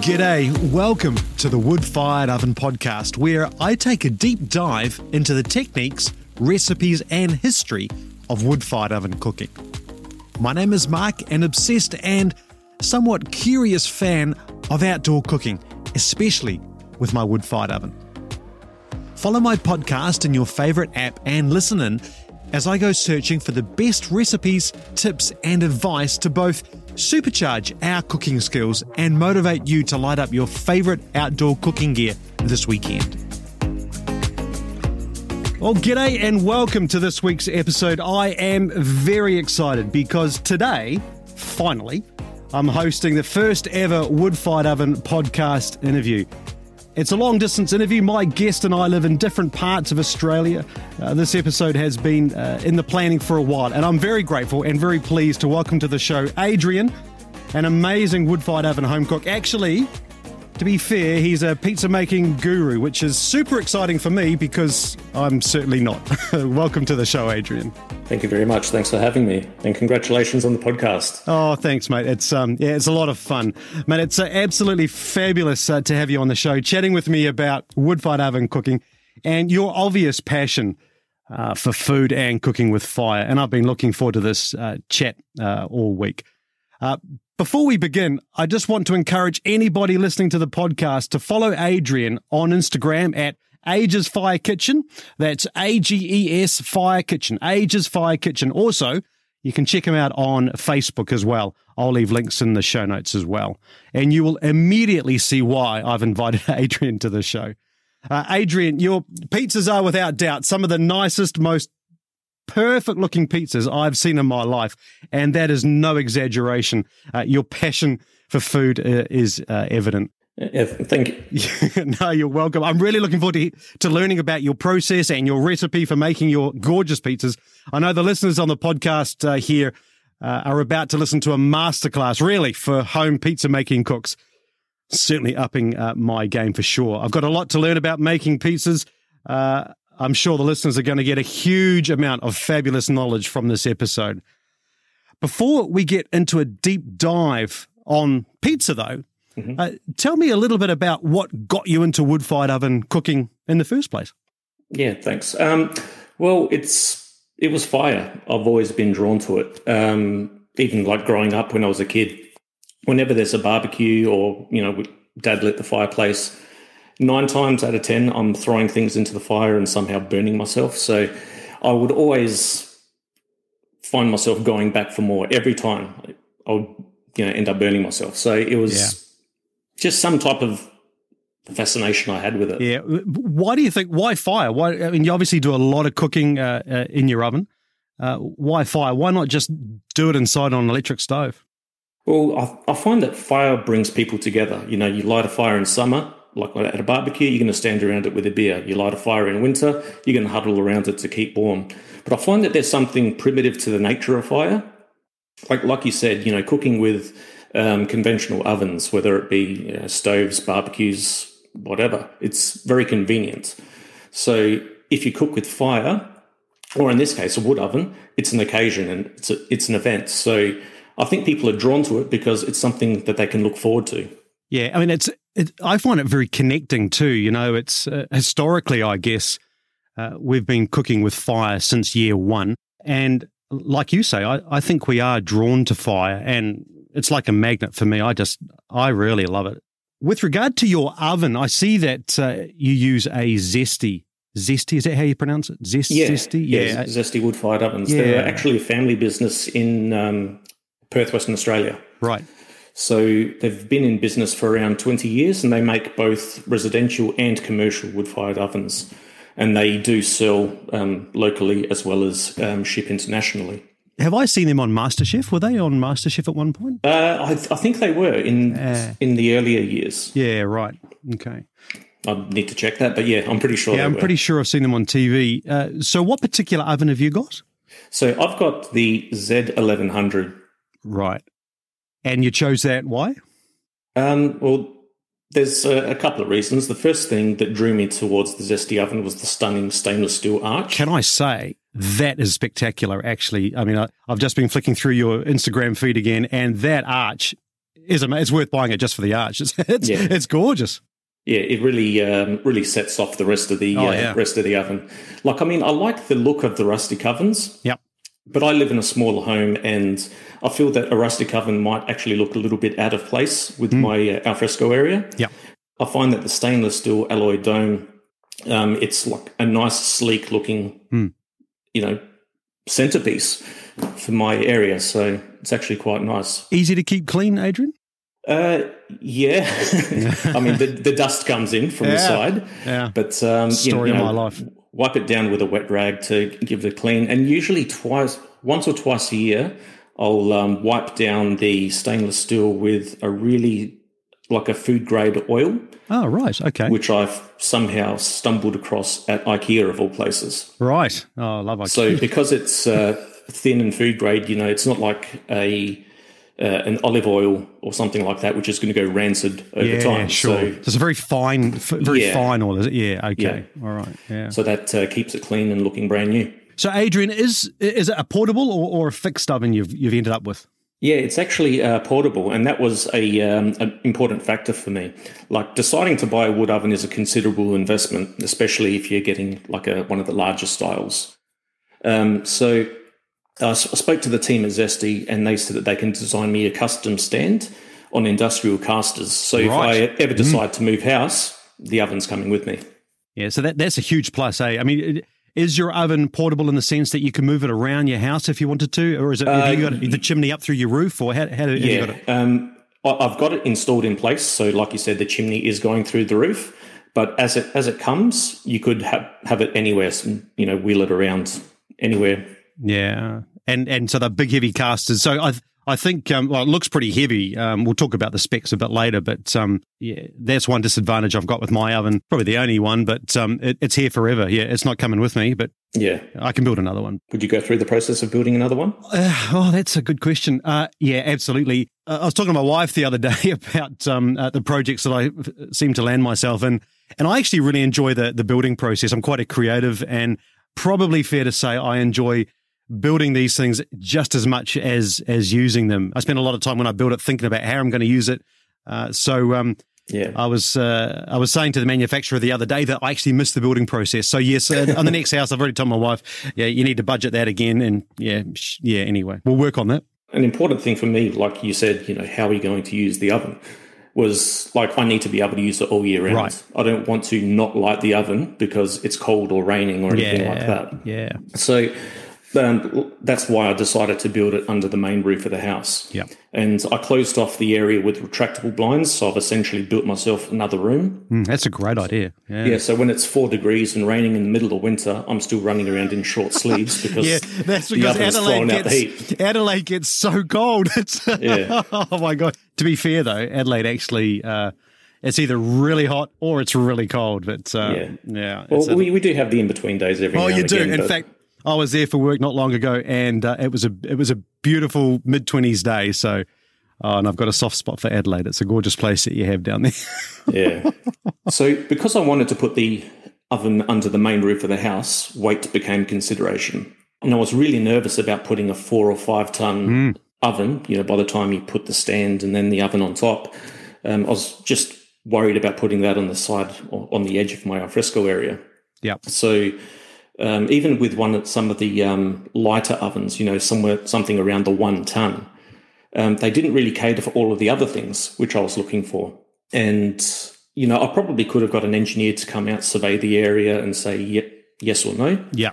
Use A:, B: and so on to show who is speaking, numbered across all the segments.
A: G'day, welcome to the Wood Fired Oven podcast, where I take a deep dive into the techniques, recipes, and history of wood fired oven cooking. My name is Mark, an obsessed and somewhat curious fan of outdoor cooking, especially with my wood fired oven. Follow my podcast in your favorite app and listen in as I go searching for the best recipes, tips, and advice to both supercharge our cooking skills and motivate you to light up your favorite outdoor cooking gear this weekend. Well, g'day and welcome to this week's episode. I am very excited because today, finally, I'm hosting the first ever Wood Fired Oven podcast interview. It's a long distance interview. My guest and I live in different parts of Australia. Uh, this episode has been uh, in the planning for a while, and I'm very grateful and very pleased to welcome to the show Adrian, an amazing wood fired oven home cook. Actually, to be fair, he's a pizza making guru, which is super exciting for me because I'm certainly not. Welcome to the show, Adrian.
B: Thank you very much. Thanks for having me, and congratulations on the podcast.
A: Oh, thanks, mate. It's um, yeah, it's a lot of fun, mate. It's uh, absolutely fabulous uh, to have you on the show, chatting with me about wood fired oven cooking and your obvious passion uh, for food and cooking with fire. And I've been looking forward to this uh, chat uh, all week. Uh, before we begin, I just want to encourage anybody listening to the podcast to follow Adrian on Instagram at Ages Fire Kitchen. That's A G E S Fire Kitchen. Ages Fire Kitchen. Also, you can check him out on Facebook as well. I'll leave links in the show notes as well. And you will immediately see why I've invited Adrian to the show. Uh, Adrian, your pizzas are without doubt some of the nicest, most perfect looking pizzas I've seen in my life. And that is no exaggeration. Uh, your passion for food uh, is uh, evident.
B: Yeah, thank you.
A: no, you're welcome. I'm really looking forward to, to learning about your process and your recipe for making your gorgeous pizzas. I know the listeners on the podcast uh, here uh, are about to listen to a masterclass, really, for home pizza making cooks. Certainly upping uh, my game for sure. I've got a lot to learn about making pizzas. Uh, I'm sure the listeners are going to get a huge amount of fabulous knowledge from this episode. Before we get into a deep dive on pizza, though, uh, tell me a little bit about what got you into wood fired oven cooking in the first place.
B: Yeah, thanks. Um, well, it's it was fire. I've always been drawn to it. Um, even like growing up when I was a kid, whenever there's a barbecue or you know, we- dad lit the fireplace. Nine times out of ten, I'm throwing things into the fire and somehow burning myself. So, I would always find myself going back for more every time. I would you know end up burning myself. So it was just some type of fascination I had with it.
A: Yeah. Why do you think? Why fire? Why? I mean, you obviously do a lot of cooking uh, uh, in your oven. Uh, why fire? Why not just do it inside on an electric stove?
B: Well, I, I find that fire brings people together. You know, you light a fire in summer, like at a barbecue, you're going to stand around it with a beer. You light a fire in winter, you're going to huddle around it to keep warm. But I find that there's something primitive to the nature of fire. Like, like you said, you know, cooking with um, conventional ovens, whether it be you know, stoves, barbecues, whatever, it's very convenient. So if you cook with fire, or in this case, a wood oven, it's an occasion and it's, a, it's an event. So I think people are drawn to it because it's something that they can look forward to.
A: Yeah, I mean, it's. It, I find it very connecting too. You know, it's uh, historically, I guess, uh, we've been cooking with fire since year one, and like you say, I, I think we are drawn to fire, and it's like a magnet for me. I just, I really love it. With regard to your oven, I see that uh, you use a zesty. Zesty is that how you pronounce it? Zest, zesty. uh,
B: yeah, zesty wood fired ovens.
A: Yeah.
B: They're actually a family business in um, Perth, Western Australia.
A: right.
B: So they've been in business for around 20 years and they make both residential and commercial wood fired ovens. And they do sell um, locally as well as um, ship internationally.
A: Have I seen them on MasterChef? Were they on MasterChef at one point?
B: Uh, I, I think they were in in the earlier years.
A: Yeah, right. Okay.
B: I need to check that, but yeah, I'm pretty sure.
A: Yeah,
B: they
A: I'm
B: were.
A: pretty sure I've seen them on TV. Uh, so, what particular oven have you got?
B: So I've got the Z1100.
A: Right. And you chose that. Why?
B: Um, well, there's uh, a, a couple of reasons. The first thing that drew me towards the Zesty Oven was the stunning stainless steel arch.
A: Can I say that is spectacular? Actually, I mean, I, I've just been flicking through your Instagram feed again, and that arch is ama- it's worth buying it just for the arch. It's it's,
B: Yeah.
A: it's gorgeous.
B: Yeah, it really um, really sets off the rest of the
A: Oh,
B: uh,
A: yeah.
B: rest of the oven. Like, I mean, I like the look of the rustic ovens.
A: Yep.
B: But I live in a smaller home, and I feel that a rustic oven might actually look a little bit out of place with my uh, alfresco area.
A: Hmm. Yep.
B: I find that the stainless steel alloy dome, um, it's like a nice, sleek looking,
A: Mm.
B: you know, centerpiece for my area. So it's actually quite nice.
A: Easy to keep clean, Adrian.
B: Uh, yeah. I mean, the, the dust comes in from the
A: Yeah.
B: side,
A: Yeah.
B: but um, you-
A: Story
B: you
A: of
B: know,
A: my life.
B: Wipe it down with a wet rag to give it a clean, and usually twice, once or twice a year, I'll um, wipe down the stainless steel with a really like a food grade oil,
A: Oh right, okay,
B: which I've somehow stumbled across at IKEA of all places.
A: right. Oh, I love it.
B: So because it's uh, thin and food grade, you know, it's not like a uh, an olive oil or something like that, which is going to go rancid over
A: yeah,
B: time.
A: sure. So,
B: So,
A: it's a very fine, f- very
B: Yeah.
A: fine oil, is it? Yeah. Okay. All right. Yeah.
B: so that uh, keeps it clean and looking brand new.
A: So, Adrian, is is it a portable or, or a fixed oven you've you've ended up with?
B: Yeah, it's actually uh, portable, and that was a um, an important factor for me. Like deciding to buy a wood oven is a considerable investment, especially if you're getting like a one of the larger styles. Um, so I s- I spoke to the team at Zesty, and they said that they can design me a custom stand on industrial casters. So
A: Right.
B: if I ever decide to move house, the oven's coming with me.
A: Yeah. So that that's a huge plus. Eh? I mean. It, is your oven portable in the sense that you can move it around your house if you wanted to, or is it have you got the chimney up through your roof, or how, how have you got it?
B: Yeah, um, I- I've got it installed in place. So, like you said, the chimney is going through the roof. But as it as it comes, you could have have it anywhere. so, You know, wheel it around anywhere.
A: Yeah, and and so they're big, heavy casters. So I I think um, well, it looks pretty heavy. Um, we'll talk about the specs a bit later, but um, yeah, that's one disadvantage I've got with my oven. Probably the only one, but um, it, it's here forever. Yeah, it's not coming with me, but
B: Yeah.
A: I can build another one.
B: Would you go through the process of building another one?
A: Uh, oh, that's a good question. Uh, yeah, absolutely. Uh, I was talking to my wife the other day about um, uh, the projects that I f- seem to land myself in, and I actually really enjoy the the building process. I'm quite a creative, and probably fair to say I enjoy building these things just as much as as using them. I spend a lot of time when I build it thinking about how I'm going to use it. Uh, so um,
B: Yeah.
A: I was uh, I was saying to the manufacturer the other day that I actually missed the building process. So yes, uh, on the next house, I've already told my wife, yeah, you need to budget that again, and yeah, sh- yeah. Anyway, we'll work on that.
B: An important thing for me, like you said, you know, how are you going to use the oven? Was like I need to be able to use it all year round.
A: Right.
B: I don't want to not light the oven because it's cold or raining or anything like that.
A: yeah,
B: So um, that's why I decided to build it under the main roof of the house.
A: Yeah.
B: And I closed off the area with retractable blinds. So I've essentially built myself another room.
A: Mm, that's a great idea. Yeah,
B: Yeah. So when it's four degrees and raining in the middle of winter, I'm still running around in short sleeves because
A: Yeah, that's
B: the
A: because
B: oven's
A: Adelaide
B: throwing out the
A: gets Adelaide gets so cold. It's,
B: Yeah.
A: oh my god. To be fair though, Adelaide actually uh, it's either really hot or it's really cold. But uh, yeah,
B: Yeah.
A: it's
B: Well,
A: a-
B: we, we do have the in between days every
A: Oh,
B: now
A: you
B: and
A: do.
B: again,
A: In
B: but-
A: fact, I was there for work not long ago, and uh, it was a it was a beautiful mid twenties day. So, oh, and I've got a soft spot for Adelaide. It's a gorgeous place that you have down there.
B: Yeah. so because I wanted to put the oven under the main roof of the house, weight became consideration. And I was really nervous about putting a four or five ton oven, you know, by the time you put the stand and then the oven on top. Um, I was just worried about putting that on the side or on the edge of my alfresco area.
A: yeah,
B: So um, even with one some of the um, lighter ovens, you know, somewhere something around the one ton, um, they didn't really cater for all of the other things which I was looking for. And you know, I probably could have got an engineer to come out survey the area and say ye- yes or no.
A: yeah,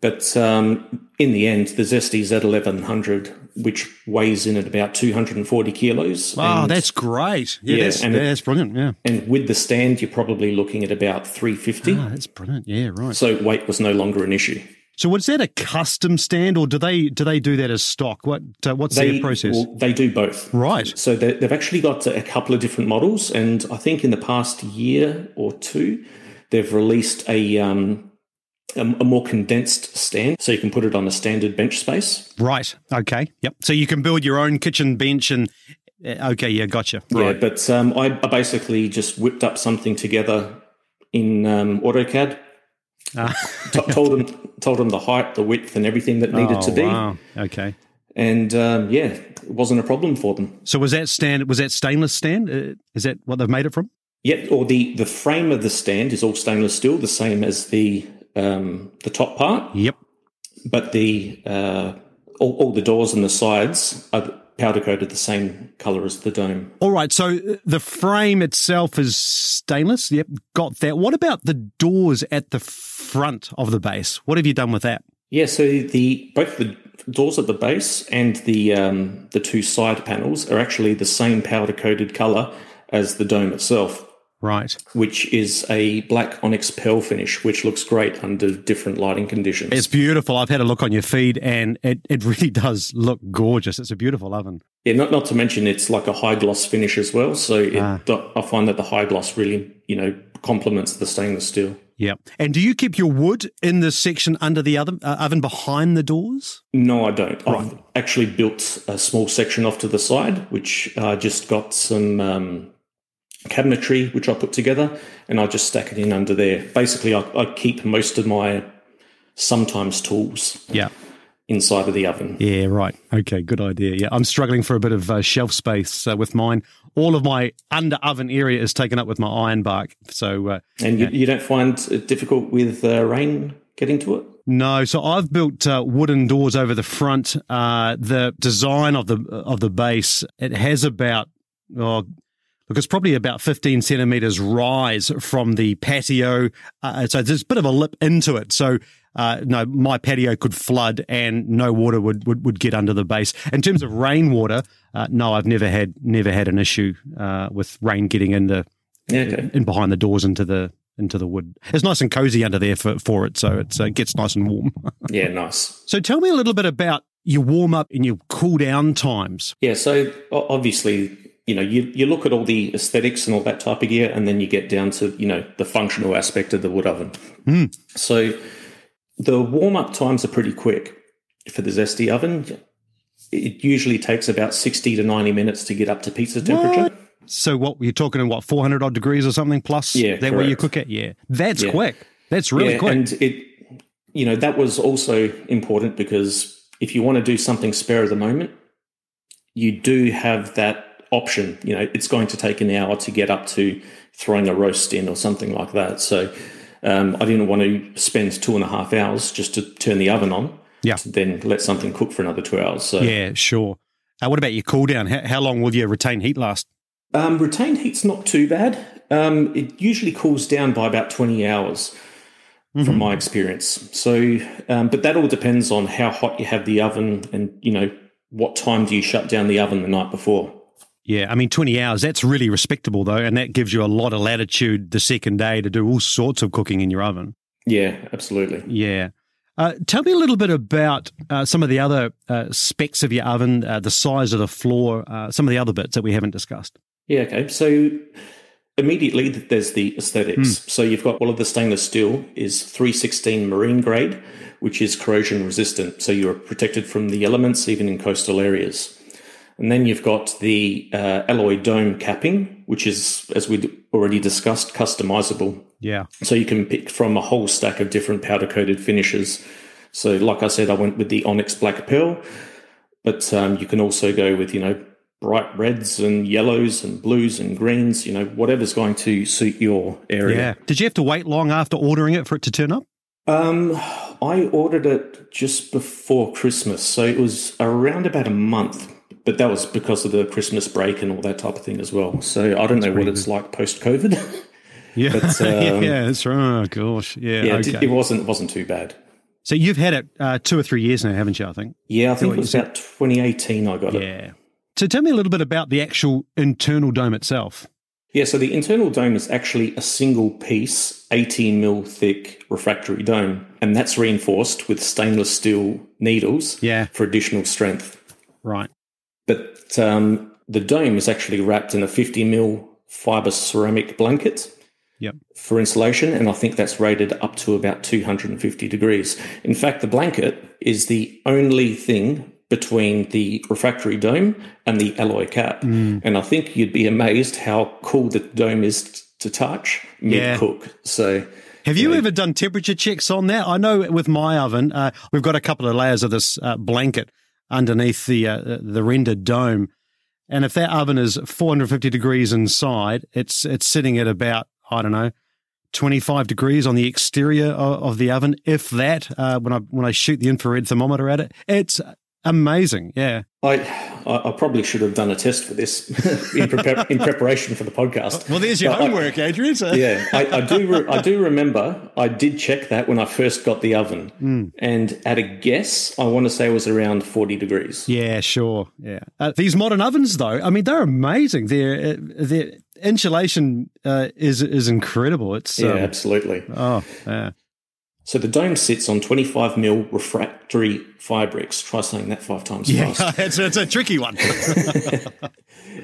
B: But um, in the end, the Zesty Z1100, which weighs in at about 240 kilos,
A: oh,
B: and,
A: that's great. Yeah,
B: Yeah,
A: that's,
B: and it-
A: that's brilliant. Yeah,
B: and with the stand, you're probably looking at about 350.
A: oh, that's brilliant. Yeah, right.
B: So weight was no longer an issue.
A: So, was that a custom stand, or do they do they do that as stock? What uh, what's their process?
B: well, they do both.
A: right.
B: So they, they've actually got a couple of different models, and I think in the past year or two, they've released a um, a, a more condensed stand, so you can put it on a standard bench space.
A: Right. Okay. Yep. So you can build your own kitchen bench and. uh, Okay. Yeah. Gotcha.
B: Yeah,
A: Right.
B: but um, I, I basically just whipped up something together in um, AutoCAD.
A: Ah.
B: T- told them told them the height, the width, and everything that needed
A: Oh,
B: to be.
A: wow. Okay.
B: and um, yeah, it wasn't a problem for them.
A: So was that stand? Was that stainless stand? Uh, Is that what they've made it from?
B: Yet, or the the frame of the stand is all stainless steel, the same as the um, the top part,
A: Yep.
B: but the uh, all, all the doors and the sides are powder coated the same color as the dome.
A: All right. So uh, the frame itself is stainless. Yep. Got that. What about the doors at the front of the base? What have you done with that?
B: Yeah, so the both the doors at the base and the um, the two side panels are actually the same powder coated color as the dome itself,
A: Right.
B: which is a black onyx pearl finish, which looks great under different lighting conditions.
A: It's beautiful. I've had a look on your feed and it, it really does look gorgeous. It's a beautiful oven.
B: Yeah, not not to mention it's like a high gloss finish as well. So it, I find that the high gloss really, you know, complements the stainless steel.
A: Yep. And do you keep your wood in the section under the oven, uh, oven behind the doors?
B: No, I don't. I've actually built a small section off to the side, which I just got some um, cabinetry, which I put together, and I just stack it in under there. Basically, I, I keep most of my sometimes tools
A: Yeah.
B: inside of the oven.
A: Yeah, right. Okay, good idea. Yeah, I'm struggling for a bit of uh, shelf space uh, with mine. All of my under oven area is taken up with my iron bark. So, uh,
B: And you, you don't find it difficult with uh, rain getting to it?
A: No, so I've built uh, wooden doors over the front. Uh, the design of the of the base it has about oh, look, it's probably about fifteen centimeters rise from the patio. Uh, so there's a bit of a lip into it. So uh, no, my patio could flood and no water would, would, would get under the base. In terms of rainwater, uh, no, I've never had never had an issue uh, with rain getting in the
B: Yeah, okay.
A: in behind the doors into the into the wood. It's nice and cozy under there for, for it, so it's, uh, it gets nice and warm.
B: Yeah, nice.
A: So tell me a little bit about your warm up and your cool down times.
B: Yeah, so o- obviously, you know, you, you look at all the aesthetics and all that type of gear, and then you get down to, you know, the functional aspect of the wood oven. So the warm up times are pretty quick for the zesty oven. It usually takes about 60 to 90 minutes to get up to pizza temperature.
A: So what you're talking in what 400 odd degrees or something plus
B: Yeah,
A: that way you
B: correct.
A: cook it. Yeah. That's quick. That's really
B: Yeah,
A: quick.
B: and it, you know, that was also important because if you want to do something spare of the moment, you do have that option. You know, it's going to take an hour to get up to throwing a roast in or something like that. So um, I didn't want to spend two and a half hours just to turn the oven on.
A: Yeah.
B: To then let something cook for another two hours. So
A: yeah, sure. Uh, what about your cool down? How, how long will your retain heat last?
B: Um, retained heat's not too bad. Um, it usually cools down by about 20 hours from my experience. So, um, but that all depends on how hot you have the oven and, you know, what time do you shut down the oven the night before.
A: Yeah, I mean 20 hours, that's really respectable though, and that gives you a lot of latitude the second day to do all sorts of cooking in your oven.
B: Yeah, absolutely.
A: Yeah. Uh, tell me a little bit about uh, some of the other uh, specs of your oven, uh, the size of the floor, uh, some of the other bits that we haven't discussed.
B: Yeah, okay. So immediately th- there's the aesthetics. So you've got all of the stainless steel is 316 marine grade, which is corrosion resistant. So you're protected from the elements, even in coastal areas. And then you've got the uh, alloy dome capping, which is, as we would already discussed, customizable.
A: Yeah.
B: So you can pick from a whole stack of different powder coated finishes. So, like I said, I went with the Onyx Black Pearl, but um, you can also go with, you know, bright reds and yellows and blues and greens, you know, whatever's going to suit your area.
A: Did you have to wait long after ordering it for it to turn up?
B: Um, I ordered it just before Christmas. So it was around about a month, but that was because of the Christmas break and all that type of thing as well. So I don't know what it's like post COVID.
A: Yeah.
B: um,
A: yeah, that's right. Oh, gosh. Yeah.
B: yeah, it,
A: okay.
B: it wasn't, wasn't too bad.
A: so you've had it uh, two or three years now, haven't you? I think.
B: Yeah, I think it was about 2018 I got it.
A: Yeah. So tell me a little bit about the actual internal dome itself.
B: Yeah, so the internal dome is actually a single piece, 18 mil thick refractory dome, and that's reinforced with stainless steel needles
A: Yeah.
B: for additional strength.
A: Right.
B: But um, the dome is actually wrapped in a 50 mil fiber ceramic blanket
A: Yep.
B: for insulation, and I think that's rated up to about 250 degrees. In fact, the blanket is the only thing between the refractory dome and the alloy cap.
A: Mm.
B: And I think you'd be amazed how cool the dome is t- to touch mid cook. So,
A: Have you ever done temperature checks on that? I know with my oven, uh, we've got a couple of layers of this uh, blanket. underneath the uh, the rendered dome. And if that oven is 450 degrees inside, it's it's sitting at about I don't know 25 degrees on the exterior of, of the oven, if that. Uh, when I when I shoot the infrared thermometer at it, it's amazing. Yeah,
B: I, I I probably should have done a test for this in, prepar- in preparation for the podcast.
A: Well, there's your
B: But I-
A: homework, Adrian. So.
B: yeah, I, I do. Re- I do remember. I did check that when I first got the oven,
A: Hmm.
B: and at a guess, I want to say it was around forty degrees.
A: Yeah, sure. Yeah, uh, these modern ovens, though, I mean, they're amazing. Their uh, their insulation uh, is is incredible. It's um,
B: yeah, absolutely.
A: oh yeah.
B: So the dome sits on twenty-five mil refractory fire bricks. Try saying that five times fast.
A: it's, it's a tricky one.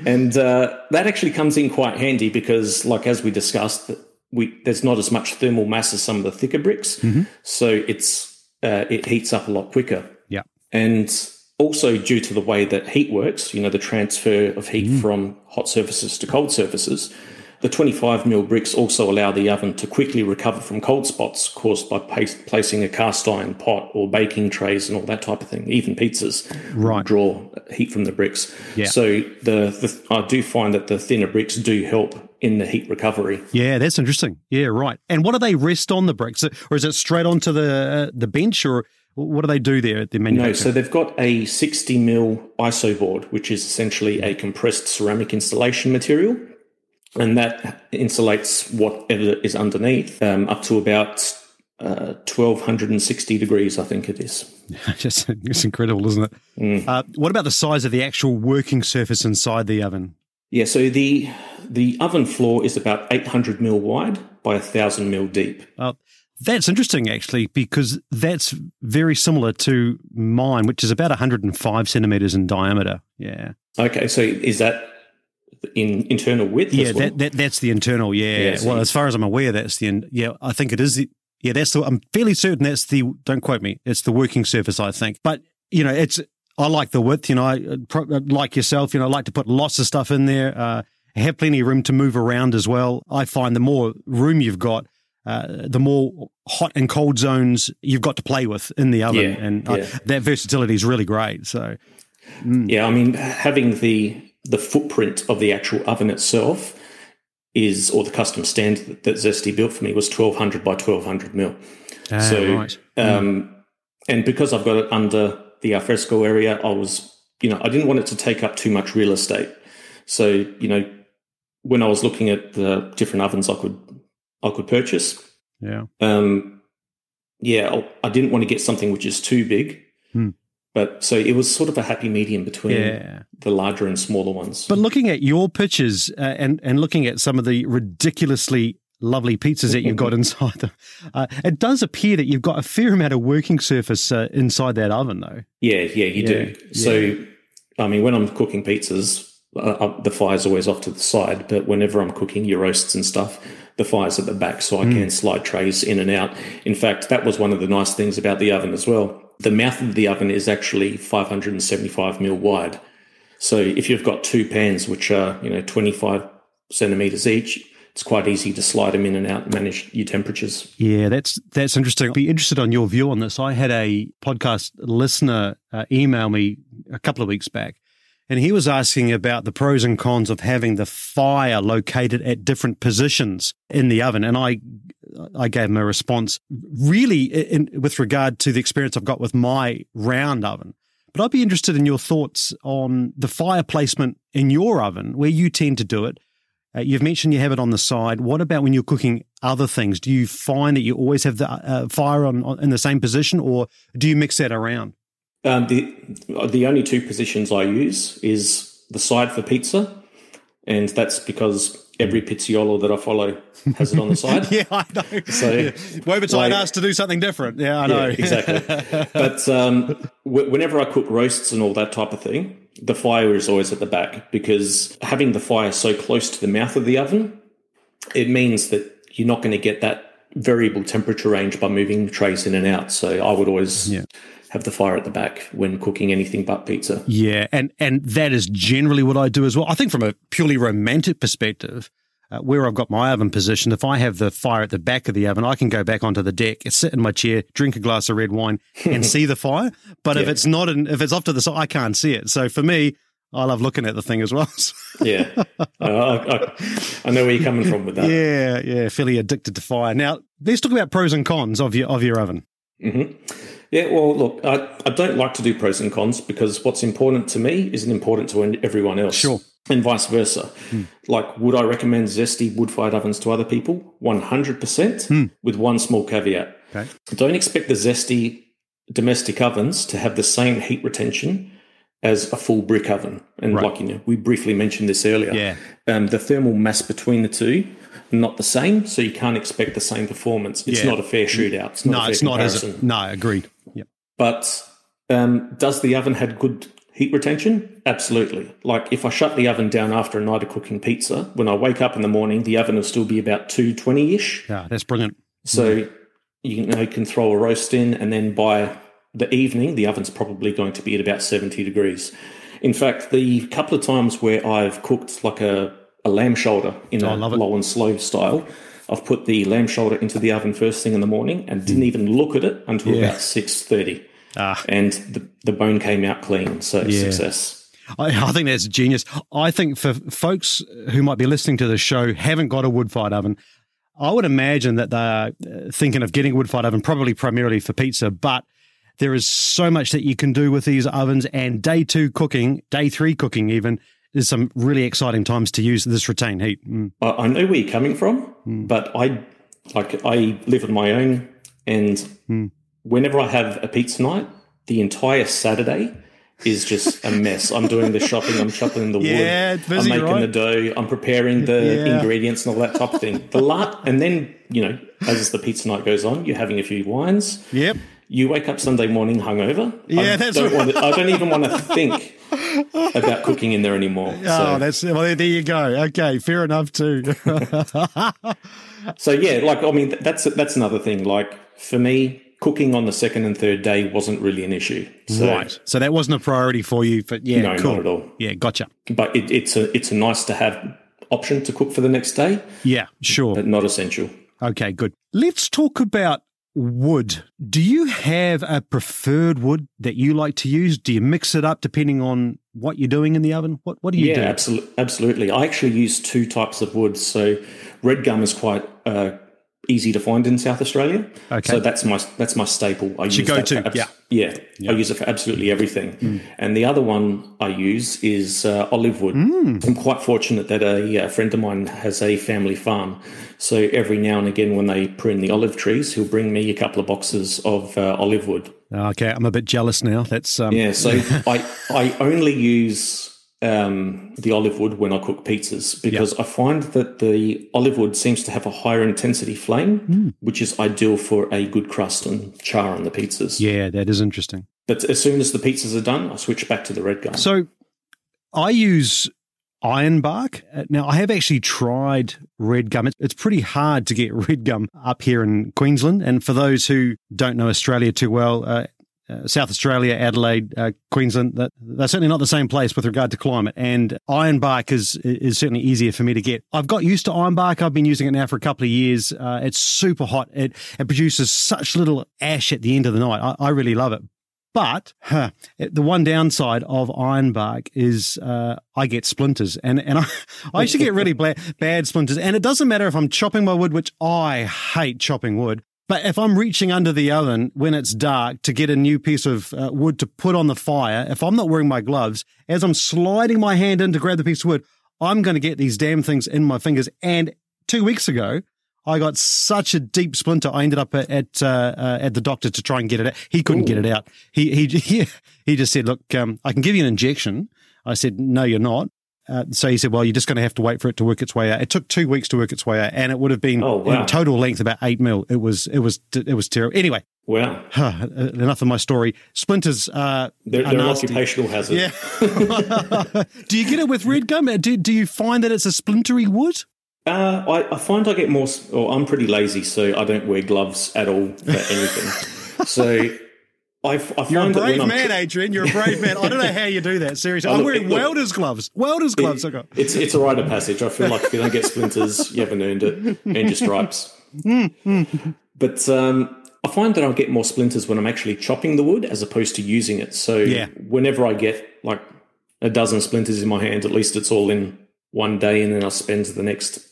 B: And uh, that actually comes in quite handy because, like as we discussed, that we there's not as much thermal mass as some of the thicker bricks,
A: Mm-hmm.
B: so it's uh, it heats up a lot quicker.
A: yeah,
B: And also due to the way that heat works, you know, the transfer of heat
A: Mm.
B: from hot surfaces to cold surfaces, the 25 mil bricks also allow the oven to quickly recover from cold spots caused by place, placing a cast iron pot or baking trays and all that type of thing. Even pizzas
A: Right.
B: draw heat from the bricks.
A: Yeah.
B: So the, the I do find that the thinner bricks do help in the heat recovery.
A: yeah, that's interesting. Yeah, right. And what do they rest on the bricks, or is it straight onto the uh, the bench, or what do they do there at the
B: No,
A: manufacturer?
B: so they've got a 60 mil ISO board, which is essentially a compressed ceramic insulation material, and that insulates whatever is underneath um, up to about uh, 1260 degrees, I think it is.
A: Just, it's incredible, isn't it? Uh, what about the size of the actual working surface inside the oven?
B: Yeah, so the the oven floor is about 800 mil wide by 1000 mil deep.
A: Uh, that's interesting, actually, because that's very similar to mine, which is about 105 centimeters in diameter. Yeah,
B: Okay, so is that in internal width?
A: yeah,
B: as well?
A: that, that that's the internal. Yeah,
B: Yeah, so
A: well,
B: you-
A: as far as I'm aware, that's the in- yeah. I think it is. The, yeah, that's the. I'm fairly certain that's the. Don't quote me. It's the working surface, I think. But you know, it's. I like the width. You know, I, uh, pro- like yourself. You know, I like to put lots of stuff in there. Uh, have plenty of room to move around as well. I find the more room you've got, uh, the more hot and cold zones you've got to play with in the oven,
B: Yeah,
A: and uh,
B: yeah.
A: that versatility is really great. So
B: Yeah, I mean, having the the footprint of the actual oven itself is, or the custom stand that, that Zesty built for me was twelve hundred by twelve hundred mil.
A: Ah,
B: so,
A: right.
B: um, and because I've got it under the alfresco area, I was, you know, I didn't want it to take up too much real estate. So, you know, when I was looking at the different ovens I could I could purchase,
A: yeah,
B: um, yeah, I- I didn't want to get something which is too big.
A: Hmm.
B: But so it was sort of a happy medium between
A: yeah.
B: the larger and smaller ones.
A: But looking at your pictures uh, and and looking at some of the ridiculously lovely pizzas that you've got inside them, uh, it does appear that you've got a fair amount of working surface uh, inside that oven, though.
B: yeah, yeah, you do.
A: Yeah,
B: So, I mean, when I'm cooking pizzas, uh, uh, the fire's always off to the side. But whenever I'm cooking your roasts and stuff, the fire's at the back, so I
A: Mm.
B: can slide trays in and out. In fact, that was one of the nice things about the oven as well. The mouth of the oven is actually 575 mil wide. So if you've got two pans, which are you know 25 centimeters each, it's quite easy to slide them in and out and manage your temperatures.
A: Yeah, that's that's interesting. I'd be interested on your view on this. I had a podcast listener uh, email me a couple of weeks back, and he was asking about the pros and cons of having the fire located at different positions in the oven, and I I gave him a response really in, with regard to the experience I've got with my round oven. But I'd be interested in your thoughts on the fire placement in your oven, where you tend to do it. Uh, you've mentioned you have it on the side. What about when you're cooking other things? Do you find that you always have the uh, fire on, on in the same position, or do you mix that around?
B: Um, the the only two positions I use is the side for pizza, and that's because every pizzaiolo that I follow has it on the side.
A: Yeah, I know.
B: So, Yeah.
A: Wobertine
B: like-
A: asked to do something different. Yeah, I
B: Yeah,
A: know.
B: exactly. But um, w- whenever I cook roasts and all that type of thing, the fire is always at the back because having the fire so close to the mouth of the oven, it means that you're not going to get that variable temperature range by moving trays in and out. So I would always
A: Yeah.
B: have the fire at the back when cooking anything but pizza.
A: Yeah, and and that is generally what I do as well. I think from a purely romantic perspective, uh, where I've got my oven positioned, if I have the fire at the back of the oven, I can go back onto the deck, sit in my chair, drink a glass of red wine, and see the fire. But if
B: Yeah.
A: it's not, in, if it's off to the side, I can't see it. So for me, I love looking at the thing as well. So,
B: Yeah, I, I, I- I know where you're coming from with that.
A: yeah, yeah, fairly addicted to fire. Now let's talk about pros and cons of your of your oven.
B: hmm Yeah, well, look, I, I don't like to do pros and cons because what's important to me isn't important to an- everyone else.
A: Sure. Hmm.
B: And vice versa. Like, would I recommend zesty wood fired ovens to other people? 100% with one small caveat.
A: Hmm. Okay.
B: Don't expect the zesty domestic ovens to have the same heat retention as a full brick oven. And, like, you know, we briefly mentioned this earlier.
A: Yeah.
B: Um, the thermal mass between the two. Not the same, so you can't expect the same performance. It's
A: Yeah.
B: not a fair shootout. It's not a
A: No,
B: fair
A: it's not
B: comparison.
A: as no agreed. Yep.
B: But um, does the oven had good heat retention? Absolutely. Like if I shut the oven down after a night of cooking pizza, when I wake up in the morning, the oven will still be about 220 ish.
A: Yeah, that's brilliant.
B: So you know you can throw a roast in, and then by the evening, the oven's probably going to be at about 70 degrees. In fact, the couple of times where I've cooked like a, a lamb shoulder in a
A: Oh, love it.
B: low and slow style, I've put the lamb shoulder into the oven first thing in the morning and didn't
A: Mm.
B: even look at it until about 6.30.
A: Ah.
B: And the, the bone came out clean, so success.
A: I, I think that's genius. I think for folks who might be listening to the show haven't got a wood fired oven, I would imagine that they're uh, thinking of getting a wood fired oven probably primarily for pizza, but there is so much that you can do with these ovens and day two cooking, day three cooking even is some really exciting times to use this retained heat. Mm.
B: I, I know where you're coming from,
A: Hmm.
B: but I like I live on my own, and
A: Hmm.
B: whenever I have a pizza night, the entire Saturday is just a mess. I'm doing the shopping, I'm chopping the
A: Yeah,
B: wood,
A: it's busy,
B: I'm making
A: right?
B: the dough, I'm preparing the
A: Yeah.
B: ingredients and all that type of thing. The lot, and then you know, as the pizza night goes on, you're having a few wines.
A: Yep.
B: You wake up Sunday morning hungover.
A: Yeah,
B: I
A: that's
B: don't
A: right.
B: want to, I don't even want to think about cooking in there anymore.
A: Oh,
B: So-
A: that's well. There there you go. Okay, fair enough too.
B: So yeah, like I mean, th- that's that's another thing. Like for me, cooking on the second and third day wasn't really an issue. So,
A: right. So that wasn't a priority for you, but yeah,
B: No,
A: cool.
B: not at all.
A: Yeah, gotcha.
B: But it, it's a it's a nice to have option to cook for the next day,
A: Yeah, sure.
B: but not essential.
A: Okay, good. Let's talk about wood. Do you have a preferred wood that you like to use? Do you mix it up depending on what you're doing in the oven? What What do you
B: yeah,
A: do?
B: absolutely. Absolutely. I actually use two types of wood. So red gum is quite uh, easy to find in South Australia.
A: Okay.
B: So that's my that's my staple. I use
A: go-to,
B: that for
A: yeah. Mm.
B: yeah. I use it for absolutely everything. And the other one I use is uh, olive wood.
A: Mm.
B: I'm quite fortunate that a, uh friend of mine has a family farm. So every now and again, when they prune the olive trees, he'll bring me a couple of boxes of uh, olive wood.
A: Okay, I'm a bit jealous now. That's um,
B: Yeah, so I I only use um, the olive wood when I cook pizzas because I find that the olive wood seems to have a higher intensity flame,
A: Hmm.
B: which is ideal for a good crust and char on the pizzas.
A: yeah, that is interesting.
B: But as soon as the pizzas are done, I switch back to the red gum.
A: So I use iron bark. Uh, Now, I have actually tried red gum. It's- It's pretty hard to get red gum up here in Queensland. And for those who don't know Australia too well, uh, uh, South Australia, Adelaide, uh, Queensland, that, they're certainly not the same place with regard to climate. And iron bark is, is certainly easier for me to get. I've got used to iron bark. I've been using it now for a couple of years. Uh, it's super hot. It, it produces such little ash at the end of the night. I, I really love it. But huh, the one downside of iron bark is uh, I get splinters, and and I, I actually get really bla- bad splinters. And it doesn't matter if I'm chopping my wood, which I hate chopping wood. But if I'm reaching under the oven when it's dark to get a new piece of uh, wood to put on the fire, if I'm not wearing my gloves, as I'm sliding my hand in to grab the piece of wood, I'm going to get these damn things in my fingers. And two weeks ago, I got such a deep splinter. I ended up at at, uh, uh, at the doctor to try and get it. out. He couldn't get it out. He he he, he just said, "Look, um, I can give you an injection." I said, "No, you're not." Uh, so he said, "Well, you're just going to have to wait for it to work its way out." It took two weeks to work its way out, and it would have been
B: Oh, wow.
A: in total length about eight mil. It was it was it was terrible. Anyway,
B: Wow,
A: huh, enough of my story. Splinters uh,
B: they're,
A: are
B: they're an
A: nasty.
B: occupational hazard.
A: Yeah. do you get it with red gum? Do do you find that it's a splintery wood?
B: Uh, I, I find I get more, s- or I'm pretty lazy, so I don't wear gloves at all for anything. so I, I find
A: You're a
B: that when
A: brave
B: I'm-
A: man, Adrian. You're a brave man. I don't know how you do that. Seriously, I'm
B: look,
A: wearing
B: look.
A: welder's gloves. Welder's gloves. I got.
B: It's it's a rite of passage. I feel like if you don't get splinters, you haven't earned it, and your stripes. but um, I find that I'll get more splinters when I'm actually chopping the wood as opposed to using it. So
A: Yeah.
B: whenever I get like a dozen splinters in my hand, at least it's all in one day, and then I spend the next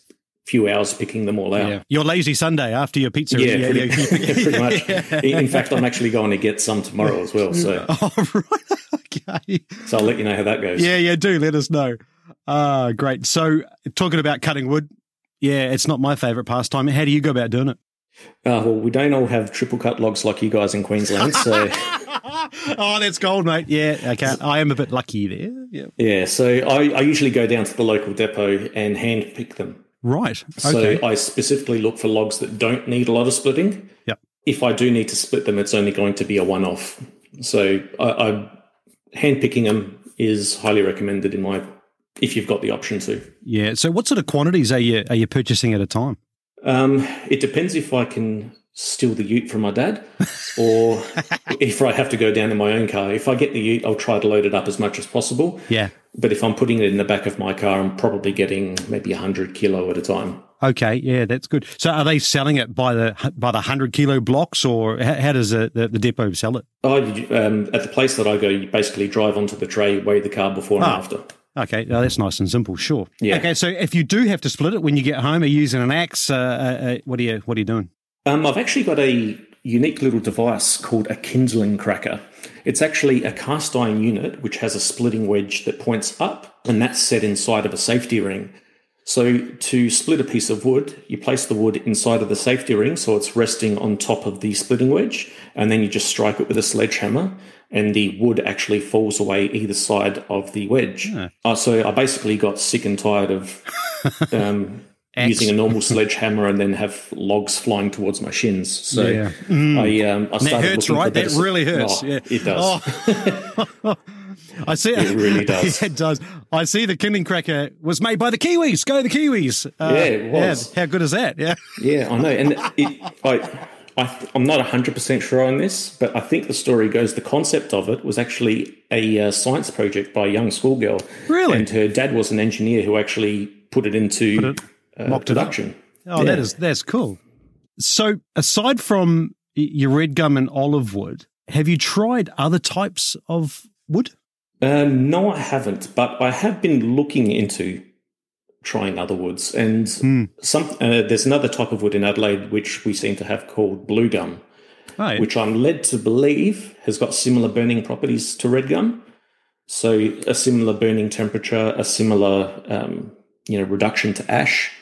B: few hours picking them all out.
A: Yeah. Your lazy Sunday after your pizza.
B: Yeah, pretty,
A: yeah.
B: pretty much. In in fact, I'm actually going to get some tomorrow as well. So,
A: Oh, right. Okay.
B: so I'll let you know how that goes.
A: Yeah, yeah, do let us know. Ah, great. So, talking about cutting wood, yeah, it's not my favorite pastime. How do you go about doing it?
B: Uh, well, we don't all have triple cut logs like you guys in Queensland, so.
A: oh, that's gold, mate. Yeah, okay. I am a bit lucky there. Yeah.
B: Yeah, so I, I usually go down to the local depot and hand pick them.
A: Right.
B: So
A: Okay.
B: I specifically look for logs that don't need a lot of splitting.
A: Yep.
B: If I do need to split them, it's only going to be a one off. So I, I hand picking them is highly recommended in my if you've got the option to.
A: yeah. So, what sort of quantities are you are you purchasing at a time?
B: Um, it depends if I can steal the ute from my dad or if I have to go down in my own car. If I get the ute, I'll try to load it up as much as possible.
A: Yeah.
B: But if I'm putting it in the back of my car, I'm probably getting maybe 100 kilo at a time.
A: Okay. Yeah, that's good. So, are they selling it by the by the hundred kilo blocks, or how, how does the, the, the depot sell it?
B: Oh, you, um, at the place that I go, you basically drive onto the tray, weigh the car before and
A: Ah.
B: after.
A: Okay, now that's nice and simple. Sure.
B: Yeah.
A: Okay, so if you do have to split it when you get home, are you using an axe? Uh, uh, uh, what are you What are you doing?
B: Um, I've actually got a unique little device called a kindling cracker. It's actually a cast iron unit which has a splitting wedge that points up, and that's set inside of a safety ring. So, to split a piece of wood, you place the wood inside of the safety ring so it's resting on top of the splitting wedge, and then you just strike it with a sledgehammer, and the wood actually falls away either side of the wedge. Uh, so, I basically got sick and tired of um, using a normal sledgehammer and then have logs flying towards my shins. So
A: Yeah.
B: I, um, I
A: That hurts,
B: started looking for
A: right? That
B: better-
A: really hurts.
B: Oh,
A: yeah.
B: It does.
A: Oh. I see. It
B: really does.
A: yeah, it does. I see. The kindling cracker was made by the Kiwis. Go the Kiwis! Uh,
B: Yeah, it was.
A: how good is that? Yeah.
B: Yeah, I know. And it, I, I, I'm not 100% sure on this, but I think the story goes the concept of it was actually a uh, science project by a young schoolgirl.
A: Really?
B: And her dad was an engineer who actually put it into uh,
A: mocked it up.
B: production.
A: Oh, that is that's cool. So, aside from y- your red gum and olive wood, have you tried other types of wood?
B: Um, no, I haven't, but I have been looking into trying other woods, and
A: Hmm.
B: some uh, there's another type of wood in Adelaide which we seem to have called blue gum,
A: Oh, yeah.
B: which I'm led to believe has got similar burning properties to red gum. So a similar burning temperature, a similar um, you know reduction to ash,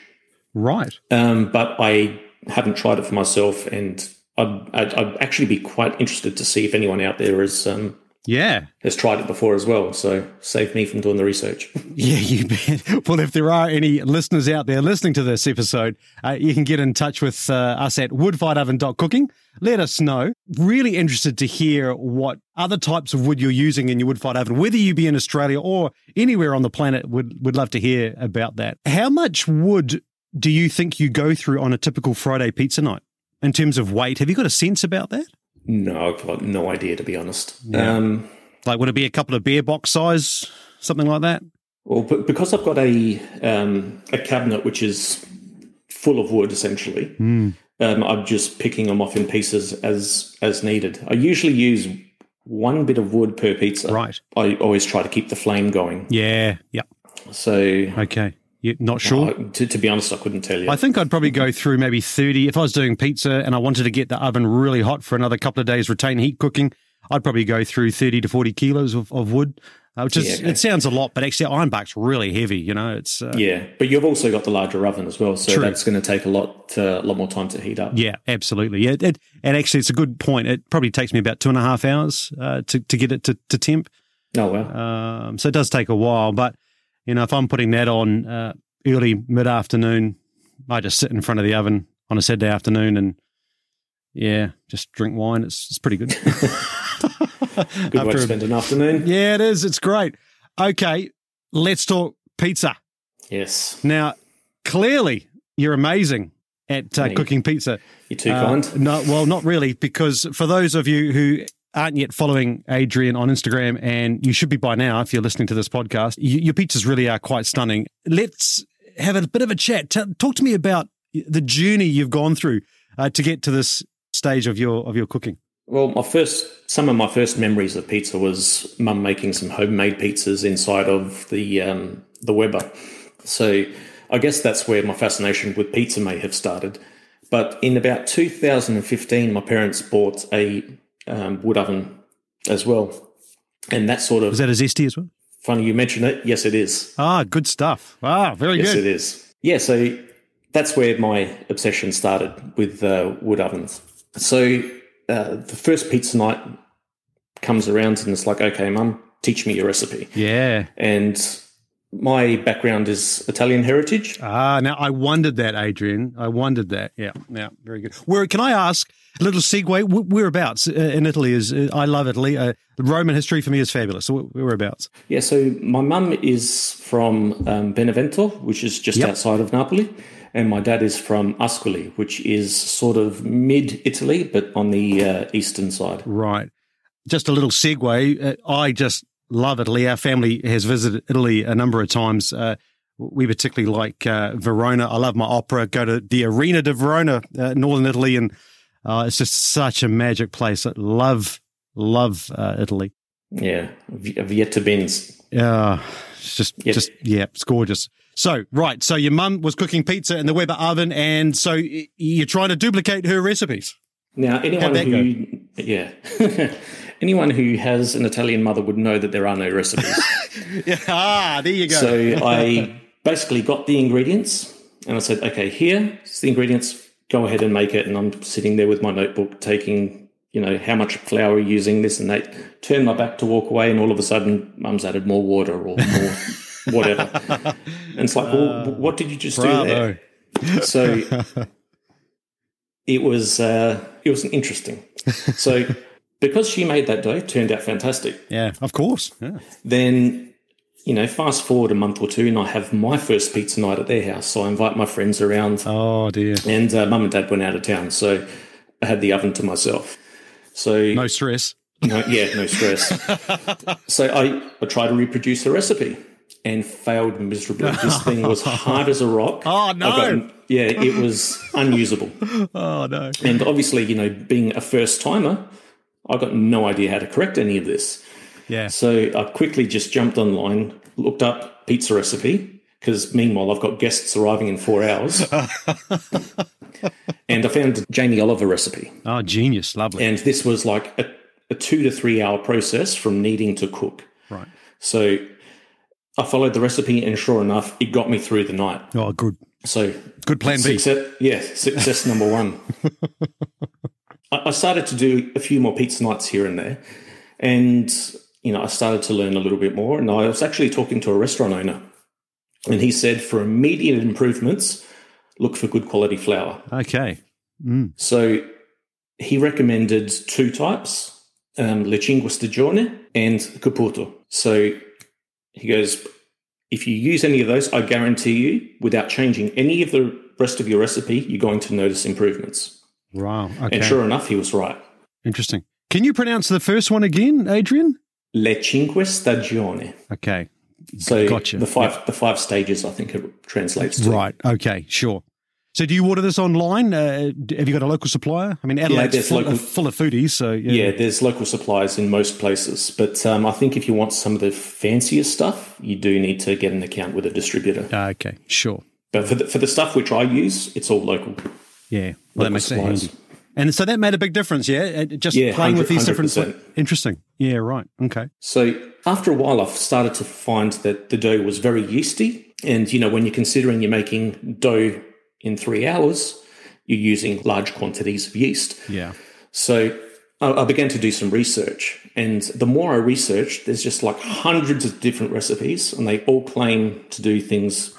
A: right.
B: um, but I haven't tried it for myself, and I'd, I'd, I'd actually be quite interested to see if anyone out there has um,
A: Yeah.
B: has tried it before as well. So save me from doing the research.
A: Yeah, you bet. Well, if there are any listeners out there listening to this episode, uh, you can get in touch with uh, us at woodfightoven.cooking. Let us know. Really interested to hear what other types of wood you're using in your wood fight oven, whether you be in Australia or anywhere on the planet. Would would love to hear about that. How much wood do you think you go through on a typical Friday pizza night in terms of weight? Have you got a sense about that?
B: No, I've got no idea to be honest. Um,
A: Like, would it be a couple of beer box size, something like that?
B: well, b- because I've got a um, a cabinet which is full of wood essentially,
A: Hmm.
B: um, I'm just picking them off in pieces as as needed. I usually use one bit of wood per pizza.
A: Right.
B: I always try to keep the flame going.
A: Yeah. Yeah.
B: So.
A: Okay. You not sure?
B: I- to, to be honest, I couldn't tell you.
A: I think I'd probably go through maybe 30. If I was doing pizza and I wanted to get the oven really hot for another couple of days, retain heat cooking, I'd probably go through 30 to 40 kilos of, of wood, uh, which is,
B: Yeah, okay.
A: it sounds a lot, but actually, ironbark's really heavy, you know? It's, uh, yeah.
B: yeah, but you've also got the larger oven as well, so
A: True.
B: that's going to take a lot, uh, a lot more time to heat up.
A: absolutely. Yeah, it, and actually, it's a good point. It probably takes me about two and a half hours uh, to, to get it to, to temp.
B: Oh wow.
A: Um, so it does take a while, but you know, if I'm putting that on uh, early mid afternoon, I just sit in front of the oven on a Saturday afternoon and yeah, just drink wine. It's it's pretty good.
B: Good way
A: After
B: to
A: a-
B: spend an afternoon.
A: yeah, it is. It's great. Okay, let's talk pizza
B: Yes,
A: now. Clearly, you're amazing at uh,
B: Thank you.
A: cooking pizza.
B: you're too
A: Uh,
B: kind.
A: No, well, not really, because for those of you who aren't yet following Adrian on Instagram, and you should be by now if you're listening to this podcast, you, your pizzas really are quite stunning. Let's have a bit of a chat. T- talk to me about the journey you've gone through uh, to get to this stage of your of your cooking.
B: Well, my first, some of my first memories of pizza was mum making some homemade pizzas inside of the um, the Weber. So, I guess that's where my fascination with pizza may have started. But in about 2015, my parents bought a um, wood oven as well, and that sort of
A: Was that a zesty as well?
B: funny you mention it. Yes, it is.
A: Ah, good stuff. Ah, very
B: Yes,
A: good.
B: it is. Yeah, so that's where my obsession started with uh, wood ovens. So uh, the first pizza night comes around, and it's like, okay, mum, teach me your recipe.
A: Yeah.
B: And my background is Italian heritage.
A: Ah, now I wondered that, Adrian. I wondered that. Yeah, yeah, very good. Where can I ask? A little segue. wh- Whereabouts uh, in Italy is? uh, I love Italy. Uh, Roman history for me is fabulous. So wh- whereabouts?
B: Yeah, so my mum is from um, Benevento, which is just outside of Napoli, and my dad is from Ascoli, which is sort of mid Italy, but on the uh, eastern side.
A: Right. Just a little segue. Uh, I just love Italy. Our family has visited Italy a number of times. Uh, we particularly like uh, Verona. I love my opera. Go to the Arena di Verona, uh, northern Italy, and uh, it's just such a magic place. I love, love uh, Italy.
B: Yeah, Vi- Vietta Bins.
A: Yeah, it's just,
B: Yep.
A: just yeah, it's gorgeous. So right, so your mum was cooking pizza in the Weber oven, and so y- you're trying to duplicate her recipes.
B: Now, anyone
A: that
B: who yeah, anyone who has an Italian mother would know that there are no recipes.
A: Yeah, ah, there you go.
B: so I basically got the ingredients and I said, okay, here's the ingredients. Go ahead and make it. And I'm sitting there with my notebook, taking you know how much flour you're using, this and that. Turn my back to walk away, and all of a sudden, Mum's added more water or more whatever. And it's like, well, what did you just do there?
A: Uh, Bravo.
B: So it was uh, it was interesting. So because she made that dough, turned out fantastic.
A: Yeah, of course. Yeah.
B: Then you know, fast forward a month or two, and I have my first pizza night at their house. So I invite my friends around,
A: Oh dear,
B: and uh, mum and dad went out of town, so I had the oven to myself. So
A: no stress.
B: no, yeah, no stress. so I, I tried to reproduce the recipe and failed miserably. This thing was hard as a rock.
A: Oh, no.
B: I got- yeah, it was unusable.
A: Oh no.
B: And obviously, you know, being a first timer, I got no idea how to correct any of this.
A: Yeah.
B: So I quickly just jumped online, looked up pizza recipe, because meanwhile, I've got guests arriving in four hours. and I found the Jamie Oliver recipe.
A: Oh, genius. Lovely.
B: And this was like a, a two to three hour process from needing to cook.
A: Right.
B: So I followed the recipe, and sure enough, it got me through the night.
A: Oh, good.
B: So
A: Good plan B.
B: Success, yeah, success number one. I, I started to do a few more pizza nights here and there, and you know I started to learn a little bit more. And I was actually talking to a restaurant owner, and he said for immediate improvements, look for good quality flour.
A: Okay.
B: So he recommended two types: um, Le Cinque Stagione and Caputo. So he goes, if you use any of those, I guarantee you, without changing any of the rest of your recipe, you're going to notice improvements.
A: Wow.
B: And
A: Okay.
B: sure enough, he was right.
A: Interesting. Can you pronounce the first one again, Adrian?
B: Le Cinque Stagione.
A: Okay.
B: So
A: Gotcha.
B: the five the five stages, I think it translates to.
A: Right. Okay. Sure. So, do you order this online? Uh, d- have you got a local supplier? I mean, Adelaide's
B: there's
A: full,
B: local-
A: of, full of foodies, so
B: Yeah, there's local suppliers in most places, but um, I think if you want some of the fancier stuff, you do need to get an account with a distributor.
A: Uh, okay. Sure.
B: But for the, for the stuff which I use, it's all local.
A: Yeah. Well, that makes it
B: supplies.
A: handy. And so that made a big difference. Yeah. And Just
B: Yeah,
A: playing with these different.
B: 100%.
A: Interesting. Yeah. Right. Okay.
B: So after a while, I've started to find that the dough was very yeasty. And, you know, when you're considering you're making dough in three hours, you're using large quantities of yeast.
A: Yeah.
B: So I, I began to do some research. And the more I researched, there's just like hundreds of different recipes, and they all claim to do things,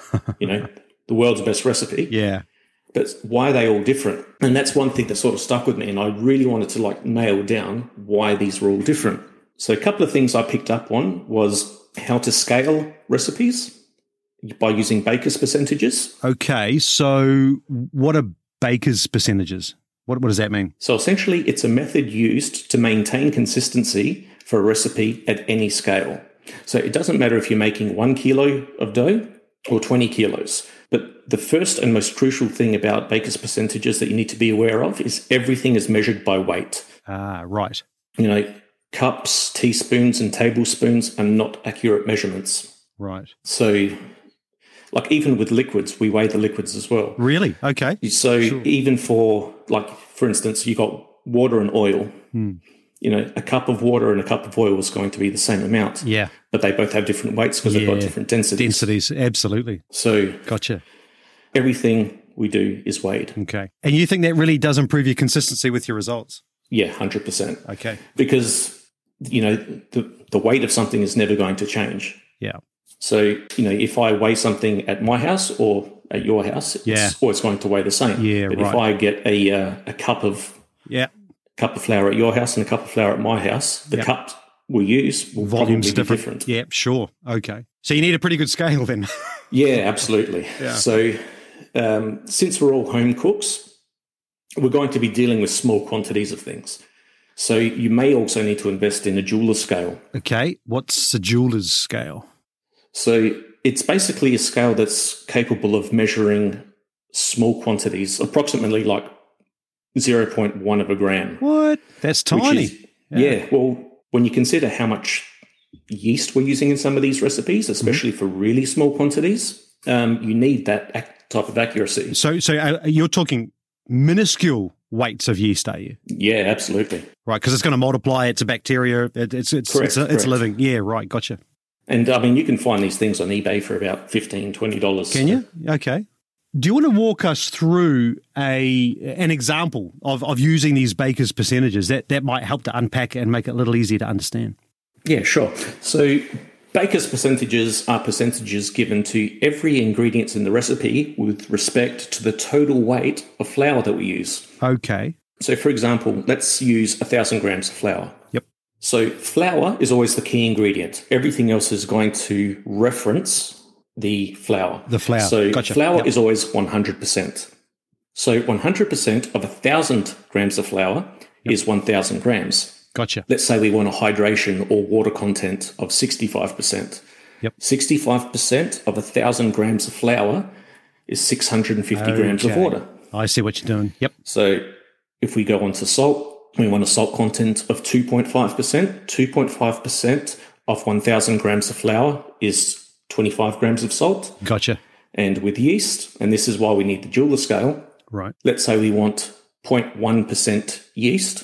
B: you know, the world's best recipe.
A: Yeah.
B: but why are they all different? And that's one thing that sort of stuck with me. And I really wanted to like nail down why these were all different. So a couple of things I picked up on was how to scale recipes by using baker's percentages.
A: Okay. So, what are baker's percentages? What, what does that mean?
B: So essentially, it's a method used to maintain consistency for a recipe at any scale. So it doesn't matter if you're making one kilo of dough or 20 kilos. But the first and most crucial thing about baker's percentages that you need to be aware of is everything is measured by weight.
A: Ah, right.
B: You know, cups, teaspoons, and tablespoons are not accurate measurements.
A: Right.
B: So, like, even with liquids, we weigh the liquids as well.
A: Really? Okay.
B: So even for like for instance, you got water and oil.
A: Hmm.
B: You know, a cup of water and a cup of oil is going to be the same amount,
A: Yeah.
B: but they both have different weights because they've got
A: Yeah.
B: different densities.
A: Densities. Absolutely.
B: So
A: Gotcha.
B: everything we do is weighed.
A: Okay. And you think that really does improve your consistency with your results?
B: Yeah, hundred percent.
A: Okay.
B: Because you know the the weight of something is never going to change.
A: Yeah.
B: So you know if I weigh something at my house or at your house, it's
A: Yeah.
B: always going to weigh the same.
A: Yeah,
B: but if
A: right.
B: I get a uh, a cup of
A: Yeah.
B: cup of flour at your house and a cup of flour at my house, the cups we use will
A: Volume's
B: probably be
A: different.
B: different.
A: Yeah, sure. Okay. So you need a pretty good scale then.
B: Yeah, absolutely. So, um, since we're all home cooks, we're going to be dealing with small quantities of things. So, you may also need to invest in a jeweler scale.
A: okay. What's a jeweler's scale?
B: So, it's basically a scale that's capable of measuring small quantities, approximately like 0.1 of a gram.
A: What? That's
B: which
A: tiny.
B: is- yeah. Well, when you consider how much yeast we're using in some of these
A: Mm-hmm.
B: recipes, especially for really small quantities, um, you need that ac- type of accuracy.
A: so so uh, you're talking minuscule weights of yeast, are you?
B: Yeah, absolutely.
A: Right, because it's going to multiply. It's a bacteria. It, it's it's
B: Correct,
A: it's, a, it's
B: correct.
A: living. Yeah, right. Gotcha.
B: And I mean, you can find these things on eBay for about $15, $20.
A: Can you? Okay. Do you want to walk us through a an example of, of using these baker's percentages that, that might help to unpack and make it a little easier to understand?
B: Yeah, sure. So, baker's percentages are percentages given to every ingredient in the recipe with respect to the total weight of flour that we use.
A: Okay.
B: So, for example, let's use 1,000 grams of flour.
A: Yep.
B: So, flour is always the key ingredient. Everything else is going to reference the flour.
A: The flour.
B: So,
A: Gotcha.
B: flour
A: Yep.
B: is always 100%. So, 100% of 1,000 grams of flour is 1,000 grams.
A: Gotcha.
B: Let's say we want a hydration or water content of 65%.
A: Yep.
B: 65% of 1,000 grams of flour is 650 grams of
A: Okay.
B: water.
A: I see what you're doing. Yep.
B: So if we go on to salt, we want a salt content of 2.5%. 2.5% of 1,000 grams of flour is 25 grams of salt.
A: Gotcha.
B: And with yeast, and this is why we need the Joule scale,
A: Right.
B: let's say we want 0.1% yeast.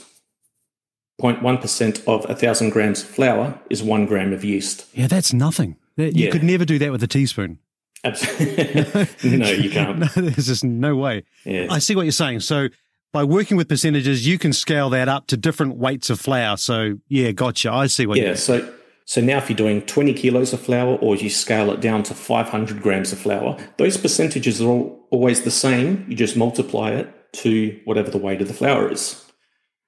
B: 0.1% of 1,000 grams of flour is 1 gram of yeast.
A: Yeah, that's nothing. That- You
B: Yeah.
A: could never do that with a teaspoon.
B: Absolutely. no, you can't.
A: No, there's just no way.
B: Yeah.
A: I see what you're saying. So by working with percentages, you can scale that up to different weights of flour. So yeah, gotcha. I see what.
B: Yeah, so so now if you're doing 20 kilos of flour or you scale it down to 500 grams of flour, those percentages are all, always the same. You just multiply it to whatever the weight of the flour is.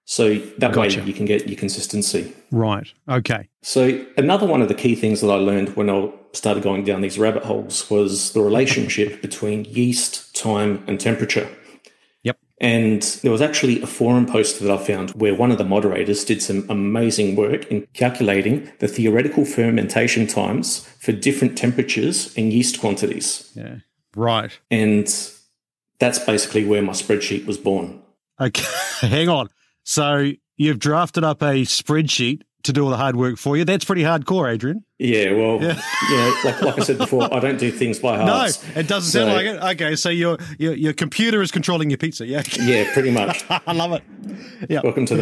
B: So that
A: Gotcha.
B: way you can get your consistency.
A: You, right. Okay.
B: So another one of the key things that I learned when I started going down these rabbit holes was the relationship between yeast, time, and temperature.
A: Yep.
B: And there was actually a forum post that I found where one of the moderators did some amazing work in calculating the theoretical fermentation times for different temperatures and yeast quantities.
A: Yeah. Right.
B: And that's basically where my spreadsheet was born.
A: Okay. Hang on. So you've drafted up a spreadsheet to do all the hard work for you. That's pretty hardcore, Adrian.
B: Yeah, well, you know, like, like I said before, I don't do things by
A: No,
B: halves.
A: it doesn't sound
B: Oh, So-
A: like it. Okay, so your, your your computer is controlling your pizza. Yeah.
B: Yeah, pretty much.
A: I love it.
B: Welcome to the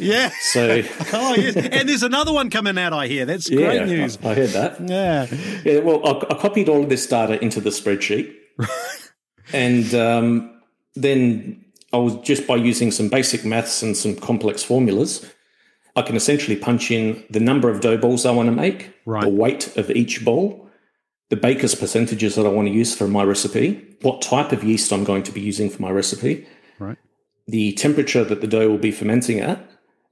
A: Yeah.
B: So,
A: Oh yes, and there's another one coming out. I hear that's
B: yeah,
A: great news.
B: I, I heard that.
A: Yeah.
B: Yeah, well, I, I copied all of this data into the spreadsheet, and um, then I was just by using some basic maths and some complex formulas, I can essentially punch in the number of dough balls I want to make,
A: Right.
B: the weight of each ball, the baker's percentages that I want to use for my recipe, what type of yeast I'm going to be using for my recipe,
A: Right.
B: the temperature that the dough will be fermenting at,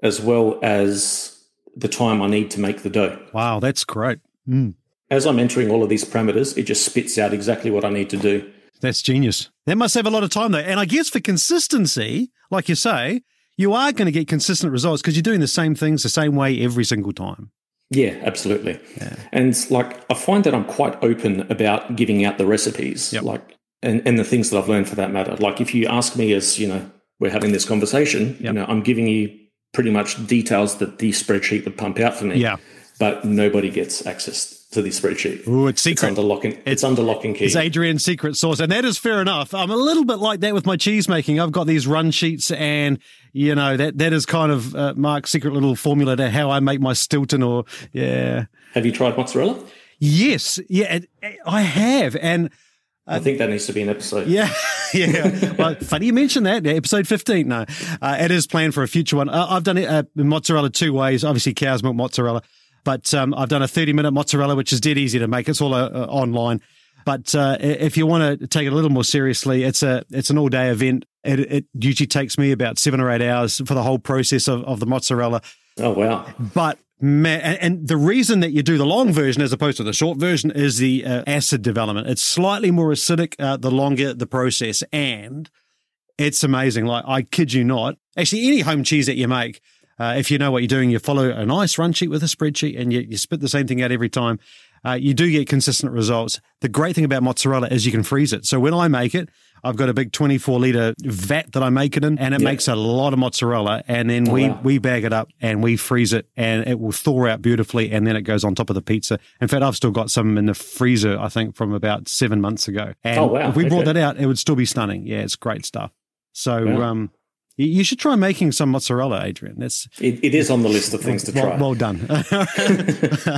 B: as well as the time I need to make the dough
A: Wow, that's great. Hmm.
B: as I'm entering all of these parameters, it just spits out exactly what I need to do.
A: That's genius. That must save a lot of time, though. And I guess for consistency, like you say, you are going to get consistent results because you're doing the same things the same way every single time.
B: Yeah, absolutely. Yeah. And like, I find that I'm quite open about giving out the recipes,
A: Yep.
B: like, and, and the things that I've learned for that matter. Like, if you ask me, as you know, we're having this conversation, you
A: Yep.
B: know, I'm giving you pretty much details that the spreadsheet would pump out for me.
A: Yeah.
B: But nobody gets access to the spreadsheet.
A: Ooh, it's
B: It's
A: secret.
B: under lock and it's, under lock and key.
A: It's Adrian's secret sauce, and that is fair enough. I'm a little bit like that with my cheese making. I've got these run sheets, and you know that that is kind of uh, Mark's secret little formula to how I make my Stilton. Or yeah,
B: Have you tried mozzarella?
A: yes, yeah, it- it- I have, and
B: I think that needs to be an episode.
A: Um, yeah, yeah. Well, funny you mention that. yeah, Episode fifteen. No, uh, it is planned for a future one. Uh, I've done it, uh, mozzarella two ways. Obviously, cow's milk mozzarella, but um, I've done a thirty-minute mozzarella, which is dead easy to make. It's all uh, uh, online. But uh, i- if you want to take it a little more seriously, it's a it's an all-day event. It, it usually takes me about seven or eight hours for the whole process of, of the mozzarella.
B: Oh wow.
A: But man, and, and the reason that you do the long version as opposed to the short version is the uh, acid development. It's slightly more acidic uh, the longer the process, and it's amazing. Like I kid you not, actually, any home cheese that you make. Uh, if you know what you're doing, you follow a nice run sheet with a spreadsheet and you, you spit the same thing out every time. Uh, you do get consistent results. The great thing about mozzarella is you can freeze it. So when I make it, I've got a big 24 litre vat that I make it in and it
B: Yeah.
A: makes a lot of mozzarella. And then we,
B: wow.
A: we bag it up and we freeze it and it will thaw out beautifully and then it goes on top of the pizza. In fact, I've still got some in the freezer, I think, from about seven months ago. And
B: Oh, wow.
A: if we brought
B: Okay.
A: that out, it would still be stunning. Yeah, it's great stuff. So
B: Wow.
A: um, you, you should try making some mozzarella, Adrian. That's
B: It, it is on the list of things to try.
A: well, well done.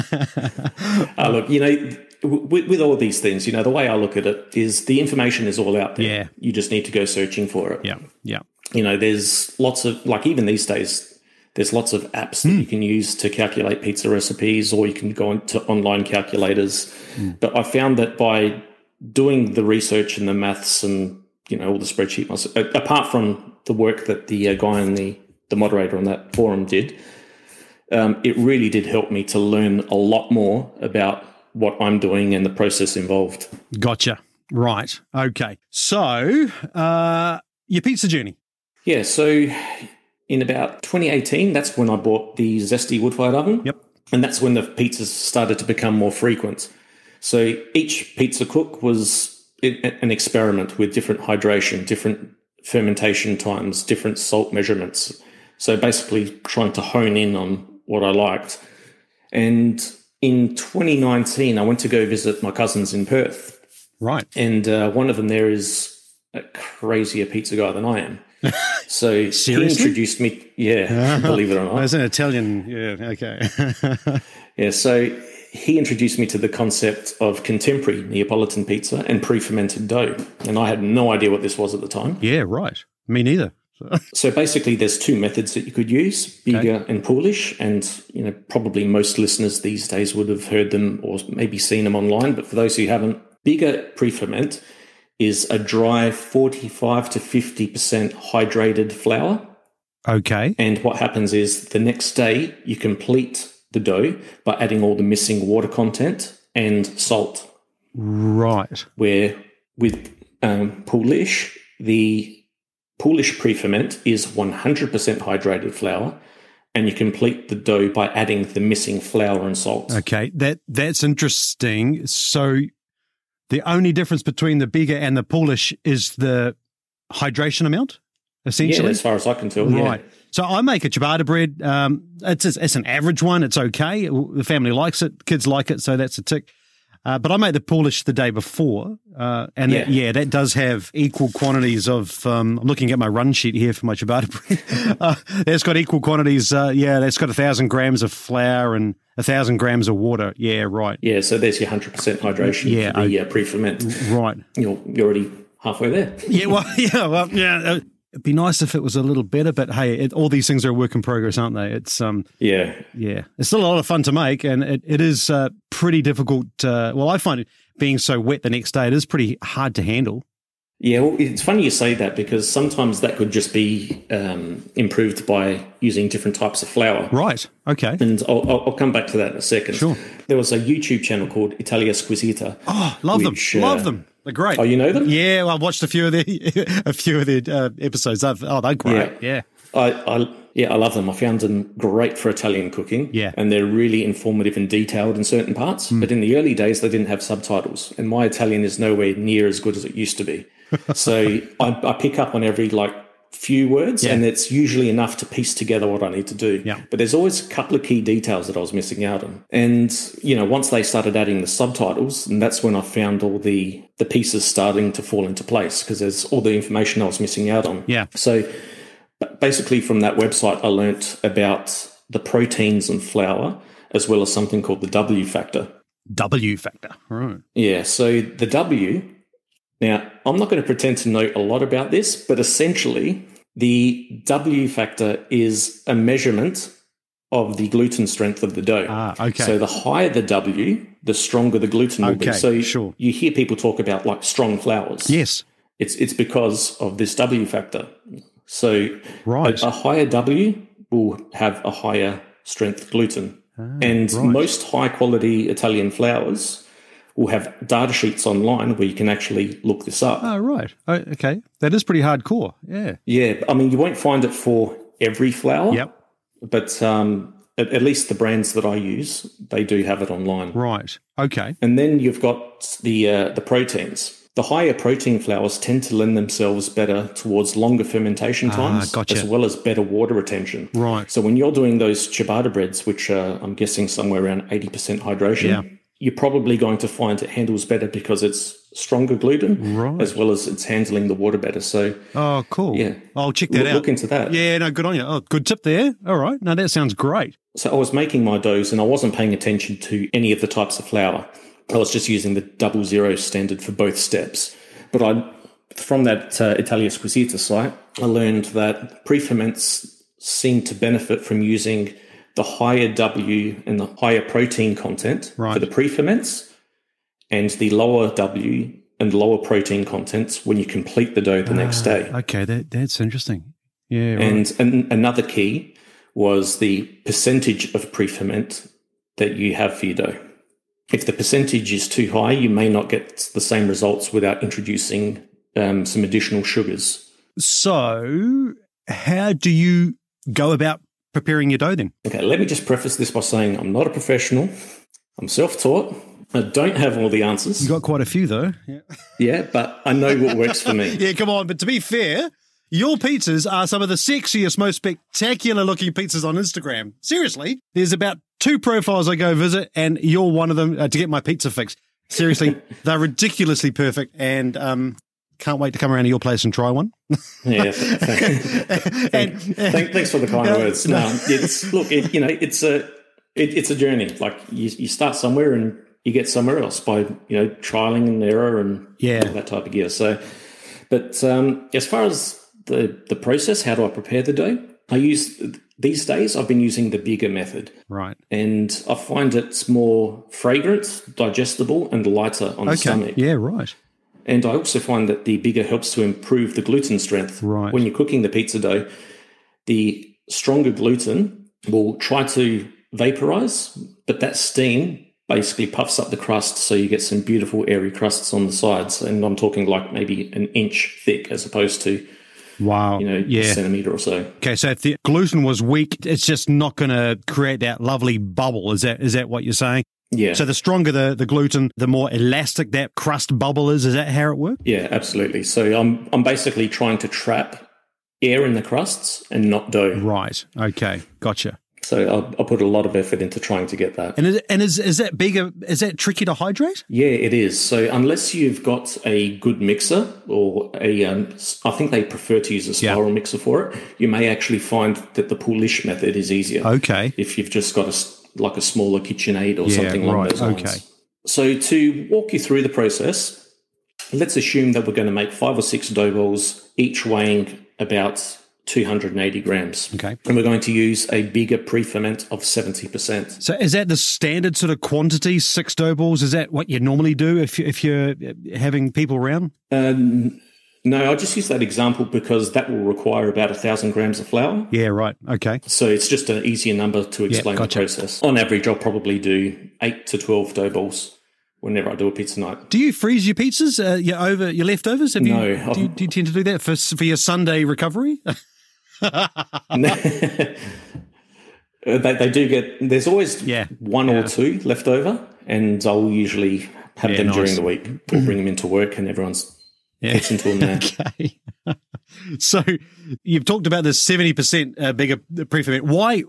B: Uh, look, you know, with, with all these things, you know, the way I look at it is the information is all out there.
A: Yeah.
B: You just need to go searching for it.
A: yeah, yeah.
B: You know, there's lots of, like, even these days, there's lots of apps that you can use to calculate pizza recipes or you can go into online calculators. But I found that by doing the research and the maths and, you know, all the spreadsheet, mys- a- apart from the work that the uh, guy and the, the moderator on that forum did, um, it really did help me to learn a lot more about what I'm doing and the process involved.
A: Gotcha. Right. Okay. So uh, your pizza journey.
B: Yeah, so in about 2018, that's when I bought the Zesty Woodfire oven.
A: Yep.
B: And that's when the pizzas started to become more frequent. So each pizza cook was i- an experiment with different hydration, different fermentation times, different salt measurements. So basically trying to hone in on what I liked. And in 2019, I went to go visit my cousins in Perth
A: Right.
B: and uh, one of them there is a crazier pizza guy than I am. So he
A: Seriously?
B: introduced me. Yeah, believe it or not.
A: As an Italian. Yeah. Okay.
B: Yeah, so he introduced me to the concept of contemporary Neapolitan pizza and pre-fermented dough, and I had no idea what this was at the time.
A: yeah. Right. Me neither.
B: So basically, there's two methods that you could use: Biga and Polish. And you know, probably most listeners these days would have heard them or maybe seen them online. But for those who haven't, Biga pre-ferment is a dry 45 to 50 percent hydrated flour.
A: Okay.
B: And what happens is the next day you complete the dough by adding all the missing water content and salt.
A: Right.
B: Where with um, Polish, the Polish pre ferment is 100% hydrated flour, and you complete the dough by adding the missing flour and salt.
A: Okay, that that's interesting. So the only difference between the bigger and the Polish is the hydration amount,
B: Yeah,
A: essentially.
B: as far as I can tell. yeah.
A: Right. So I make a ciabatta bread. Um, it's it's an average one. It's okay. The family likes it. Kids like it. So that's a tick. Uh, but I make the Polish the day before, uh, and that,
B: Yeah.
A: yeah, that does have equal quantities of. Um, I'm looking at my run sheet here for my ciabatta bread. uh, that's got equal quantities. Uh, yeah, that's got a thousand grams of flour and a thousand grams of water. Yeah, right,
B: Yeah, so there's your 100% hydration
A: Yeah, Mm.
B: for the uh, pre ferment.
A: right.
B: You're, you're already halfway there.
A: Yeah, well, yeah, well, yeah. uh, It'd be nice if it was a little better, but hey, it, all these things are a work in progress, aren't they? It's um,
B: Yeah.
A: Yeah, it's still a lot of fun to make, and it, it is uh, pretty difficult. Uh, well, I find it being so wet the next day, it is pretty hard to handle.
B: Yeah, well, it's funny you say that because sometimes that could just be um, improved by using different types of flour.
A: Right. Okay.
B: And I'll, I'll, I'll come back to that in a second.
A: Sure.
B: There was a YouTube channel called Italia Squisita.
A: Oh, love
B: Which, uh,
A: them. Love them. They're great.
B: Oh, you know them?
A: Yeah, well, I've watched a few of the a few of the uh, episodes. I've, oh, they're great. Yeah.
B: I, I yeah, I love them. I found them great for Italian cooking.
A: Yeah. Hmm.
B: and they're really informative and detailed in certain parts. But in the early days, they didn't have subtitles, and my Italian is nowhere near as good as it used to be. so I, I pick up on every like few words, and it's usually enough to piece together what I need to do.
A: Yeah.
B: But there's always a couple of key details that I was missing out on. And you know, once they started adding the subtitles, and that's when I found all the the pieces starting to fall into place because there's all the information I was missing out on.
A: Yeah.
B: So ba- basically, from that website, I learnt about the proteins in flour as well as something called the W factor.
A: W factor. Right.
B: Yeah, so the W. Now, I'm not going to pretend to know a lot about this, but essentially, the W factor is a measurement of the gluten strength of the dough.
A: Ah, okay.
B: So the higher the W, the stronger the gluten will be.
A: Okay,
B: So
A: sure.
B: you hear people talk about like strong flours.
A: yes.
B: It's it's because of this W factor. So
A: Right.
B: a, a higher W will have a higher strength gluten.
A: Ah,
B: and most high quality Italian flours will have data sheets online where you can actually look this up.
A: oh, right. Oh, okay. That is pretty hardcore. Yeah.
B: Yeah, I mean, you won't find it for every flour,
A: Yep.
B: but um, at, at least the brands that I use, they do have it online.
A: Right. Okay.
B: And then you've got the uh, the proteins. The higher protein flours tend to lend themselves better towards longer fermentation times,
A: Ah, gotcha.
B: as well as better water retention.
A: Right.
B: So when you're doing those ciabatta breads, which are, I'm guessing somewhere around 80% hydration,
A: Yeah.
B: you're probably going to find it handles better because it's stronger gluten,
A: Right.
B: as well as it's handling the water better. So
A: Oh, cool.
B: Yeah.
A: I'll check that
B: look,
A: out.
B: look into that.
A: yeah. No, good on you. Oh, good tip there. All right. No, that sounds great.
B: So I was making my doughs and I wasn't paying attention to any of the types of flour. I was just using the double zero standard for both steps. But I, from that uh, Italia Squisita site, I learned that pre-ferments seem to benefit from using the higher W and the higher protein content
A: Right.
B: for the pre-ferments and the lower W and lower protein contents when you complete the dough the next day.
A: Okay. That that's interesting. Yeah. Right.
B: And an, another key was the percentage of pre-ferment that you have for your dough. If the percentage is too high, you may not get the same results without introducing um, some additional sugars.
A: so, how do you go about preparing your dough then?
B: Okay, let me just preface this by saying I'm not a professional. I'm self-taught. I don't have all the answers.
A: You got quite a few though. Yeah.
B: yeah, but I know what works for me.
A: Yeah, come on. But to be fair, your pizzas are some of the sexiest, most spectacular looking pizzas on Instagram. Seriously, there's about two profiles I go visit, and you're one of them uh, to get my pizza fix. Seriously, they're ridiculously perfect, and um, can't wait to come around to your place and try one.
B: Yeah, th- thank-
A: And-
B: thank- thanks for the kind
A: No,
B: words. No, it's look, it, you know, it's a it, it's a journey. Like you, you start somewhere and you get somewhere else by you know trialing and error and
A: Yeah.
B: all that type of gear. So, but um, as far as the the process, how do I prepare the dough? I use these days. I've been using the bigger method,
A: right.
B: and I find it's more fragrant, digestible, and lighter on the
A: Okay.
B: stomach.
A: Yeah, right.
B: And I also find that the bigger helps to improve the gluten strength.
A: Right.
B: When you're cooking the pizza dough, the stronger gluten will try to vaporize, but that steam basically puffs up the crust so you get some beautiful airy crusts on the sides. And I'm talking like maybe an inch thick as opposed to,
A: Wow.
B: you know, a
A: yeah.
B: centimeter or so.
A: Okay. So if the gluten was weak, it's just not going to create that lovely bubble. Is that is that what you're saying?
B: Yeah.
A: So the stronger the, the gluten, the more elastic that crust bubble is. Is that how it works?
B: yeah, absolutely. So I'm I'm basically trying to trap air in the crusts and not dough.
A: Right. Okay. Gotcha.
B: So I'll, I'll put a lot of effort into trying to get that.
A: And is, and is is that bigger? Is that tricky to hydrate?
B: Yeah, it is. So unless you've got a good mixer or a, um, s- I think they prefer to use a spiral mixer for it. You may actually find that the Polish method is easier
A: Okay.
B: if you've just got a s- like a smaller KitchenAid or
A: Oh. Yeah,
B: something along
A: right,
B: those lines.
A: okay.
B: So to walk you through the process, let's assume that we're going to make five or six dough balls, each weighing about 280 grams.
A: Okay.
B: And we're going to use a bigger pre-ferment of 70%.
A: So is that the standard sort of quantity? Six dough balls. Is that what you normally do if you, if you're having people around?
B: Um, no, I just use that example because that will require about a thousand grams of flour.
A: Yeah. Right. Okay.
B: So it's just an easier number to explain
A: gotcha.
B: the process. On average, I'll probably do eight to twelve dough balls. whenever I do a pizza night.
A: Do you freeze your pizzas, uh, your over your leftovers? Have
B: No,
A: you,
B: I'm-
A: do you do you tend to do that for s- for your Sunday recovery?
B: they, Uh, they do get there's always
A: Yeah.
B: one or two left over and i'll usually have
A: Yeah,
B: them
A: nice.
B: during the week or bring them into work and everyone's
A: Yeah.
B: gets into them there
A: Okay. so you've talked about this seventy percent uh, bigger prefab. Why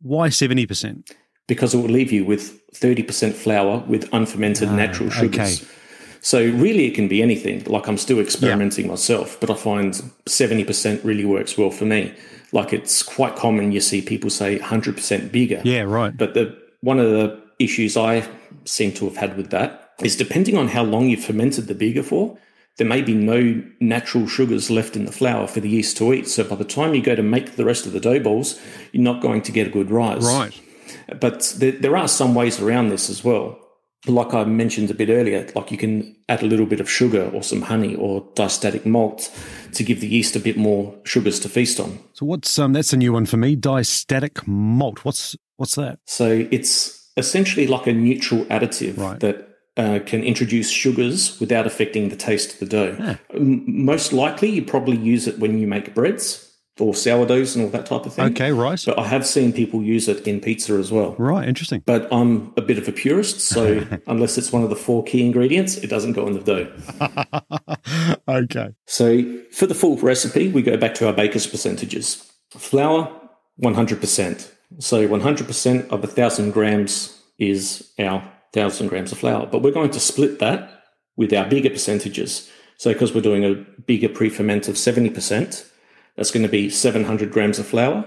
A: why seventy percent?
B: because it will leave you with 30% flour with unfermented natural sugars
A: Ah, okay.
B: so really it can be anything like i'm still experimenting myself but i find 70% really works well for me like it's quite common you see people say 100% bigger
A: Yeah, right.
B: But the one of the issues I seem to have had with that is depending on how long you've fermented the beer for, there may be no natural sugars left in the flour for the yeast to eat. So by the time you go to make the rest of the dough balls, you're not going to get a good rise.
A: Right.
B: But there, there are some ways around this as well. Like I mentioned a bit earlier, like you can add a little bit of sugar or some honey or diastatic malt to give the yeast a bit more sugars to feast on.
A: So what's um that's a new one for me. Diastatic malt. What's what's that?
B: So it's essentially like a neutral additive
A: Right.
B: that uh, can introduce sugars without affecting the taste of the dough. M- most likely, you probably use it when you make breads or sourdoughs and all that type of thing.
A: Okay, right.
B: But I have seen people use it in pizza as well.
A: Right, interesting.
B: But I'm a bit of a purist, so unless it's one of the four key ingredients, it doesn't go in the dough.
A: okay.
B: So for the full recipe, we go back to our baker's percentages. Flour, 100%. So 100% of 1,000 grams is our 1,000 grams of flour. But we're going to split that with our bigger percentages. So because we're doing a bigger pre-ferment of 70%, that's going to be 700 grams of flour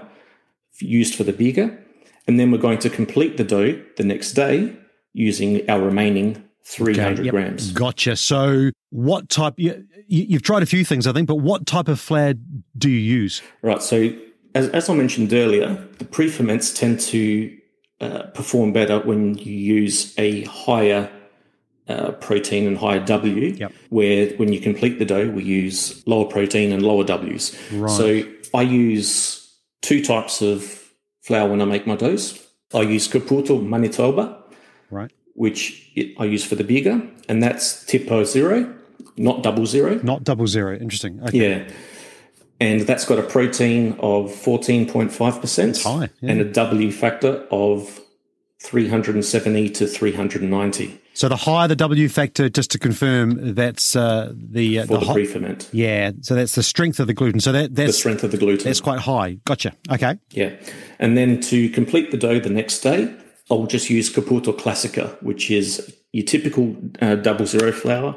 B: used for the bigger. And then we're going to complete the dough the next day using our remaining 300
A: yep.
B: grams.
A: Gotcha. So, what type? You, you- you've tried a few things, I think, but what type of flour do you use?
B: Right. So, as, as I mentioned earlier, the pre ferments tend to uh, perform better when you use a higher uh, protein and higher W.
A: Yep.
B: Where when you complete the dough, we use lower protein and lower Ws.
A: Right.
B: So, I use two types of flour when I make my doughs. I use Caputo Manitoba,
A: Right,
B: which it, I use for the bigger, and that's Tipo Zero, not double zero.
A: not double zero. Interesting. Okay.
B: Yeah. And that's got a protein of 14.5%
A: high, yeah.
B: and a W factor of 370 to 390
A: So the higher the W factor, just to confirm, that's uh, the uh,
B: for
A: the
B: the
A: hot,
B: pre ferment,
A: yeah. So that's the strength of the gluten. So that
B: the
A: that's
B: strength of the gluten.
A: that's quite high. Gotcha. Okay.
B: Yeah. And then to complete the dough the next day, I'll just use Caputo Classica, which is your typical uh, double zero flour.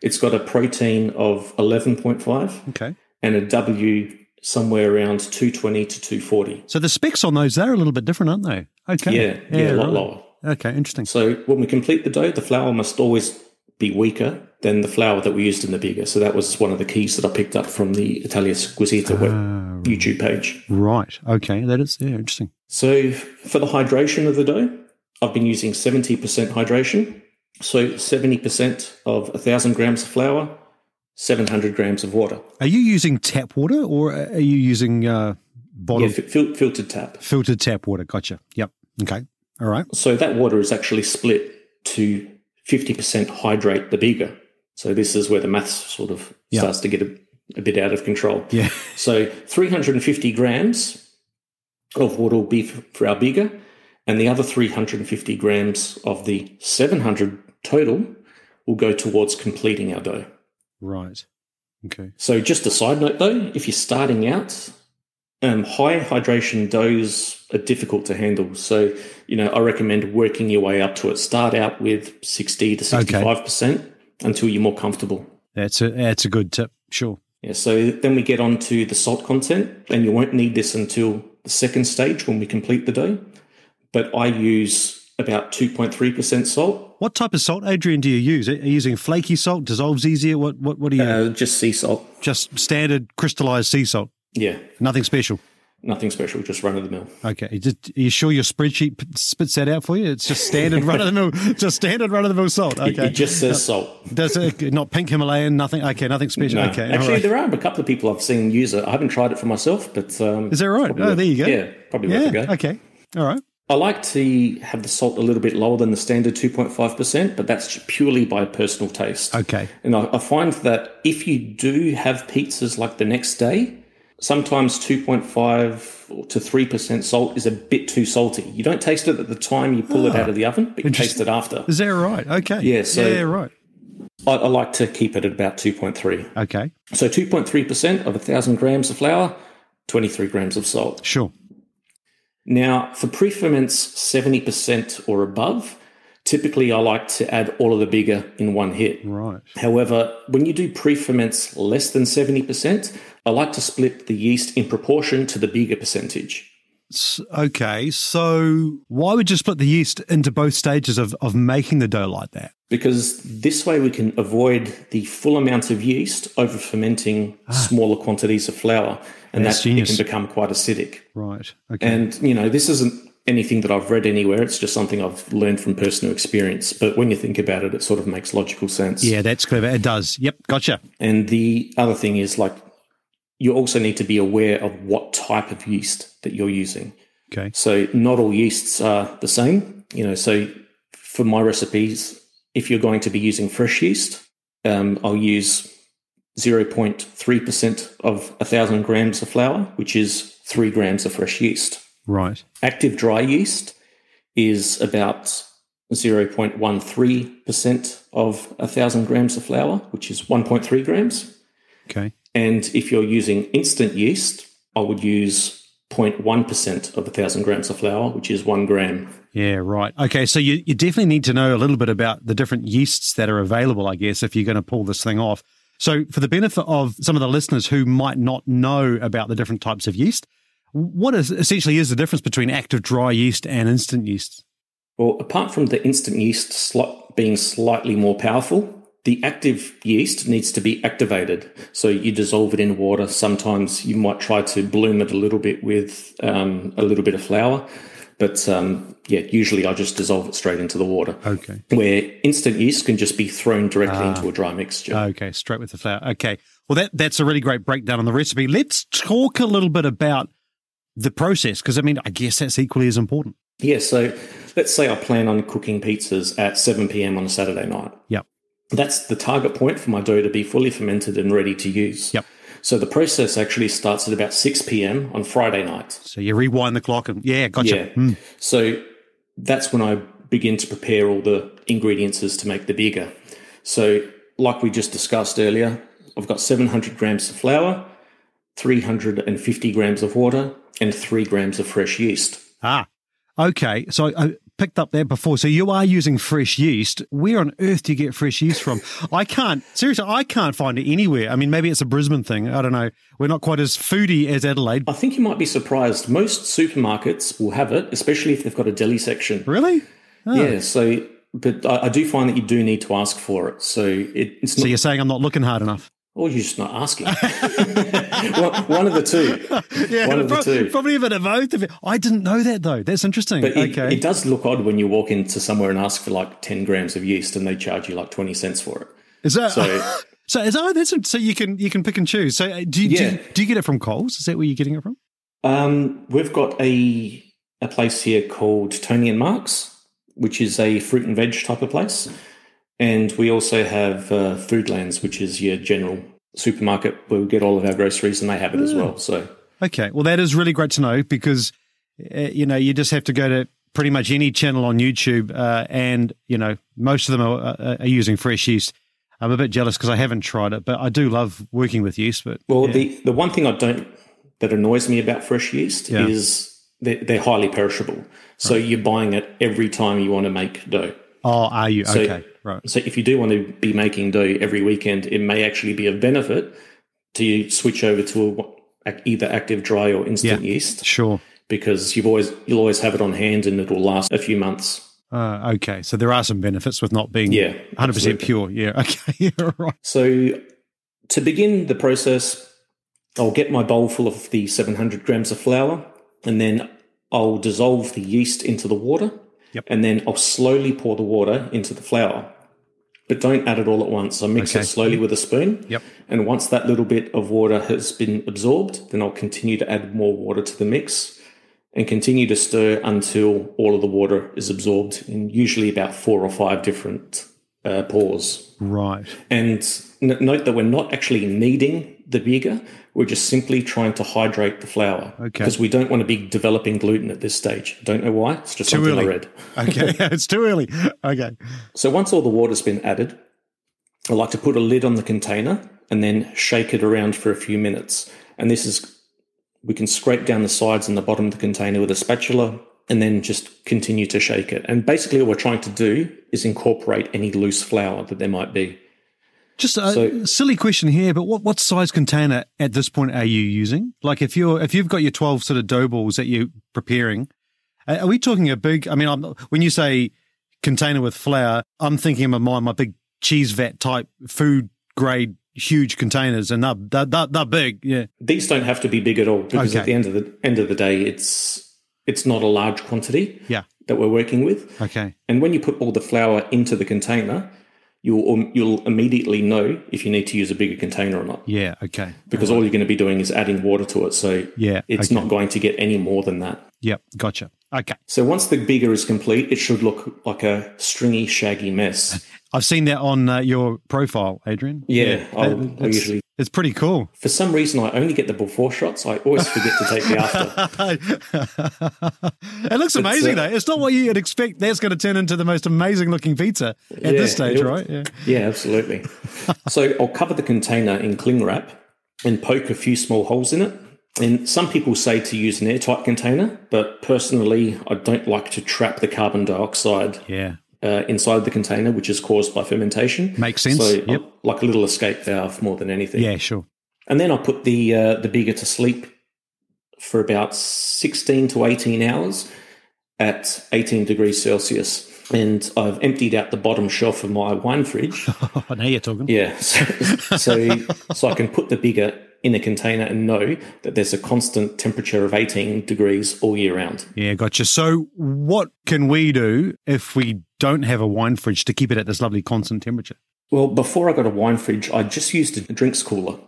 B: It's got a protein of 11.5
A: Okay.
B: and a W somewhere around 220 to 240.
A: So the specs on those they're a little bit different, aren't they?
B: Yeah.
A: Okay.
B: Yeah. a lot
A: right.
B: lower.
A: Okay. Interesting.
B: So when we complete the dough, the flour must always be weaker than the flour that we used in the bigger. So that was one of the keys that I picked up from the Italia Squisita web YouTube page.
A: Right. Okay. That is yeah. Interesting.
B: So for the hydration of the dough, I've been using 70% hydration. So 70% of 1,000 grams of flour, 700 grams of water.
A: Are you using tap water or are you using uh,
B: Yeah,
A: bottled
B: fi- fil- filtered tap.
A: filtered tap water? Gotcha. Yep. Okay. All right.
B: So that water is actually split to 50% hydrate the beaker. So this is where the maths sort of starts to get a, a bit out of control.
A: Yeah.
B: So 350 grams of water will be f- for our beaker, and the other 350 grams of the 700 total will go towards completing our dough.
A: Right. Okay.
B: So, just a side note though, if you're starting out, um, high hydration doughs are difficult to handle. So, you know, I recommend working your way up to it. Start out with 60 to 65% until you're more comfortable.
A: That's a that's a good tip. Sure.
B: Yeah, so then we get on to the salt content, and you won't need this until the second stage when we complete the dough. But I use about 2.3% salt,
A: What type of salt, Adrian, do you use? Are you using flaky salt? Dissolves easier? What what what do you
B: uh, just sea salt.
A: just standard crystallized sea salt?
B: Yeah,
A: Nothing special.
B: nothing special, just run of the mill.
A: Okay. You just- Are you sure your spreadsheet p- spits that out for you? It's just standard run of the mill, just standard run of the mill salt.
B: It
A: Okay.
B: just says salt.
A: Does it not pink Himalayan? Nothing. Okay. Nothing special.
B: No.
A: Okay. all
B: Actually,
A: right.
B: there are a couple of people I've seen use it. I haven't tried it for myself, but um,
A: Is that right? Oh, there you go.
B: Yeah, probably worth a go.
A: Yeah. Okay. All right.
B: I like to have the salt a little bit lower than the standard 2.5%, but that's purely by personal taste.
A: Okay.
B: And I, I find that if you do have pizzas like the next day, sometimes 2.5 to 3% salt is a bit too salty. You don't taste it at the time you pull it out of the oven, but you taste it after.
A: Ah. Is that right? Okay.
B: Yeah, so-
A: yeah, right.
B: I, I like to keep it at about 2.3.
A: Okay.
B: So 2.3% of 1,000 grams of flour, 23 grams of salt.
A: Sure.
B: Now, for pre-ferments 70% or above, typically I like to add all of the bigger in one hit.
A: Right.
B: However, when you do pre-ferments less than 70%, I like to split the yeast in proportion to the bigger percentage.
A: S- Okay. So why would you split the yeast into both stages of, of making the dough like that?
B: Because this way we can avoid the full amount of yeast over fermenting smaller quantities of flour. And
A: Ah. That's
B: that
A: genius.
B: it can become quite acidic.
A: Right. Okay.
B: And, you know, this isn't anything that I've read anywhere. It's just something I've learned from personal experience. But when you think about it, it sort of makes logical sense.
A: yeah, that's clever. It does. Yep. Gotcha.
B: And the other thing is like you also need to be aware of what type of yeast that you're using.
A: Okay.
B: So not all yeasts are the same, you know. So for my recipes, if you're going to be using fresh yeast, um, I'll use 0.3% of a thousand grams of flour, which is three grams of fresh yeast.
A: Right.
B: Active dry yeast is about 0.13% of a thousand grams of flour, which is 1.3 grams.
A: Okay.
B: And if you're using instant yeast, I would use 0.1% of 1,000 grams of flour, which is one gram.
A: Yeah, right. Okay, so you, you definitely need to know a little bit about the different yeasts that are available, I guess, if you're going to pull this thing off. So, for the benefit of some of the listeners who might not know about the different types of yeast, what is essentially is the difference between active dry yeast and instant yeast?
B: Well, apart from the instant yeast sli- being slightly more powerful, the active yeast needs to be activated. So you dissolve it in water. Sometimes you might try to bloom it a little bit with um, a little bit of flour. But um, yeah, usually I just dissolve it straight into the water.
A: Okay.
B: Where instant yeast can just be thrown directly into a dry mixture.
A: Okay, straight with the flour. Okay. Well, that that's a really great breakdown on the recipe. Let's talk a little bit about the process because I mean, I guess that's equally as important.
B: Yeah, so let's say I plan on cooking pizzas at 7 p.m. on a Saturday night.
A: Yep.
B: That's the target point for my dough to be fully fermented and ready to use.
A: Yep.
B: So the process actually starts at about 6 p.m. on Friday night.
A: So you rewind the clock and yeah, gotcha.
B: Yeah. So that's when I begin to prepare all the ingredients as to make the bigger. So, like we just discussed earlier, I've got 700 grams of flour, 350 grams of water, and 3 grams of fresh yeast.
A: Ah, okay. So I- I picked up that before. So you are using fresh yeast. Where on earth do you get fresh yeast from? I can't, seriously, I can't find it anywhere. I mean, maybe it's a Brisbane thing. I don't know. We're not quite as foodie as Adelaide.
B: I think you might be surprised. Most supermarkets will have it, especially if they've got a deli section.
A: Really?
B: Yeah. So, but I, I do find that you do need to ask for it. So it, it's
A: So
B: not,
A: you're saying I'm not looking hard enough?
B: or you're just not asking. one, one of the two.
A: Yeah,
B: One of the
A: probably,
B: two.
A: probably a bit of both. Of it. I didn't know that though. That's interesting.
B: But it,
A: okay.
B: it does look odd when you walk into somewhere and ask for like 10 grams of yeast and they charge you like 20 cents for it.
A: Is that,
B: so-
A: so, is oh, that's so you can you can pick and choose. So uh, do you, do,
B: Yeah.
A: you, do you get it from Coles? Is that where you're getting it from?
B: Um, we've got a a place here called Tony and Mark's, which is a fruit and veg type of place, and we also have uh, Foodlands, which is your general supermarket where we get all of our groceries, and they have it as well. So
A: Okay. Well, that is really great to know because, uh, you know, you just have to go to pretty much any channel on YouTube uh, and, you know, most of them are, are, are using fresh yeast. I'm a bit jealous because I haven't tried it, but I do love working with yeast. But
B: Well, the, the one thing I don't that annoys me about fresh yeast
A: Yeah.
B: is they're, they're highly perishable. So you're buying it every time you want to make dough.
A: oh, are you? Okay. Right.
B: So if you do want to be making dough every weekend, it may actually be of benefit to switch over to a, either active dry or instant yeast
A: Sure.
B: because you've always you'll always have it on hand and it'll last a few months.
A: Uh, okay. So there are some benefits with not being
B: Yeah,
A: 100% pure. Yeah. Okay. Yeah, right.
B: So to begin the process, I'll get my bowl full of the 700 grams of flour and then I'll dissolve the yeast into the water
A: Yep.
B: and then I'll slowly pour the water into the flour. But don't add it all at once. I mix
A: Okay.
B: it slowly with a spoon.
A: Yep.
B: And once that little bit of water has been absorbed, then I'll continue to add more water to the mix and continue to stir until all of the water is absorbed in usually about four or five different uh, pours.
A: Right.
B: And n- note that we're not actually kneading the beer; we're just simply trying to hydrate the flour.
A: Okay.
B: Because we don't want to be developing gluten at this stage. Don't know why. It's just
A: Too
B: something
A: early.
B: I read.
A: Okay. it's too early. Okay.
B: So once all the water's been added, I like to put a lid on the container and then shake it around for a few minutes. And this is, we can scrape down the sides and the bottom of the container with a spatula and then just continue to shake it. And basically, all we're trying to do is incorporate any loose flour that there might be.
A: Just a
B: So-
A: silly question here, but what, what size container at this point are you using? Like if you're if you've got your twelve sort of dough balls that you're preparing, uh, are we talking a big? I mean, I'm, when you say container with flour, I'm thinking of my my big cheese vat type food grade huge containers, and they're they're, they're, they're big. Yeah,
B: These don't have to be big at all because
A: Okay.
B: at the end of the end of the day, it's it's not a large quantity
A: yeah,
B: that we're working with.
A: okay,
B: And when you put all the flour into the container, you'll um, you'll immediately know if you need to use a bigger container or not.
A: yeah, okay,
B: because all you're going to be doing is adding water to it. So
A: Yeah,
B: it's
A: okay.
B: not going to get any more than that.
A: yep, gotcha. Okay,
B: So once the beaker is complete, it should look like a stringy, shaggy mess.
A: I've seen that on uh, your profile, Adrian.
B: Yeah, I'll,
A: That-
B: I'll
A: it's-
B: usually.
A: it's pretty cool.
B: For some reason, I only get the before shots. I always forget to take the after.
A: it looks amazing
B: uh,
A: though. It's not what you'd expect. That's going to turn into the most amazing looking pizza at this
B: Yeah,
A: stage,
B: it'll-
A: right? Yeah.
B: Yeah, absolutely. so I'll cover the container in cling wrap and poke a few small holes in it. And some people say to use an airtight container, but personally, I don't like to trap the carbon dioxide
A: Yeah.
B: uh, inside the container, which is caused by fermentation.
A: Makes sense.
B: So,
A: Yep.
B: uh, like a little escape valve more than anything.
A: Yeah, sure.
B: And then I put the uh, the beaker to sleep for about sixteen to eighteen hours at eighteen degrees Celsius. And I've emptied out the bottom shelf of my wine fridge.
A: now Oh, you're talking.
B: Yeah, so so, so I can put the beaker in a container and know that there's a constant temperature of eighteen degrees all year round.
A: Yeah, gotcha. So, what can we do if we don't have a wine fridge to keep it at this lovely constant temperature?
B: Well, before I got a wine fridge, I just used a drinks cooler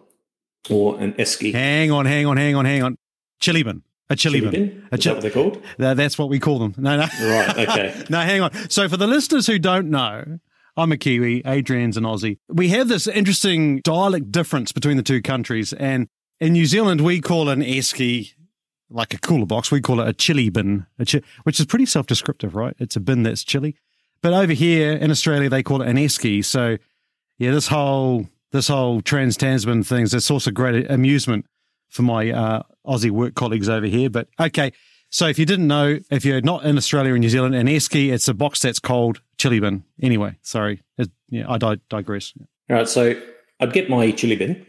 B: or an esky.
A: Hang on, hang on, hang on, hang on. Chili bin. A chili,
B: Chili
A: bin.
B: bin?
A: A
B: Is
A: chi-
B: that what they're called?
A: Tha- that's what we call them. No, no.
B: Right, okay.
A: Now, hang on. So, for the listeners who don't know, I'm a Kiwi, Adrian's an Aussie. We have this interesting dialect difference between the two countries. And in New Zealand, we call an esky like a cooler box. We call it a chili bin, a chi- which is pretty self descriptive, right? It's a bin that's chili. But over here in Australia, they call it an esky. So, yeah, this whole this whole trans Tasman thing's a source of great amusement for my uh, Aussie work colleagues over here. But okay, so if you didn't know, if you're not in Australia or New Zealand, an esky it's a box that's called chili bin. Anyway, sorry, it, yeah, I di- digress.
B: All right, so I'd get my chili bin,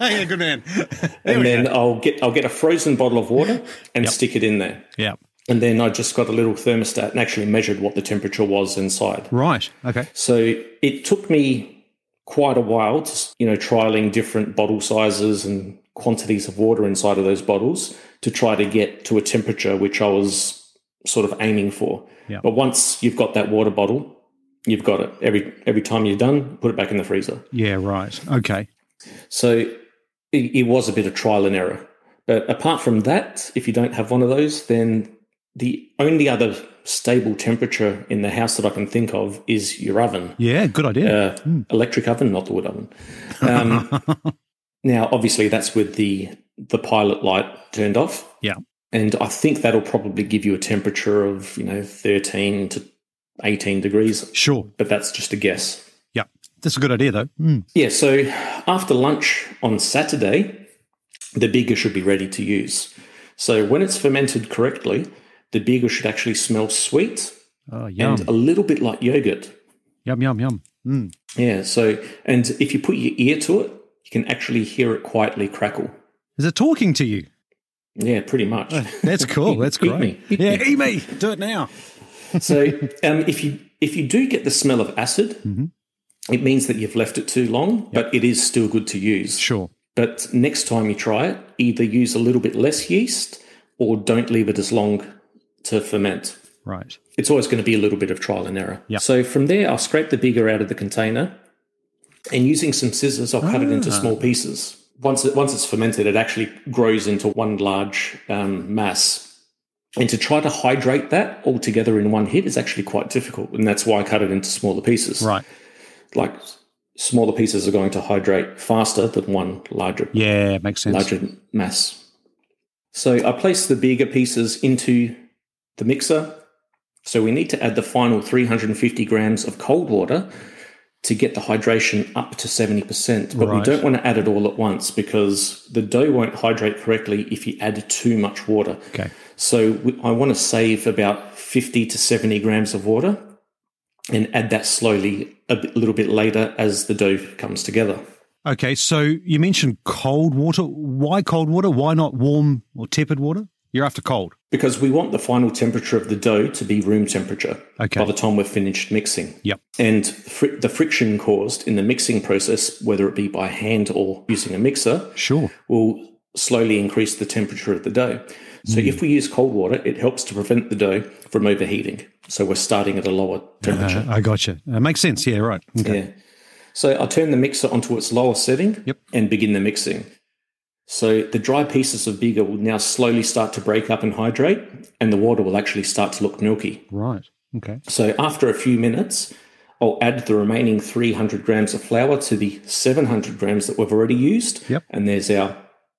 A: yeah, good man.
B: and then I'll get I'll get a frozen bottle of water and stick it in there,
A: yeah,
B: and then I just got a little thermostat and actually measured what the temperature was inside.
A: right. Okay,
B: So it took me quite a while to you know trialing different bottle sizes and quantities of water inside of those bottles to try to get to a temperature which I was sort of aiming for.
A: Yeah.
B: But once you've got that water bottle, you've got it. Every every time you're done, put it back in the freezer.
A: yeah, right. Okay,
B: So it, it was a bit of trial and error. But apart from that, if you don't have one of those, then the only other stable temperature in the house that I can think of is your oven,
A: yeah, good idea.
B: uh, electric oven, not the wood oven. Um, now, obviously, that's with the the pilot light turned off.
A: Yeah.
B: and I think that'll probably give you a temperature of you know thirteen to eighteen degrees,
A: Sure,
B: but that's just a guess.
A: yeah, that's a good idea though. Mm.
B: Yeah, so after lunch on Saturday, the beaker should be ready to use. So when it's fermented correctly, the beaker should actually smell sweet
A: Oh, yum,
B: and a little bit like yogurt.
A: yum, yum, yum. Mm.
B: Yeah, so and if you put your ear to it, you can actually hear it quietly crackle.
A: Is it talking to you?
B: Yeah, pretty much.
A: That's cool. That's
B: Eat
A: great.
B: me, eat
A: yeah, eat me. Do it now.
B: so um, if you if you do get the smell of acid, it means that you've left it too long, but it is still good to use.
A: Sure.
B: But next time you try it, either use a little bit less yeast or don't leave it as long to ferment.
A: Right.
B: It's always going to be a little bit of trial and error.
A: Yeah.
B: So from there, I'll scrape the bigger out of the container and using some scissors, I'll cut it into
A: Ah.
B: small pieces. Once, it, once it's fermented, it actually grows into one large um, mass. And to try to hydrate that all together in one hit is actually quite difficult. And that's why I cut it into smaller pieces.
A: Right.
B: Like smaller pieces are going to hydrate faster than one larger
A: Yeah, makes sense.
B: larger mass. So I place the bigger pieces into the mixer. So we need to add the final 350 grams of cold water to get the hydration up to 70%. But we
A: Right.
B: don't want to add it all at once because the dough won't hydrate correctly if you add too much water.
A: Okay.
B: So we, I want to save about 50 to 70 grams of water and add that slowly a bit- little bit later as the dough comes together.
A: Okay, so you mentioned cold water. Why cold water? Why not warm or tepid water? You're after cold.
B: because we want the final temperature of the dough to be room temperature
A: Okay.
B: by the time we're finished mixing.
A: Yep.
B: And fr- the friction caused in the mixing process, whether it be by hand or using a mixer,
A: Sure.
B: will slowly increase the temperature of the dough. So
A: Hmm.
B: if we use cold water, it helps to prevent the dough from overheating. So we're starting at a lower temperature.
A: Uh, I gotcha. Uh, makes sense. Yeah, right. Okay.
B: Yeah. So I turn the mixer onto its lower setting
A: Yep.
B: and begin the mixing. So the dry pieces of bigger will now slowly start to break up and hydrate, and the water will actually start to look milky.
A: Right. Okay.
B: So after a few minutes, I'll add the remaining 300 grams of flour to the 700 grams that we've already used.
A: Yep.
B: And there's our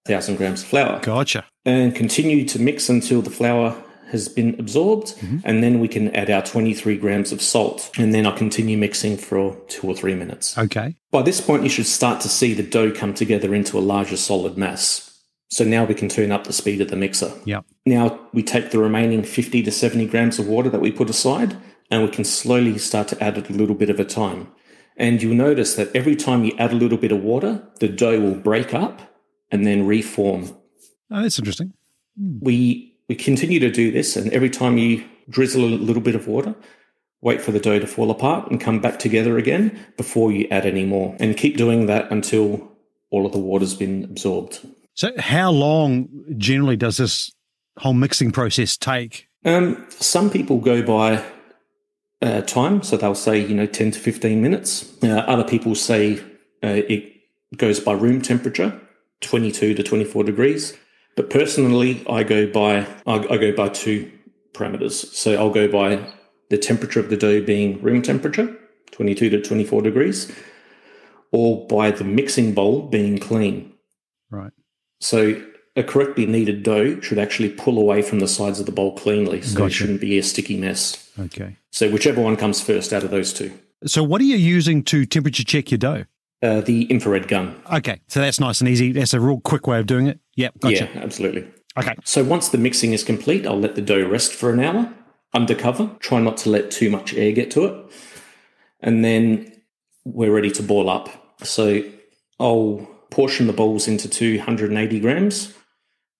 B: 1,000 grams of flour
A: Gotcha.
B: and continue to mix until the flour has been absorbed
A: Mm-hmm.
B: and then we can add our 23 grams of salt and then i continue mixing for two or three minutes
A: Okay.
B: by this point you should start to see the dough come together into a larger solid mass so now we can turn up the speed of the mixer
A: Yep.
B: now we take the remaining 50 to 70 grams of water that we put aside and we can slowly start to add it a little bit at a time. And you'll notice that every time you add a little bit of water, the dough will break up and then reform.
A: Oh, that's interesting.
B: We we continue to do this and every time you drizzle a little bit of water, wait for the dough to fall apart and come back together again before you add any more. And keep doing that until all of the water's been absorbed.
A: So, how long generally does this whole mixing process take?
B: Um, some people go by uh, time, so they'll say you know ten to fifteen minutes. Uh, other people say uh, it goes by room temperature, twenty two to twenty four degrees. But personally, I go by I, I go by two parameters. So I'll go by the temperature of the dough being room temperature, twenty two to twenty four degrees, or by the mixing bowl being clean.
A: Right.
B: So a correctly kneaded dough should actually pull away from the sides of the bowl cleanly, so it
A: Gotcha.
B: shouldn't be a sticky mess.
A: Okay.
B: So whichever one comes first out of those two.
A: So, what are you using to temperature check your dough?
B: Uh, the infrared gun.
A: Okay. So, that's nice and easy. That's a real quick way of doing it. Yep. Gotcha.
B: Yeah, absolutely.
A: Okay.
B: So once the mixing is complete, I'll let the dough rest for an hour under cover. Try not to let too much air get to it. And then we're ready to ball up. So I'll portion the balls into 280 grams,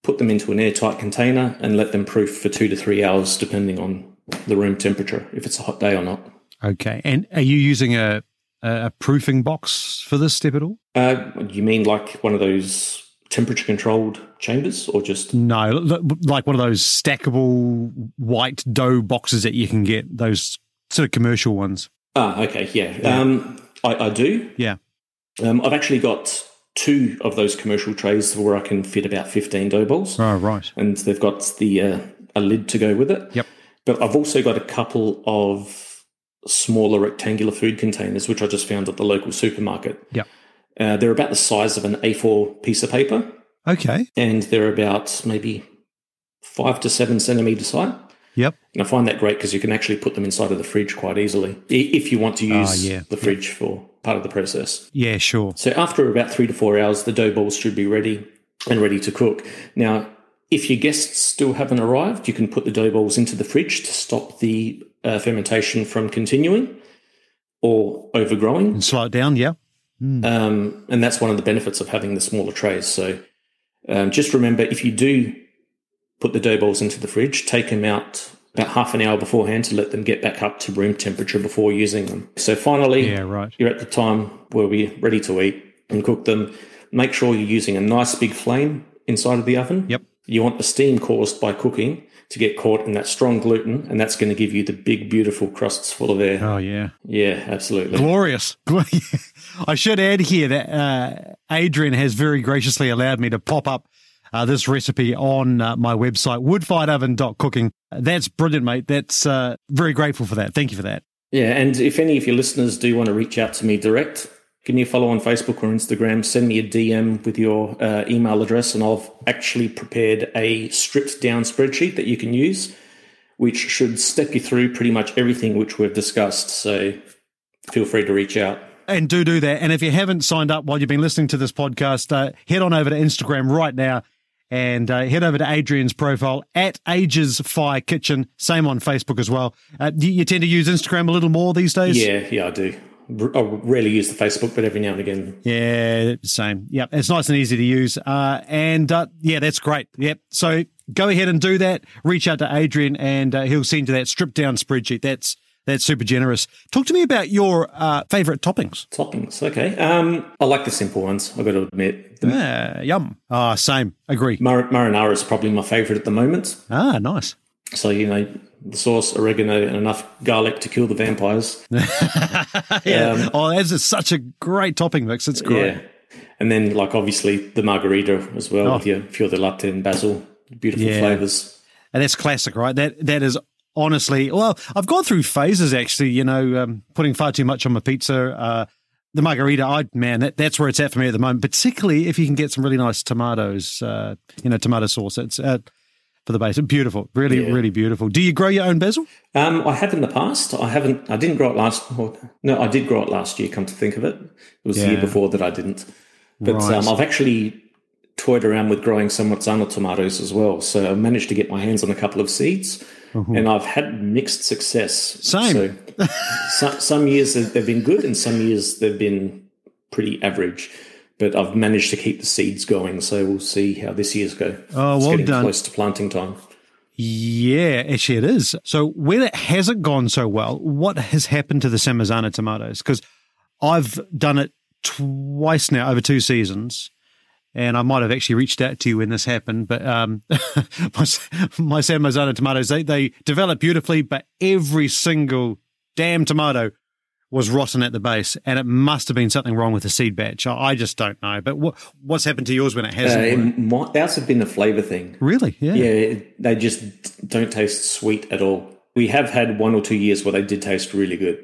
B: put them into an airtight container, and let them proof for two to three hours, depending on the room temperature, if it's a hot day or not.
A: Okay. And are you using a, a proofing box for this step at all?
B: Uh, you mean like one of those temperature controlled chambers or just
A: No, l- l- like one of those stackable white dough boxes that you can get, those sort of commercial ones.
B: Ah, okay, yeah. Um, I, I do.
A: Yeah.
B: Um, I've actually got two of those commercial trays where I can fit about 15 dough balls,
A: Oh, right.
B: and they've got the uh, a lid to go with it.
A: Yep.
B: But I've also got a couple of smaller rectangular food containers, which I just found at the local supermarket.
A: Yep.
B: Uh, they're about the size of an A4 piece of paper,
A: Okay.
B: and they're about maybe five to seven centimeters high.
A: Yep.
B: And I find that great because you can actually put them inside of the fridge quite easily i- if you want to use
A: Ah, yeah.
B: the fridge for part of the process.
A: Yeah, sure.
B: So after about three to four hours, the dough balls should be ready and ready to cook. Now, if your guests still haven't arrived, you can put the dough balls into the fridge to stop the uh, fermentation from continuing or overgrowing.
A: And slow it down. Yeah.
B: Um, and that's one of the benefits of having the smaller trays. So um, just remember if you do put the dough balls into the fridge, take them out about half an hour beforehand to let them get back up to room temperature before using them. So finally,
A: Yeah, right.
B: you're at the time where we're ready to eat and cook them. Make sure you're using a nice big flame inside of the oven.
A: Yep.
B: You want the steam caused by cooking to get caught in that strong gluten, and that's going to give you the big, beautiful crusts full of air.
A: Oh, yeah.
B: Yeah, absolutely.
A: Glorious. I should add here that uh, Adrian has very graciously allowed me to pop up uh, this recipe on uh, my website, woodfireoven.cooking. That's brilliant, mate. That's uh, very grateful for that. Thank you for that.
B: Yeah, and if any of your listeners do want to reach out to me direct, give me a follow on Facebook or Instagram. Send me a DM with your uh, email address, and I've actually prepared a stripped down spreadsheet that you can use, which should step you through pretty much everything which we've discussed. So feel free to reach out.
A: And do do that. And if you haven't signed up while you've been listening to this podcast, uh, head on over to Instagram right now and uh, head over to Adrian's profile at Ages Fire Kitchen. Same on Facebook as well. Uh, do you tend to use Instagram a little more these days?
B: Yeah, yeah, I do. I rarely use the Facebook, but every now and again.
A: Yeah, same. Yep, it's nice and easy to use. Uh, and uh, yeah, that's great. Yep. So go ahead and do that. Reach out to Adrian, and uh, he'll send you that stripped down spreadsheet. That's that's super generous. Talk to me about your uh, favorite toppings.
B: Toppings, okay. Um, I like the simple ones. I've got to admit, the
A: Yeah, yum. Ah, same. Agree.
B: mar- marinara is probably my favorite at the moment.
A: Ah, nice.
B: So you know, the sauce, oregano, and enough garlic to kill the vampires.
A: Yeah. oh, that's just such a great topping mix. It's great.
B: Yeah. And then, like, obviously the margarita as well with your fior de latte and basil. Beautiful
A: Yeah.
B: flavors.
A: And that's classic, right? That that is honestly. Well, I've gone through phases actually. You know, um, putting far too much on my pizza. Uh, the margarita, I man, that, that's where it's at for me at the moment. Particularly if you can get some really nice tomatoes. Uh, you know, tomato sauce. It's uh, for the base. Beautiful, really, really beautiful. Do you grow your own basil?
B: Um, I have in the past. I haven't. I didn't grow it last. Well, no, I did grow it last year. Come to think of it, it was the year
A: Yeah.
B: before that I didn't. But
A: Right.
B: um, I've actually toyed around with growing some Mazzano tomatoes as well. So I managed to get my hands on a couple of seeds, and I've had mixed success.
A: Mm-hmm. Same.
B: So, so, some years they've they've been good, and some years they've been pretty average. But I've managed to keep the seeds going, so we'll see how this year's go.
A: Oh,
B: it's
A: well
B: getting
A: done.
B: Close to planting time.
A: Yeah, actually, it is. So when it hasn't gone so well, what has happened to the Samazana tomatoes? Because I've done it twice now over two seasons, and I might have actually reached out to you when this happened. But um, my, s- my Samazana tomatoes they they develop beautifully, but every single damn tomato was rotten at the base, and it must have been something wrong with the seed batch. I, I just don't know. But what what's happened to yours when it
B: Uh,
A: hasn't?
B: it
A: worked?
B: might, ours have been a flavour thing.
A: really?
B: Yeah, it- they just don't taste sweet at all. We have had one or two years where they did taste really good.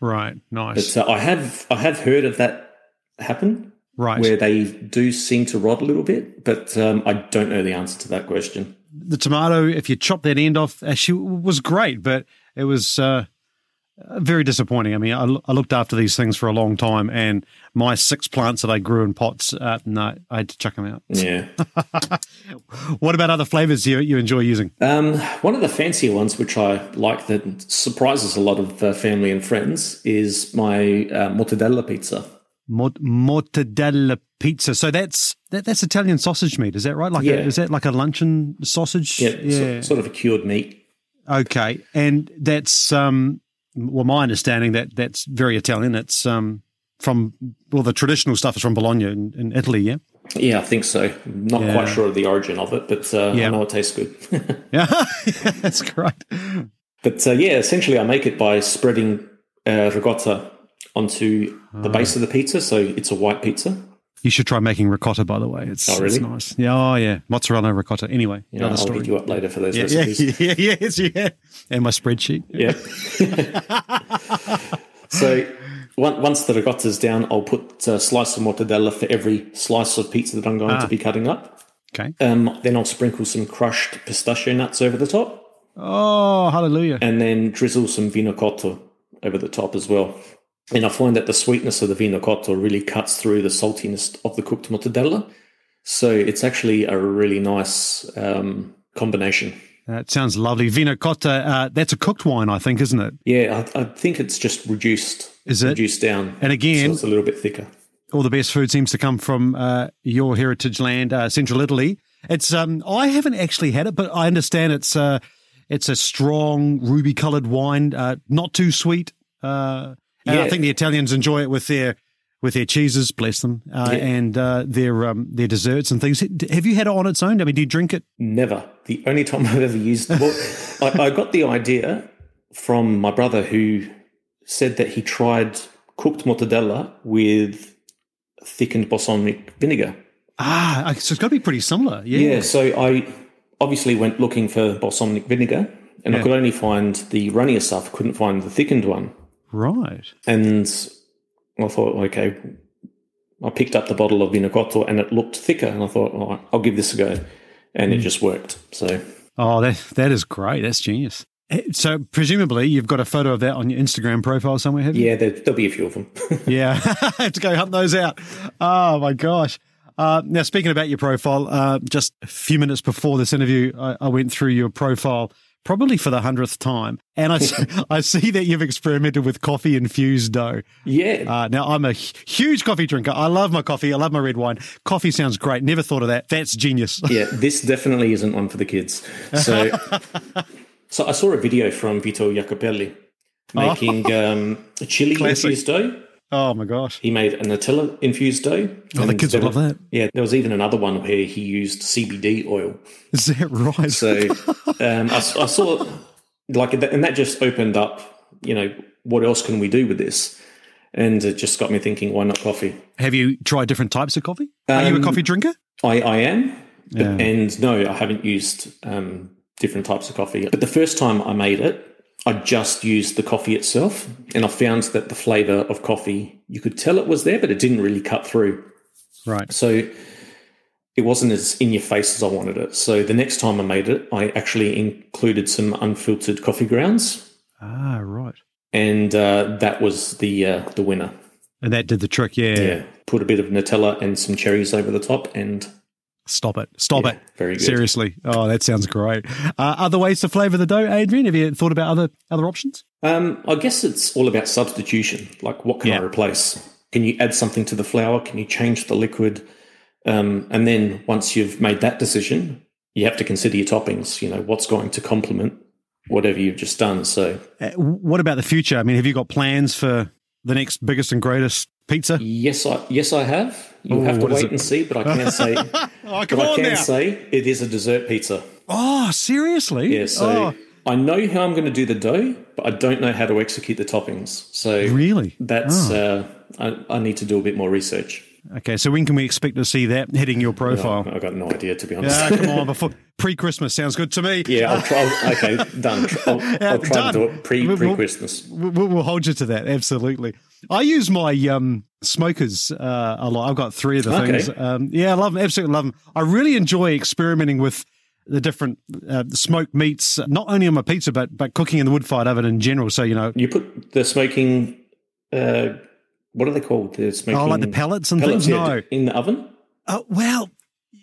A: Right. Nice.
B: So I have I have heard of that happen
A: Right.
B: where they do seem to rot a little bit, but um, I don't know the answer to that question.
A: the tomato, if you chop that end off, uh, she was great, but it was uh, very disappointing. I mean, I, l- I looked after these things for a long time, and my six plants that I grew in pots, uh, no, I had to chuck them out.
B: Yeah.
A: What about other flavors you, you enjoy using?
B: Um, one of the fancier ones, which I like, that surprises a lot of uh, family and friends, is my uh, mortadella pizza.
A: Mort- mortadella pizza. So that's that, that's Italian sausage meat, is that right? Like,
B: Yeah.
A: a, is that like a luncheon sausage?
B: Yeah, so- sort of a cured meat.
A: Okay, and that's um, well, my understanding that that's very Italian. It's um, from well, the traditional stuff is from Bologna in, in Italy. Yeah.
B: Yeah, I think so. Not
A: Yeah.
B: quite sure of the origin of it, but uh,
A: Yeah.
B: I know it tastes good.
A: Yeah, that's correct.
B: But uh, yeah, essentially, I make it by spreading uh, ricotta onto the base of the pizza, so it's a white pizza.
A: Ah. You should try making ricotta, by the way. It's,
B: Oh, really?
A: it's nice. Yeah, oh, yeah. Mozzarella ricotta. Anyway,
B: You know,
A: another
B: I'll
A: story.
B: hit you up later for those
A: yeah,
B: recipes. Yeah.
A: yeah, yeah, yes, yeah. And my spreadsheet.
B: so on- once the ricotta's down, I'll put a slice of mortadella for every slice of pizza that I'm going to
A: Ah.
B: be cutting up.
A: Okay.
B: Um, then I'll sprinkle some crushed pistachio nuts over the top,
A: Oh, hallelujah.
B: and then drizzle some vinacotto over the top as well. And I find that the sweetness of the vinacotto really cuts through the saltiness of the cooked mortadella. So it's actually a really nice um, combination.
A: That sounds lovely. Vino cotta, uh, that's a cooked wine, I think, isn't it?
B: Yeah, I, I think it's just reduced.
A: Is it?
B: reduced down?
A: And
B: so
A: again,
B: it's a little bit thicker.
A: all the best food seems to come from uh, your heritage land, uh, central Italy. It's um, I haven't actually had it, but I understand it's uh, it's a strong ruby coloured wine, uh, not too sweet. Uh, and I
B: Yeah.
A: think the Italians enjoy it with their with their cheeses, bless them, uh, and uh, their um, their desserts and things. Have you had it on its own? I mean, do you drink it?
B: Never. The only time I've ever used well, I, I got the idea from my brother who said that he tried cooked mortadella with thickened balsamic vinegar.
A: Ah, so it's got to be pretty similar. Yeah.
B: Yeah, so I obviously went looking for balsamic vinegar and I could only find the runnier stuff, couldn't find the thickened one.
A: Right.
B: And I thought, okay, I picked up the bottle of Vinocotto and it looked thicker. And I thought, all right, I'll give this a go. And
A: Mm.
B: it just worked. So,
A: Oh, that that is great. That's genius. Eh, So presumably you've got a photo of that on your Instagram profile somewhere, have you?
B: yeah, there, there'll be a few of them.
A: Yeah, to go hunt those out. Oh my gosh. Uh, now, speaking about your profile, uh, just a few minutes before this interview, I, I went through your profile probably for the hundredth time, and I, s- I see that you've experimented with coffee infused dough.
B: yeah.
A: Uh, now, I'm a hu- huge coffee drinker. I love my coffee. I love my red wine. Coffee sounds great. Never thought of that. That's genius.
B: yeah, this definitely isn't one for the kids. So, so I saw a video from Vito Jacopelli making um, a chili
A: Oh. Classic.
B: infused dough.
A: oh my gosh.
B: He made a Nutella infused dough.
A: Oh, the
B: And
A: kids
B: there
A: would love
B: was-
A: that.
B: Yeah, there was even another one where he used CBD oil.
A: Is that right?
B: So um, I, I saw like, and that just opened up. You know, what else can we do with this? And it just got me thinking, why not coffee?
A: Have you tried different types of coffee? Are you
B: Um,
A: a coffee drinker?
B: I, I am, but,
A: Yeah.
B: and no, I haven't used um, different types of coffee. But the first time I made it, I just used the coffee itself, and I found that the flavor of coffee you could tell it was there, but it didn't really cut through.
A: Right.
B: So it wasn't as in your face as I wanted it. So the next time I made it, I actually included some unfiltered coffee grounds,
A: Ah, right.
B: and uh, that was the uh, the winner.
A: And that did the trick. Yeah.
B: Yeah, put a bit of Nutella and some cherries over the top, and
A: Stop it. Stop
B: Yeah,
A: it.
B: very good.
A: Seriously. Oh, that sounds great. Uh, other ways to flavour the dough, Adrian? Have you thought about other other options?
B: Um, I guess it's all about substitution. Like, what can I
A: Yeah.
B: replace? Can you add something to the flour? Can you change the liquid? Um, and then once you've made that decision, you have to consider your toppings. You know, what's going to complement whatever you've just done. So,
A: Uh, what about the future? I mean, have you got plans for the next biggest and greatest pizza?
B: yes, I yes I have. You'll
A: Ooh,
B: have to
A: what is
B: wait
A: it?
B: and see, but I can say, but
A: Oh,
B: I can say it is a dessert pizza.
A: oh, seriously?
B: Yeah. So
A: Oh,
B: I know how I'm going to do the dough, but I don't know how to execute the toppings. So
A: Oh. really?
B: that's uh, I, I need to do a bit more research.
A: Okay, so when can we expect to see that hitting your profile?
B: I've got no idea, to be honest.
A: Ah, come on, before pre Christmas sounds good to me.
B: Yeah, I'll try. I'll, okay, done. I'll, I'll try
A: done.
B: to do it pre
A: We'll-
B: pre Christmas.
A: We- We'll, we'll hold you to that. Absolutely. I use my um, smokers uh, a lot. I've got three of the
B: Okay.
A: things. Um, yeah, I love them. Absolutely love them. I really enjoy experimenting with the different uh, smoked meats, not only on my pizza, but but cooking in the wood fired oven in general. So you know,
B: You put the smoking. Uh, what are they called? The smoking.
A: I Oh, like the pellets and
B: pellets,
A: things.
B: yeah,
A: No,
B: in the oven.
A: Uh, well,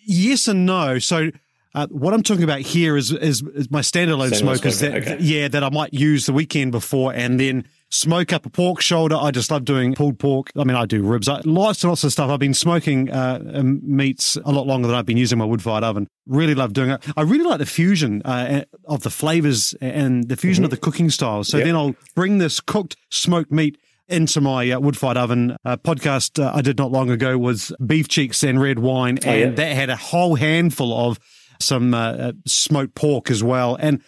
A: yes and no. So. Uh, what I'm talking about here is is, is my standalone,
B: Standalone
A: smokers
B: smoker,
A: that
B: okay.
A: yeah that I might use the weekend before and then smoke up a pork shoulder. I just love doing pulled pork. I mean, I do ribs. I, lots and lots of stuff. I've been smoking uh, um, meats a lot longer than I've been using my wood fired oven. Really love doing it. I really like the fusion uh, of the flavors and the fusion of the cooking styles. So then I'll bring this cooked smoked meat into my uh, wood fired oven uh, podcast uh, I did not long ago was beef cheeks and red wine, and
B: yeah.
A: that had a whole handful of some uh, uh, smoked pork as well. And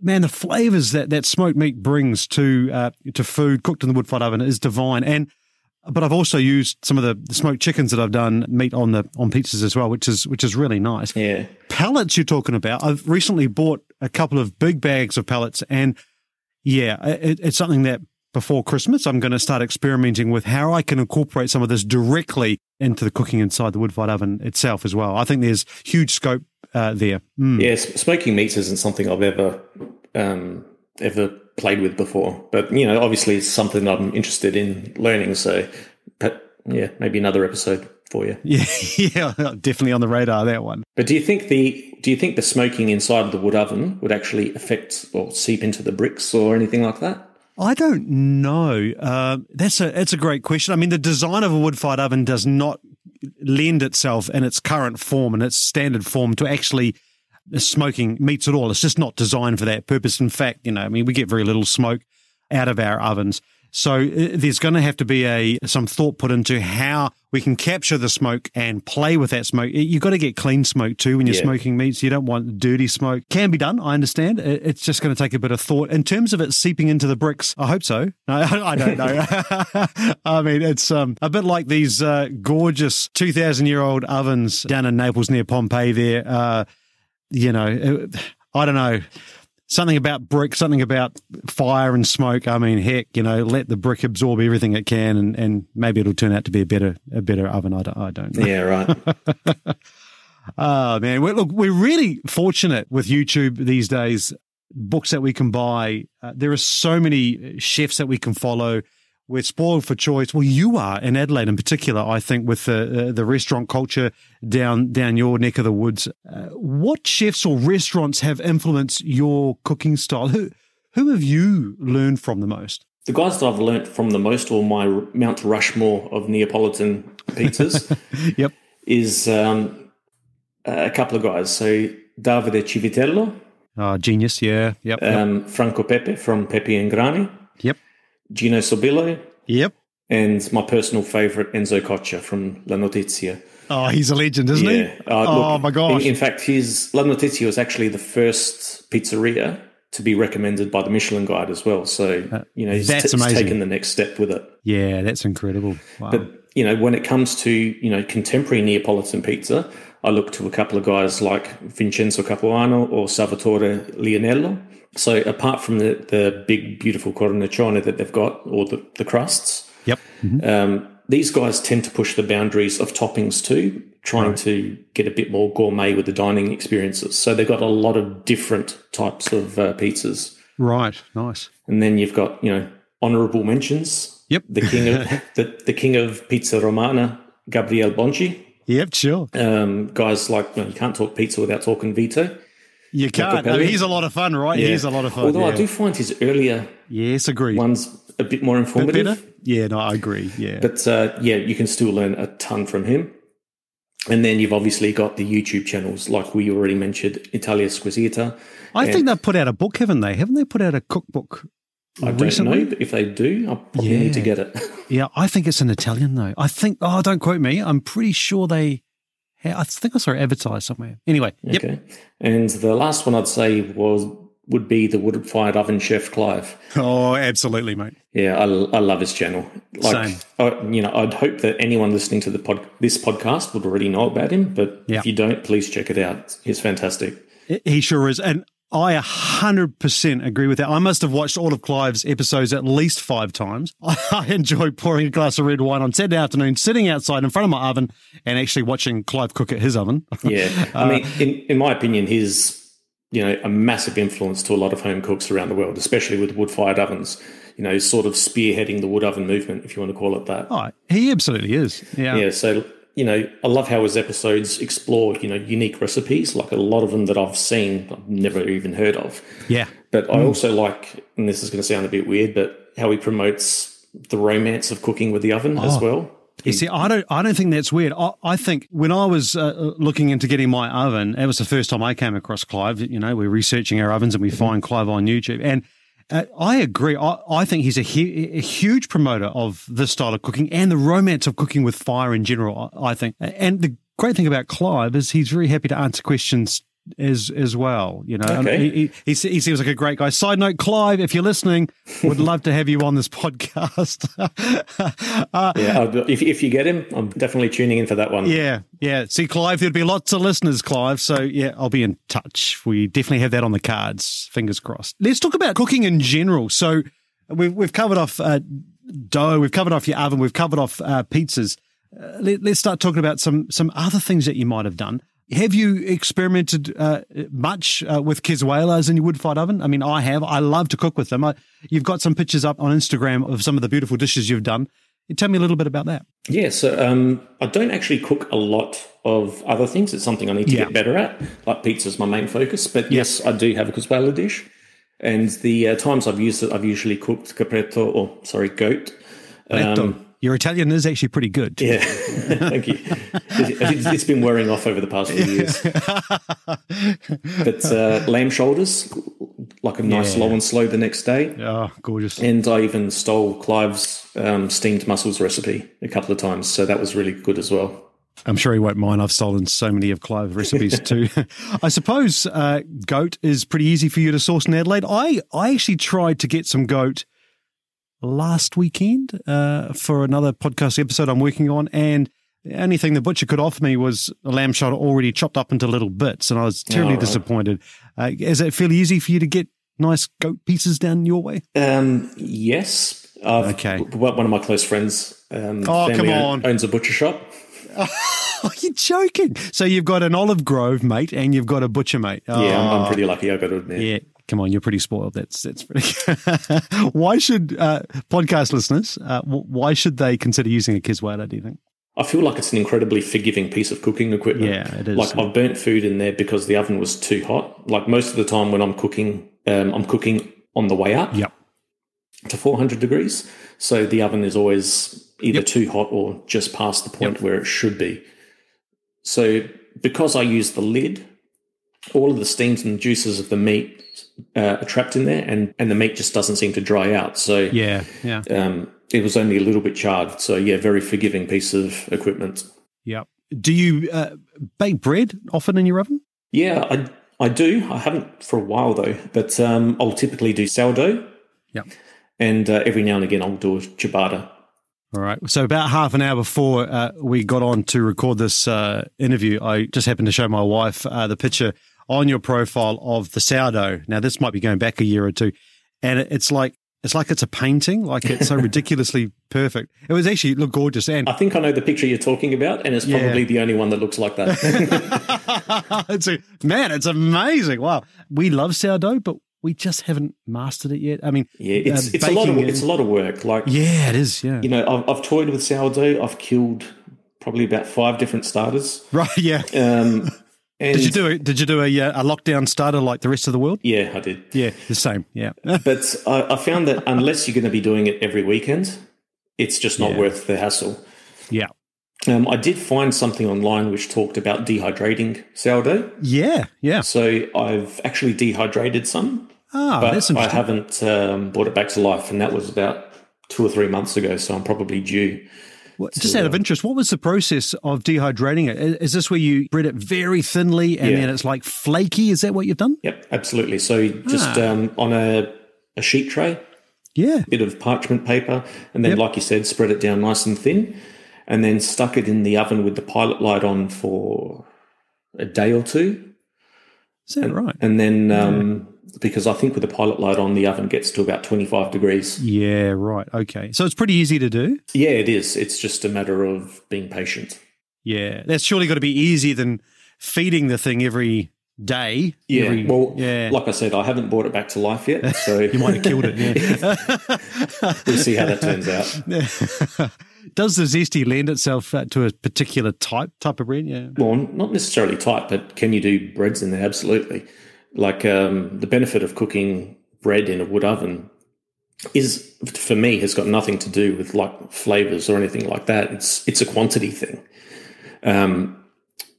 A: man, the flavors that that smoked meat brings to uh, to food cooked in the wood fired oven is divine. And but I've also used some of the, the smoked chickens that I've done meat on the on pizzas as well, which is which is really nice.
B: Yeah.
A: Pallets you're talking about. I've recently bought a couple of big bags of pallets, and yeah, it, it's something that before Christmas I'm going to start experimenting with how I can incorporate some of this directly into the cooking inside the wood fired oven itself as well. I think there's huge scope uh, there. Mm.
B: Yeah, s- smoking meats isn't something I've ever um, ever played with before, but you know, obviously, it's something that I'm interested in learning. So, but yeah, maybe another episode for you.
A: Yeah, yeah, definitely on the radar that one.
B: But do you think the do you think the smoking inside of the wood oven would actually affect or seep into the bricks or anything like that?
A: I don't know. Uh, that's a that's a great question. I mean, the design of a wood fired oven does not lend itself in its current form and its standard form to actually smoking meats at all. It's just not designed for that purpose. In fact, you know, I mean, we get very little smoke out of our ovens. So uh, there's going to have to be a some thought put into how we can capture the smoke and play with that smoke. You've got to get clean smoke too when you're
B: Yeah.
A: smoking meats. You don't want dirty smoke. Can be done, I understand. It- It's just going to take a bit of thought in terms of it seeping into the bricks. I hope so. No, I don't know. I mean, it's um, a bit like these uh, gorgeous 2,000 year old ovens down in Naples near Pompeii. There, uh, you know, it- I don't know something about brick, something about fire and smoke. I mean, heck, you know, let the brick absorb everything it can, and, and maybe it'll turn out to be a better a better oven. I don't, I don't know.
B: Yeah, right.
A: Oh man, we look, we're really fortunate with YouTube these days. Books that we can buy, uh, there are so many chefs that we can follow. We're spoiled for choice. Well, you are in Adelaide, in particular. I think with the uh, the restaurant culture down down your neck of the woods, uh, what chefs or restaurants have influenced your cooking style? Who who have you learned from the most?
B: The guys that I've learnt from the most, or my Mount Rushmore of Neapolitan pizzas,
A: Yep.
B: is um, a couple of guys. So Davide Civitello,
A: Oh, genius. Yeah. Yep. Yep.
B: um, Franco Pepe from Pepe and Grani,
A: Yep.
B: Gino Sobillo,
A: yep.
B: and my personal favourite Enzo Coccia from La Notizia.
A: Oh, he's a legend, isn't
B: Yeah.
A: he?
B: Uh,
A: oh
B: look,
A: my gosh.
B: In, in fact, his La Notizia was actually the first pizzeria to be recommended by the Michelin Guide as well. So you know he's,
A: Uh, that's
B: t- he's
A: amazing.
B: taken the next step with it.
A: yeah, that's incredible. Wow.
B: But you know, when it comes to you know contemporary Neapolitan pizza, I look to a couple of guys like Vincenzo Capuano or Salvatore Leonello. So apart from the, the big beautiful cornicione that they've got, or the, the crusts,
A: yep.
B: um, these guys tend to push the boundaries of toppings too, trying to get a bit more gourmet with the dining experiences. So they've got a lot of different types of uh, pizzas.
A: Right. Nice.
B: And then you've got, you know, honorable mentions.
A: Yep.
B: The king of the, the king of pizza romana, Gabriel Bonci.
A: Yep. Sure.
B: Um, guys like you, know, you can't talk pizza without talking Vito.
A: You can't. I mean, he's a lot of fun, right? He's a lot of fun.
B: Although
A: yeah.
B: I do find his earlier
A: Yes, agree.
B: ones a bit more informative.
A: Better. Yeah. No, I agree. Yeah.
B: But uh, yeah, you can still learn a ton from him. And then you've obviously got the YouTube channels, like we already mentioned, Italia Squisita.
A: I think they've put out a book, haven't they? Haven't they put out a cookbook?
B: I don't know but if they do. I probably need to
A: Yeah.
B: get it.
A: Yeah, I think it's in Italian though. I think. Oh, don't quote me. I'm pretty sure they. ha- I think I saw it advertised somewhere. Anyway. Yep.
B: Okay. And the last one I'd say was would be the wood fired oven chef Clive.
A: Oh, absolutely, mate.
B: Yeah, I, I love his channel. Like,
A: Same.
B: I, you know, I'd hope that anyone listening to the pod, this podcast would already know about him, but
A: Yeah.
B: if you don't, please check it out. He's fantastic.
A: He sure is. And I 100% agree with that. I must have watched all of Clive's episodes at least five times. I enjoy pouring a glass of red wine on Saturday afternoon, sitting outside in front of my oven and actually watching Clive cook at his oven.
B: Yeah,
A: Uh,
B: I mean, in, in my opinion, he's you know a massive influence to a lot of home cooks around the world, especially with wood fired ovens. You know, sort of spearheading the wood oven movement, if you want to call it that.
A: Oh, he absolutely is. Yeah.
B: Yeah, so you know, I love how his episodes explore you know unique recipes, like a lot of them that I've seen, I've never even heard of.
A: Yeah. Mm.
B: But I also like, and this is going to sound a bit weird, but how he promotes the romance of cooking with the oven as
A: Oh.
B: well.
A: You see, I don't, I don't think that's weird. I, I think when I was uh, looking into getting my oven, it was the first time I came across Clive. You know, we're researching our ovens and we find Clive on YouTube. And uh, I agree. I, I think he's a, hu- a huge promoter of this style of cooking and the romance of cooking with fire in general, I, I think. And the great thing about Clive is he's very happy to answer questions as as well you know And
B: Okay.
A: he, he, he, se- he seems like a great guy side note clive if you're listening would love to have you on this podcast uh,
B: Yeah, I'd- if, if you get him, I'm definitely tuning in for that one.
A: yeah, yeah. See, Clive, there'd be lots of listeners, Clive. So, yeah, I'll be in touch. We definitely have that on the cards. Fingers crossed. Let's talk about cooking in general. So, we've, we've covered off uh, dough, we've covered off your oven, we've covered off uh, pizzas. Uh, let, let's start talking about some some other things that you might have done. Have you experimented uh, much uh, with Kizuelas in your wood fired oven? I mean, I have. I love to cook with them. I, you've got some pictures up on Instagram of some of the beautiful dishes you've done. Tell me a little bit about that.
B: Yeah, so um, I don't actually cook a lot of other things. It's something I need to
A: Yeah.
B: get better at. Like pizza's my main focus, but yes, I do have a cazuela dish. And the uh, times I've used it, I've usually cooked capretto, or sorry, goat. Um,
A: Dom, your Italian is actually pretty good.
B: Yeah, thank you. It's, it's been wearing off over the past few years. But uh, lamb shoulders, like a nice
A: Yeah.
B: low and slow the next day.
A: Oh, gorgeous.
B: And I even stole Clive's um, steamed mussels recipe a couple of times. So that was really good as well.
A: I'm sure he won't mind. I've stolen so many of Clive's recipes too. I suppose uh, goat is pretty easy for you to source in Adelaide. I, I actually tried to get some goat last weekend uh, for another podcast episode I'm working on, and the only thing the butcher could offer me was a lamb shoulder already chopped up into little bits, and I was terribly
B: Oh, right.
A: disappointed. Uh, is it fairly easy for you to get nice goat pieces down your way?
B: Um, yes. I've,
A: Okay.
B: w- One of my close friends um,
A: Oh,
B: family
A: come
B: own-
A: on.
B: owns a butcher shop.
A: Are you joking? So you've got an olive grove mate, and you've got a butcher mate.
B: Yeah,
A: Oh.
B: I'm, I'm pretty lucky, i got to admit.
A: Yeah, come on, you're pretty spoiled. That's that's pretty. why should uh, podcast listeners? Uh, w- why should they consider using a Kiswada? Do you think?
B: I feel like it's an incredibly forgiving piece of cooking equipment.
A: Yeah, it is.
B: Like I've burnt food in there because the oven was too hot. Like most of the time when I'm cooking, um, I'm cooking on the way up
A: Yep.
B: to 400 degrees. So the oven is always either too hot or just past the point where it should be. So because I use the lid, all of the steams and juices of the meat uh, are trapped in there, and and the meat just doesn't seem to dry out. So
A: Yeah, yeah,
B: um, it was only a little bit charred. So yeah, very forgiving piece of equipment.
A: yep. Do you uh, bake bread often in your oven?
B: Yeah, I I do. I haven't for a while though, but um, I'll typically do sourdough.
A: Yep.
B: And uh, every now and again, I'll do a ciabatta.
A: All right. So about half an hour before uh, we got on to record this uh, interview, I just happened to show my wife uh, the picture on your profile of the sourdough. Now this might be going back a year or two, and it- it's like it's like it's a painting. Like it's so ridiculously perfect. It was actually it looked gorgeous, and
B: I think I know the picture you're talking about, and it's
A: Yeah.
B: probably the only one that looks like that.
A: it's a, man, it's amazing. Wow. We love sourdough, but we just haven't mastered it yet. I mean,
B: yeah, it's,
A: uh,
B: it's a lot of
A: baking
B: it's
A: is-
B: a lot of work. Like
A: yeah, it is. Yeah.
B: you know, I've, I've toyed with sourdough. I've killed probably about five different starters.
A: right. Yeah.
B: Um, and
A: Did you do it? Did you do a, uh, a lockdown starter like the rest of the world?
B: Yeah, I did.
A: Yeah. The same. Yeah.
B: But I, I found that unless you're going to be doing it every weekend, it's just not
A: Yeah.
B: worth the hassle.
A: yeah.
B: Um, I did find something online which talked about dehydrating sourdough.
A: Yeah. Yeah.
B: So I've actually dehydrated some,
A: Ah,
B: but
A: that's
B: I
A: interesting.
B: haven't um, brought it back to life. And that was about two or three months ago. So I'm probably due.
A: Well, just
B: uh,
A: out of interest, what was the process of dehydrating it? Is, is this where you bread it very thinly and
B: Yeah.
A: then it's like flaky? Is that what you've done?
B: Yep, absolutely. So just
A: Ah.
B: um, on a, a sheet tray,
A: Yeah.
B: bit of parchment paper, and then, like you said, spread it down nice and thin, and then stuck it in the oven with the pilot light on for a day or two.
A: Is that right?
B: And then, um, because I think with the pilot light on, the oven gets to about 25 degrees.
A: Yeah. Right. Okay. So it's pretty easy to do.
B: Yeah, it is. It's just a matter of being patient.
A: Yeah, that's surely got to be easier than feeding the thing every day.
B: Yeah.
A: every,
B: well,
A: yeah.
B: like I said, I haven't brought it back to life yet. So you
A: might have killed it. Yeah.
B: we'll see how that turns out.
A: Does the zesty lend itself uh, to a particular type type of bread? Yeah.
B: Well, not necessarily tight, but can you do breads in there? Absolutely. Like um, the benefit of cooking bread in a wood oven is, for me, has got nothing to do with like flavors or anything like that. It's it's a quantity thing. Um,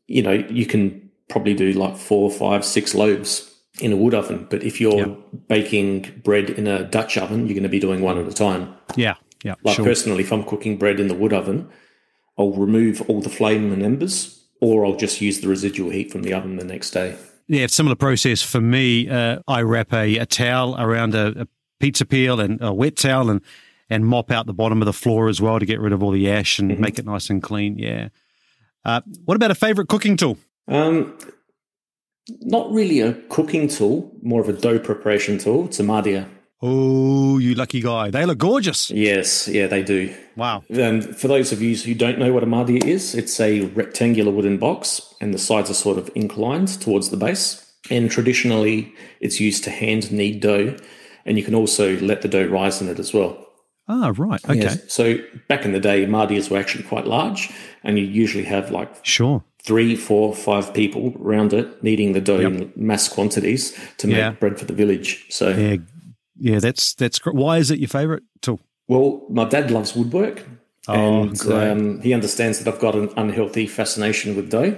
B: you know, you can probably do like four, five, six loaves in a wood oven, but if you're baking bread in a Dutch oven, you're going to be doing one at a time.
A: Yeah. Yeah.
B: Like
A: sure.
B: personally, if I'm cooking bread in the wood oven, I'll remove all the flame and embers, or I'll just use the residual heat from the oven the next day.
A: Yeah. Similar process for me. Uh, I wrap a, a towel around a, a pizza peel and a wet towel and and mop out the bottom of the floor as well to get rid of all the ash and
B: Mm-hmm.
A: make it nice and clean. Yeah. Uh, what about a favorite cooking tool?
B: Um, not really a cooking tool, more of a dough preparation tool. It's a madia.
A: Oh, you lucky guy. They look gorgeous.
B: Yes, yeah, they do.
A: Wow.
B: Um, for those of you who don't know what a madia is, it's a rectangular wooden box, and the sides are sort of inclined towards the base. And traditionally, it's used to hand knead dough, and you can also let the dough rise in it as well.
A: Ah, right. Okay.
B: Yes. So back in the day, Mahdias were actually quite large, and you usually have like
A: Sure.
B: three, four, five people around it kneading the dough in mass quantities to make
A: Yeah.
B: bread for the village. So,
A: Yeah, yeah. That's that's gr- why is it your favorite tool?
B: well, my dad loves woodwork,
A: Oh,
B: and
A: great.
B: um, he understands that I've got an unhealthy fascination with dough.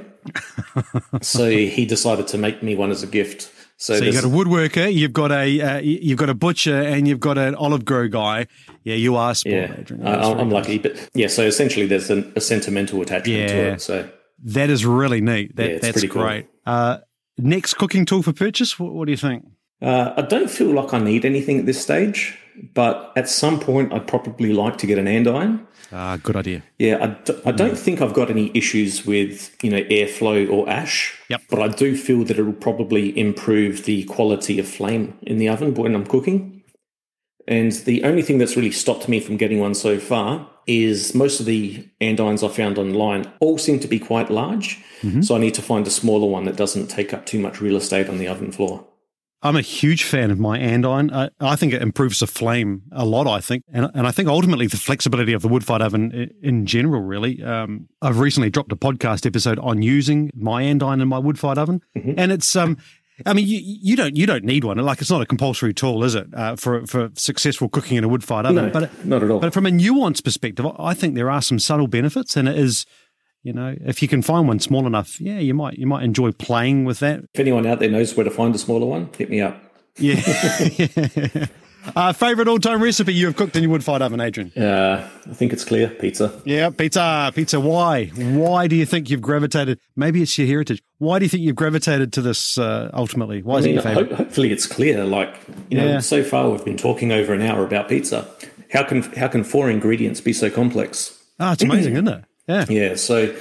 B: so he decided to make me one as a gift.
A: So, so you've got a woodworker, you've got a uh, you've got a butcher, and you've got an olive grow guy. Yeah, you are sport
B: yeah, Uh,
A: majoring.
B: I, I'm lucky, but yeah. So essentially, there's an, a sentimental attachment
A: Yeah.
B: to it. So
A: That is really neat. That,
B: Yeah, it's
A: that's
B: pretty cool.
A: great. Uh, next cooking tool for purchase. What, what do you think?
B: uh, I don't feel like I need anything at this stage, but at some point, I'd probably like to get an andiron.
A: Ah, good idea.
B: Yeah, I, d- I don't think I've got any issues with you know airflow or ash.
A: Yep.
B: But I do feel that it will probably improve the quality of flame in the oven when I'm cooking. And the only thing that's really stopped me from getting one so far is most of the andirons I found online all seem to be quite large. So I need to find a smaller one that doesn't take up too much real estate on the oven floor.
A: I'm a huge fan of my andiron. I, I think it improves the flame a lot. I think, and, and I think ultimately the flexibility of the wood fired oven in, in general. Really, um, I've recently dropped a podcast episode on using my andiron and my wood fired oven,
B: Mm-hmm.
A: and it's um, I mean, you, you don't you don't need one. Like it's not a compulsory tool, is it, uh, for for successful cooking in a wood fired oven?
B: No,
A: but it,
B: not at all.
A: But from a nuance perspective, I- I think there are some subtle benefits, and it is, you know, if you can find one small enough, yeah, you might you might enjoy playing with that.
B: If anyone out there knows where to find a smaller one, hit me up.
A: Yeah. uh, favorite all time recipe you have cooked in your wood fired oven, Adrian?
B: Uh, I think it's clear, pizza.
A: Yeah, pizza. Pizza. Why? Why do you think you've gravitated? Maybe it's your heritage. Why do you think you've gravitated to this uh, ultimately? Why is
B: I
A: it
B: mean,
A: your favorite?
B: ho- hopefully it's clear. Like you know,
A: Yeah.
B: so far we've been talking over an hour about pizza. How can how can four ingredients be so complex?
A: Ah, it's amazing, isn't it? Yeah.
B: Yeah, so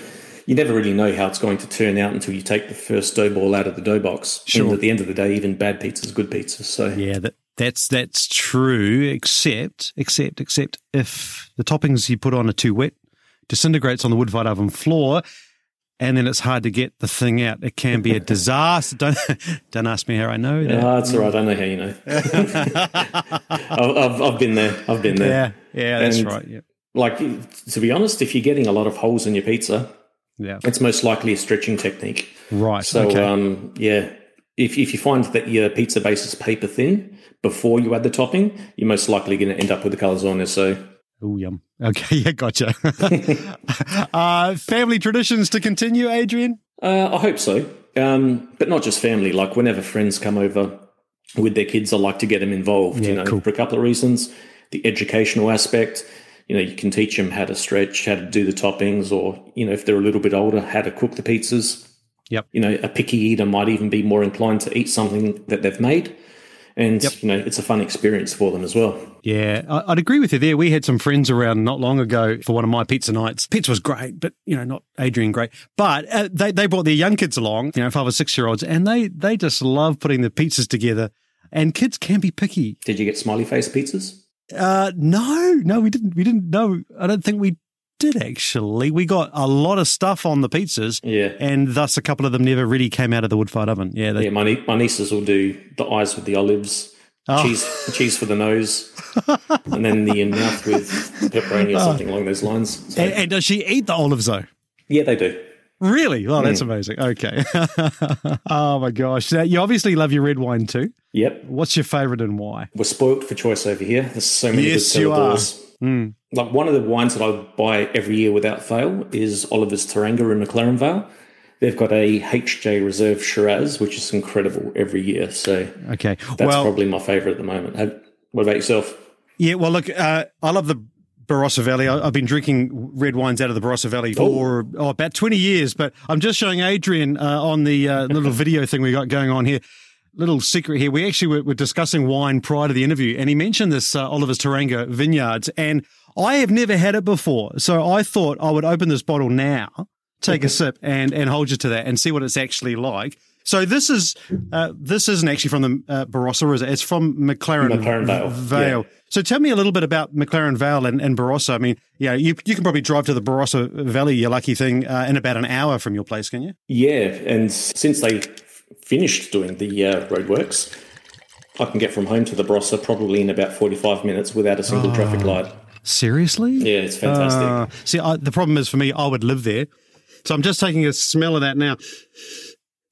B: you never really know how it's going to turn out until you take the first dough ball out of the dough box.
A: Sure.
B: And at the end of the day, even bad pizza is good pizza. So
A: Yeah, that, that's that's true. Except, except, except if the toppings you put on are too wet, disintegrates on the wood fired oven floor, and then it's hard to get the thing out. It can be a disaster. Don't don't ask me how I know that.
B: Ah, that's all right. I know how you know. I've, I've, I've been there. I've been there.
A: Yeah, yeah, that's
B: And-
A: right. Yeah,
B: Like to be honest, if you're getting a lot of holes in your pizza,
A: yeah,
B: it's most likely a stretching technique.
A: right.
B: So
A: okay.
B: um, yeah, if if you find that your pizza base is paper thin before you add the topping, you're most likely going to end up with the calzone. So
A: Oh, yum. Okay, yeah, gotcha. uh, family traditions to continue, Adrian?
B: uh, I hope so, um, but not just family. Like whenever friends come over with their kids, I like to get them involved. you know, for a couple of reasons: the educational aspect. You know, you can teach them how to stretch, how to do the toppings, or you know, if they're a little bit older, how to cook the pizzas.
A: Yep.
B: You know, a picky eater might even be more inclined to eat something that they've made. And, you know, it's a fun experience for them as well.
A: Yeah, I- I'd agree with you there. We had some friends around not long ago for one of my pizza nights. Pizza was great, but you know, not Adrian great. But uh, they they brought their young kids along, you know, five or six year olds, and they they just love putting the pizzas together. And kids can be picky.
B: Did you get smiley face pizzas?
A: Uh, no, no, we didn't. We didn't. No, I don't think we did actually. We got a lot of stuff on the pizzas,
B: Yeah.
A: and thus a couple of them never really came out of the wood fired oven. Yeah, they,
B: Yeah, my, nie- my nieces will do the eyes with the olives,
A: Oh.
B: cheese cheese for the nose, and then the mouth with
A: Oh.
B: pepperoni or something along those lines. So,
A: And, and does she eat the olives though?
B: yeah, they do.
A: Really? Oh, that's amazing. Okay. oh my gosh. Now, you obviously love your red wine too.
B: Yep.
A: What's your favorite and why?
B: We're spoilt for choice over here. There's so many
A: Yes,
B: good
A: you
B: cellar
A: are. Hmm.
B: doors. Like one of the wines that I buy every year without fail is Oliver's Taranga in McLaren Vale. They've got a HJ Reserve Shiraz, which is incredible every year. So
A: Okay.
B: that's
A: well,
B: probably my favorite at the moment. Have- What about yourself?
A: yeah, well, look, uh, I love the Barossa Valley. I, I've been drinking red wines out of the Barossa Valley for oh, about 20 years, but I'm just showing Adrian uh, on the uh, little video thing we got going on here. Little secret here. We actually were, were discussing wine prior to the interview, and he mentioned this uh, Oliver's Tarango vineyards, and I have never had it before. So I thought I would open this bottle now take a sip and and hold you to that and see what it's actually like. So this is uh, this isn't actually from the uh, Barossa, is it? It's from McLaren,
B: McLaren Vale,
A: Vale. So tell me a little bit about McLaren Vale and, and Barossa. I mean, yeah, you you can probably drive to the Barossa Valley, your lucky thing, uh, in about an hour from your place, can you?
B: Yeah, and since they f- finished doing the uh, roadworks, I can get from home to the Barossa probably in about 45 minutes without a single traffic light.
A: Seriously?
B: Yeah, it's fantastic.
A: Uh, see, I, the problem is for me, I would live there, so I'm just taking a smell of that now.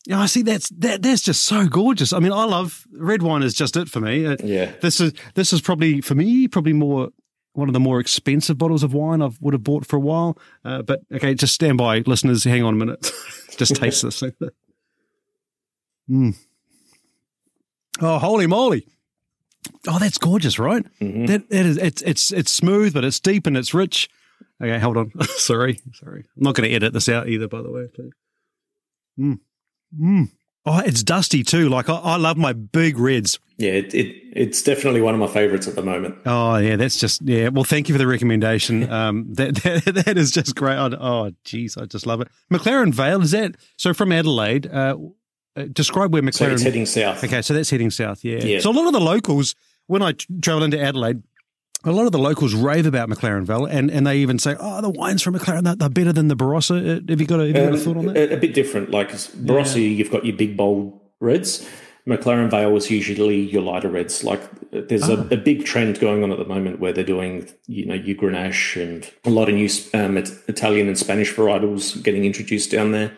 A: Yeah, I see. That's that. That's just so gorgeous. I mean, I love red wine. Is just it for me. It-
B: Yeah.
A: This is this is probably for me probably more one of the more expensive bottles of wine I have would have bought for a while. Uh, but okay, just stand by, listeners. Hang on a minute. just taste this. Mm. Hmm. Oh, holy moly! Oh, that's gorgeous, right? That that is it's it's it's smooth, but it's deep and it's rich. Okay, hold on. sorry, sorry. I'm not going to edit this out either, by the way. Please. Mm. Mm. Oh, it's dusty too. Like I, I love my big reds.
B: Yeah, it, it it's definitely one of my favorites at the moment.
A: Oh yeah, that's just yeah. Well, thank you for the recommendation. Um, that that, that is just great. I'd- oh, geez, I just love it. McLaren Vale is that so from Adelaide? Uh, uh, describe where
B: So
A: McLaren.
B: it's heading south.
A: Okay, so that's heading south. Yeah.
B: Yeah.
A: So a lot of the locals, when I tr- travel into Adelaide, a lot of the locals rave about McLaren Vale, and, and they even say, "Oh, the wines from McLaren they're, they're better than the Barossa." Uh, Have you got a, have you
B: Um,
A: got a thought on that?
B: A, a bit different. Like Barossi, you've got your big bold reds. McLaren Vale is usually your lighter reds. Like there's
A: Ah.
B: a, a big trend going on at the moment where they're doing, you know, your Grenache and a lot of new um, it- Italian and Spanish varietals getting introduced down there.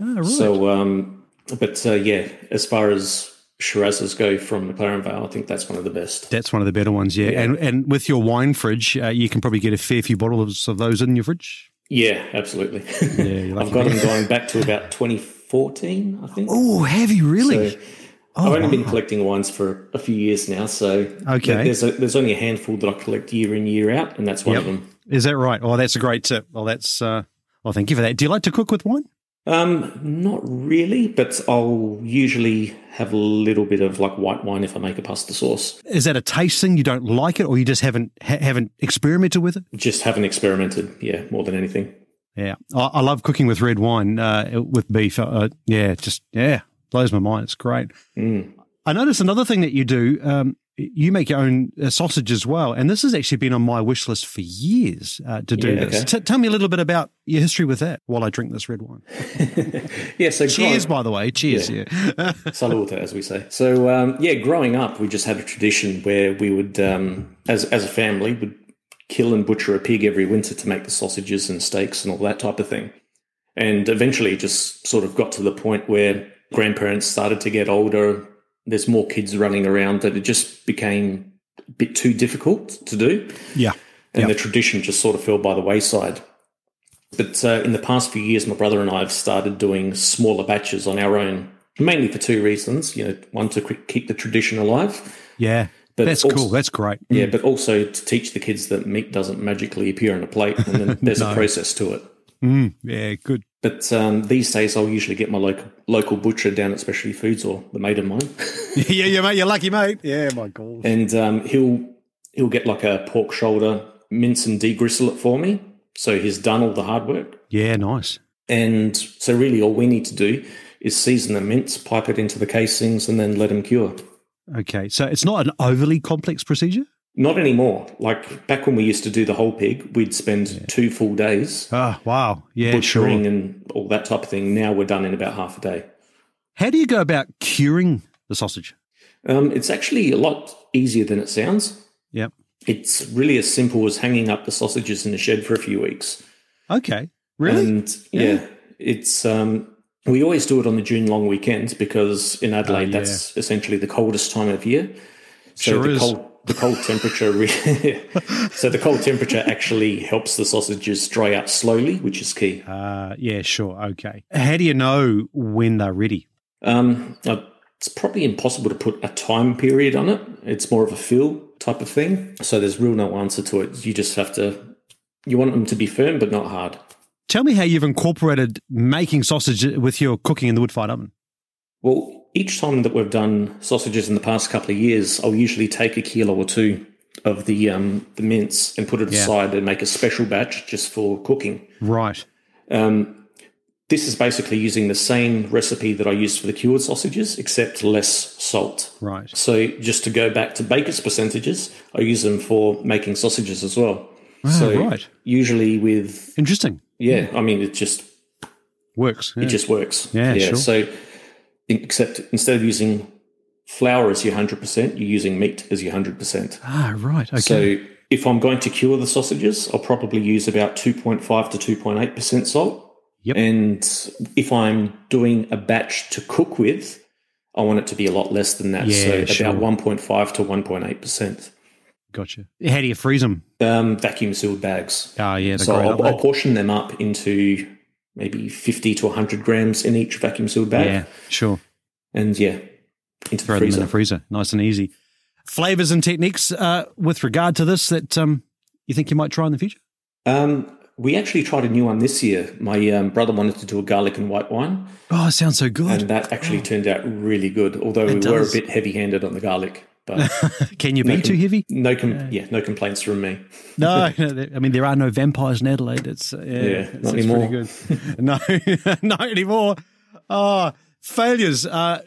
A: Oh, right.
B: So, um, but uh, yeah, as far as Shirazes go from McLaren Vale, I think that's one of the best.
A: that's one of the better ones, yeah. And and with your wine fridge, uh, you can probably get a fair few bottles of those in your fridge.
B: Yeah, absolutely.
A: you're lucky.
B: I've got them going back to about 2014, I think.
A: Oh, have you really?
B: So
A: Oh,
B: I've only been collecting wines for a few years now, so
A: Okay.
B: there- there's a, there's only a handful that I collect year in year out, and that's one of them.
A: Is that right? Oh, that's a great tip. Well, that's uh, well, thank you for that. Do you like to cook with wine?
B: Um, not really, but I'll usually have a little bit of like white wine if I make a pasta sauce.
A: Is that a taste thing? You don't like it, or you just haven't ha- haven't experimented with it?
B: Just haven't experimented, yeah, more than anything.
A: Yeah, I, I love cooking with red wine uh, with beef. Uh, yeah, just yeah, blows my mind. It's great.
B: Mm.
A: I noticed another thing that you do. Um, you make your own uh, sausage as well, and this has actually been on my wish list for years uh, to do
B: Yeah,
A: this.
B: okay.
A: T- tell me a little bit about your history with that while I drink this red wine.
B: Yeah, so
A: Cheers,
B: growing-
A: by the way. Cheers. Yeah.
B: Salute, as we say. So um, yeah, growing up, we just had a tradition where we would, um, as as a family, would kill and butcher a pig every winter to make the sausages and steaks and all that type of thing. And eventually, it just sort of got to the point where grandparents started to get older. There's more kids running around that it just became a bit too difficult to do
A: yeah.
B: and the tradition just sort of fell by the wayside. But uh, in the past few years, my brother and I have started doing smaller batches on our own, mainly for two reasons. You know, one to k- keep the tradition alive,
A: Yeah.
B: But
A: That's
B: also-
A: cool. That's great.
B: yeah, but also to teach the kids that meat doesn't magically appear on a plate, and then there's a process to it.
A: Mm, yeah. Good.
B: But um, these days, I'll usually get my local local butcher down at Specialty Foods or the mate of mine,
A: yeah, yeah, mate. You're lucky, mate. Yeah. My God.
B: and um, he'll he'll get like a pork shoulder, mince and degristle it for me. So he's done all the hard work.
A: Yeah. Nice.
B: And so, really, all we need to do is season the mince, pipe it into the casings, and then let them cure.
A: Okay. So it's not an overly complex procedure.
B: Not anymore. Like back when we used to do the whole pig, we'd spend two full days
A: Oh, wow. Yeah. sure.
B: curing and all that type of thing. Now we're done in about half a day.
A: How do you go about curing the sausage?
B: Um, it's actually a lot easier than it sounds.
A: Yep.
B: It's really as simple as hanging up the sausages in the shed for a few weeks.
A: Okay. Really?
B: And yeah, it's um, we always do it on the June long weekend because in Adelaide
A: Oh, yeah.
B: that's essentially the coldest time of year. So
A: Sure
B: the
A: is.
B: cold the cold temperature re- so the cold temperature actually helps the sausages dry out slowly, which is key.
A: uh, yeah, sure. Okay. How do you know when they're ready?
B: Um, uh, it's probably impossible to put a time period on it. It's more of a feel type of thing. So there's real no answer to it. You just have to you want them to be firm but not hard.
A: Tell me how you've incorporated making sausage with your cooking in the wood fired oven.
B: Well, each time that we've done sausages in the past couple of years, I'll usually take a kilo or two of the um, the mince and put it aside and make a special batch just for cooking.
A: Right.
B: This is basically using the same recipe that I used for the cured sausages, except less salt.
A: Right.
B: So just to go back to baker's percentages, I use them for making sausages as well. so
A: right.
B: usually with
A: Interesting.
B: yeah, I mean it just
A: Works.
B: it just works.
A: Yeah, sure.
B: So, in- except instead of using flour as your 100%, you're using meat as your 100%.
A: ah, right. Okay.
B: So, if I'm going to cure the sausages, I'll probably use about 2.5 to 2.8% salt.
A: Yep.
B: And if I'm doing a batch to cook with, I want it to be a lot less than that. so,
A: Yeah,
B: about
A: sure.
B: 1.5 to 1.8%.
A: gotcha. How do you freeze them?
B: Um, vacuum sealed bags.
A: Ah, yeah. The
B: So,
A: great
B: I'll,
A: oven.
B: I'll portion them up into maybe 50 to 100 grams in each vacuum sealed bag.
A: yeah, sure.
B: And yeah, into
A: Throw them
B: the freezer.
A: in the freezer. Nice and easy. Flavors and techniques uh, with regard to this that um, you think you might try in the future?
B: Um, we actually tried a new one this year. My um, brother wanted to do a garlic and white wine,
A: Oh, it sounds so good.
B: and that actually turned out really good. Although we
A: Oh. It
B: were a
A: does.
B: bit heavy-handed on the garlic, but
A: Can you be
B: Making-
A: too heavy?
B: no, com- yeah, no complaints from me.
A: No, no, there- I mean there are no vampires in Adelaide. It's uh, yeah, it's,
B: not
A: it's
B: anymore.
A: pretty good. no, not anymore. Oh, failures uh,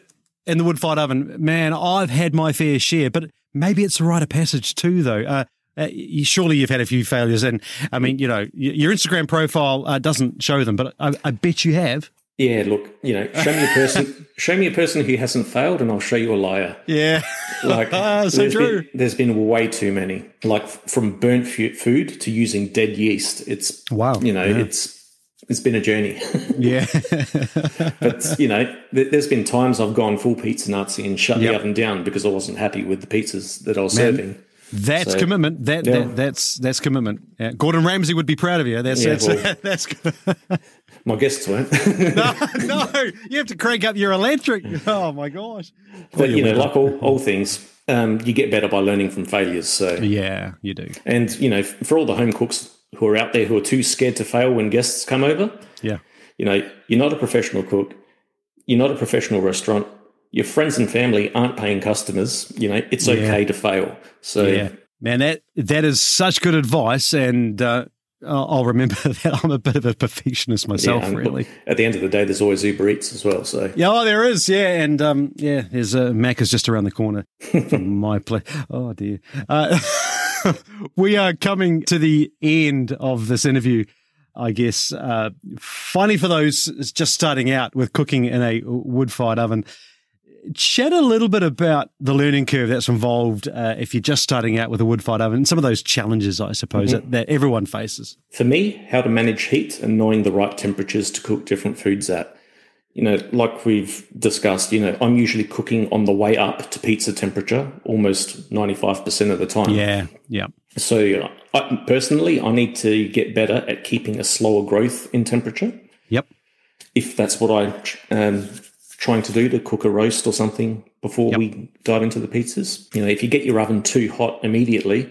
A: in the wood fired oven. Man, I've had my fair share, but maybe it's a rite of passage too, though. Uh, uh, you- surely you've had a few failures, and I mean, you know, y- your Instagram profile uh, doesn't show them, but I, I bet you have.
B: Yeah, look, you know, show me a person, show me a person who hasn't failed, and I'll show you a liar.
A: Yeah,
B: Like,
A: Ah, so
B: there's
A: true.
B: Been, there's been way too many. Like f- from burnt fu- food to using dead yeast. It's
A: Wow.
B: You know,
A: Yeah.
B: it's it's been a journey.
A: yeah,
B: But you know, th- there's been times I've gone full pizza Nazi and shut
A: Yep.
B: the oven down because I wasn't happy with the pizzas that I was serving.
A: that's
B: So-
A: commitment. That,
B: Yeah.
A: that that's that's commitment. Yeah. Gordon Ramsay would be proud of you. That's
B: Yeah,
A: that's
B: well-
A: that's.
B: My guests weren't.
A: no, you have to crank up your electric. Oh my gosh.
B: but you know, like all, all things, um, you get better by learning from failures. So,
A: Yeah, you do.
B: and you know, f- for all the home cooks who are out there who are too scared to fail when guests come over,
A: Yeah.
B: you know, you're not a professional cook, you're not a professional restaurant. Your friends and family aren't paying customers. You know, it's okay to fail. So,
A: Yeah. Man, that that is such good advice and uh I'll I'll remember that I'm a bit of a perfectionist myself,
B: and look,
A: really.
B: at the end of the day, there's always Uber Eats as well. So,
A: Yeah, oh, there is. Yeah, and um, yeah, there's uh, Mac is just around the corner from my place. Oh dear, uh, we are coming to the end of this interview. I guess uh, finally for those just starting out with cooking in a wood-fired oven, chat a little bit about the learning curve that's involved uh, if you're just starting out with a wood-fired oven. and Some of those challenges, I suppose, that, that everyone faces.
B: For me, how to manage heat and knowing the right temperatures to cook different foods at. You know, like we've discussed, you know, I'm usually cooking on the way up to pizza temperature almost 95% of the time.
A: Yeah, yeah,
B: So, you know, I, personally, I need to get better at keeping a slower growth in temperature
A: yep,
B: if that's what I'm um, trying to do to cook a roast or something before we dive into the pizzas. You know, if you get your oven too hot immediately,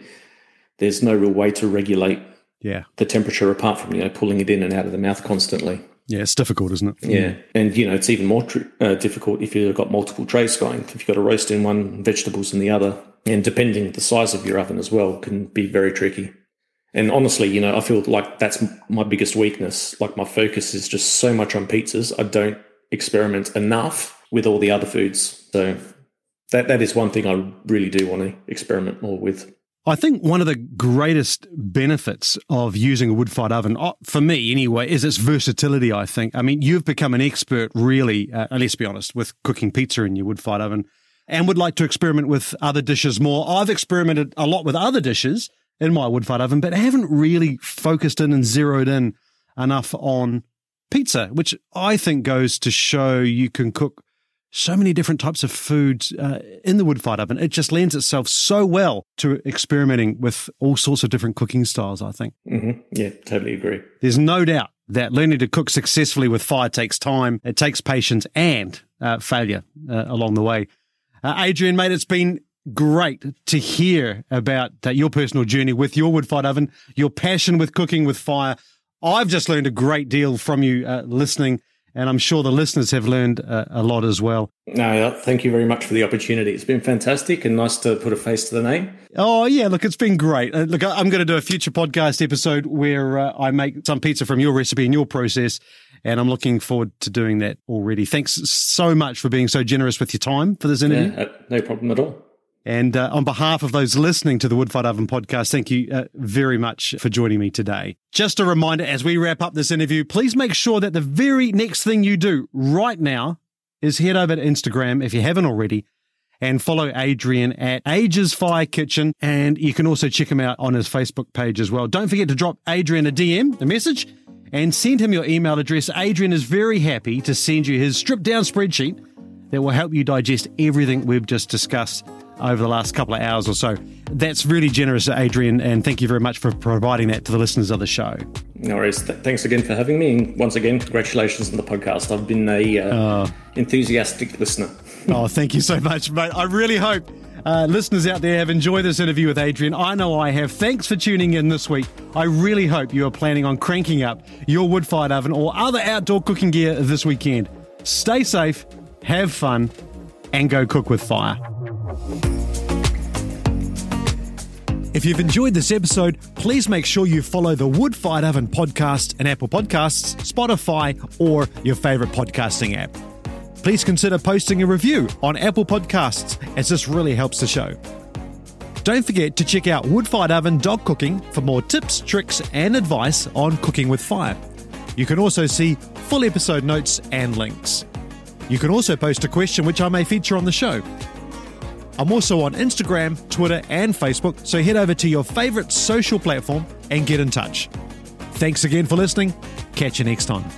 B: there's no real way to regulate
A: yeah,
B: the temperature apart from you know pulling it in and out of the mouth constantly
A: yeah. It's difficult, isn't it?
B: yeah and you know it's even more tr- uh, difficult if you've got multiple trays going if you've got a roast in one vegetables in the other and depending the size of your oven as well can be very tricky and honestly you know i feel like that's m- my biggest weakness like my focus is just so much on pizzas i don't experiment enough with all the other foods so that that is one thing i really do want to experiment more with
A: I think one of the greatest benefits of using a wood fired oven, oh, for me anyway, is its versatility. I think. I mean, you've become an expert, really, uh, and let's be honest, with cooking pizza in your wood fired oven and would like to experiment with other dishes more. I've experimented a lot with other dishes in my wood fired oven, but haven't really focused in and zeroed in enough on pizza, which I think goes to show you can cook so many different types of foods uh, in the wood fired oven. It just lends itself so well to experimenting with all sorts of different cooking styles, I think.
B: hmm yeah totally agree
A: There's no doubt that learning to cook successfully with fire takes time, it takes patience and uh, failure uh, along the way. Uh, Adrian, mate, it's been great to hear about uh, your personal journey with your wood fired oven, your passion with cooking with fire. I've just learned a great deal from you uh, listening, and I'm sure the listeners have learned uh, a lot as well.
B: No, thank you very much for the opportunity. It's been fantastic and nice to put a face to the name.
A: Oh yeah, look, it's been great. Uh, look, I- I'm going to do a future podcast episode where uh, I make some pizza from your recipe and your process, and I'm looking forward to doing that already. Thanks so much for being so generous with your time for this interview.
B: Uh, no problem at all.
A: And uh, on behalf of those listening to the Woodfired Oven podcast, thank you uh, very much for joining me today. Just a reminder as we wrap up this interview, please make sure that the very next thing you do right now is head over to Instagram if you haven't already and follow Adrian at Ages Fire Kitchen. And you can also check him out on his Facebook page as well. Don't forget to drop Adrian a DM, a message, and send him your email address. Adrian is very happy to send you his stripped down spreadsheet that will help you digest everything we've just discussed over the last couple of hours or so. That's really generous, Adrian, and thank you very much for providing that to the listeners of the show.
B: No worries. Th- thanks again for having me. And once again, congratulations on the podcast. I've been a uh, enthusiastic listener.
A: oh, thank you so much, mate. I really hope uh, listeners out there have enjoyed this interview with Adrian. I know I have. Thanks for tuning in this week. I really hope you are planning on cranking up your wood fired oven or other outdoor cooking gear this weekend. Stay safe, have fun, and go cook with fire. If you've enjoyed this episode, please make sure you follow the Wood Fired Oven podcast and Apple Podcasts, Spotify, or your favorite podcasting app please consider posting a review on Apple Podcasts, as this really helps the show. Don't forget to check out woodfiredoven.cooking for more tips, tricks, and advice on cooking with fire. You can also see full episode notes and links. You can also post a question which I may feature on the show. I'm also on Instagram, Twitter, and Facebook, so head over to your favorite social platform and get in touch. Thanks again for listening. Catch you next time.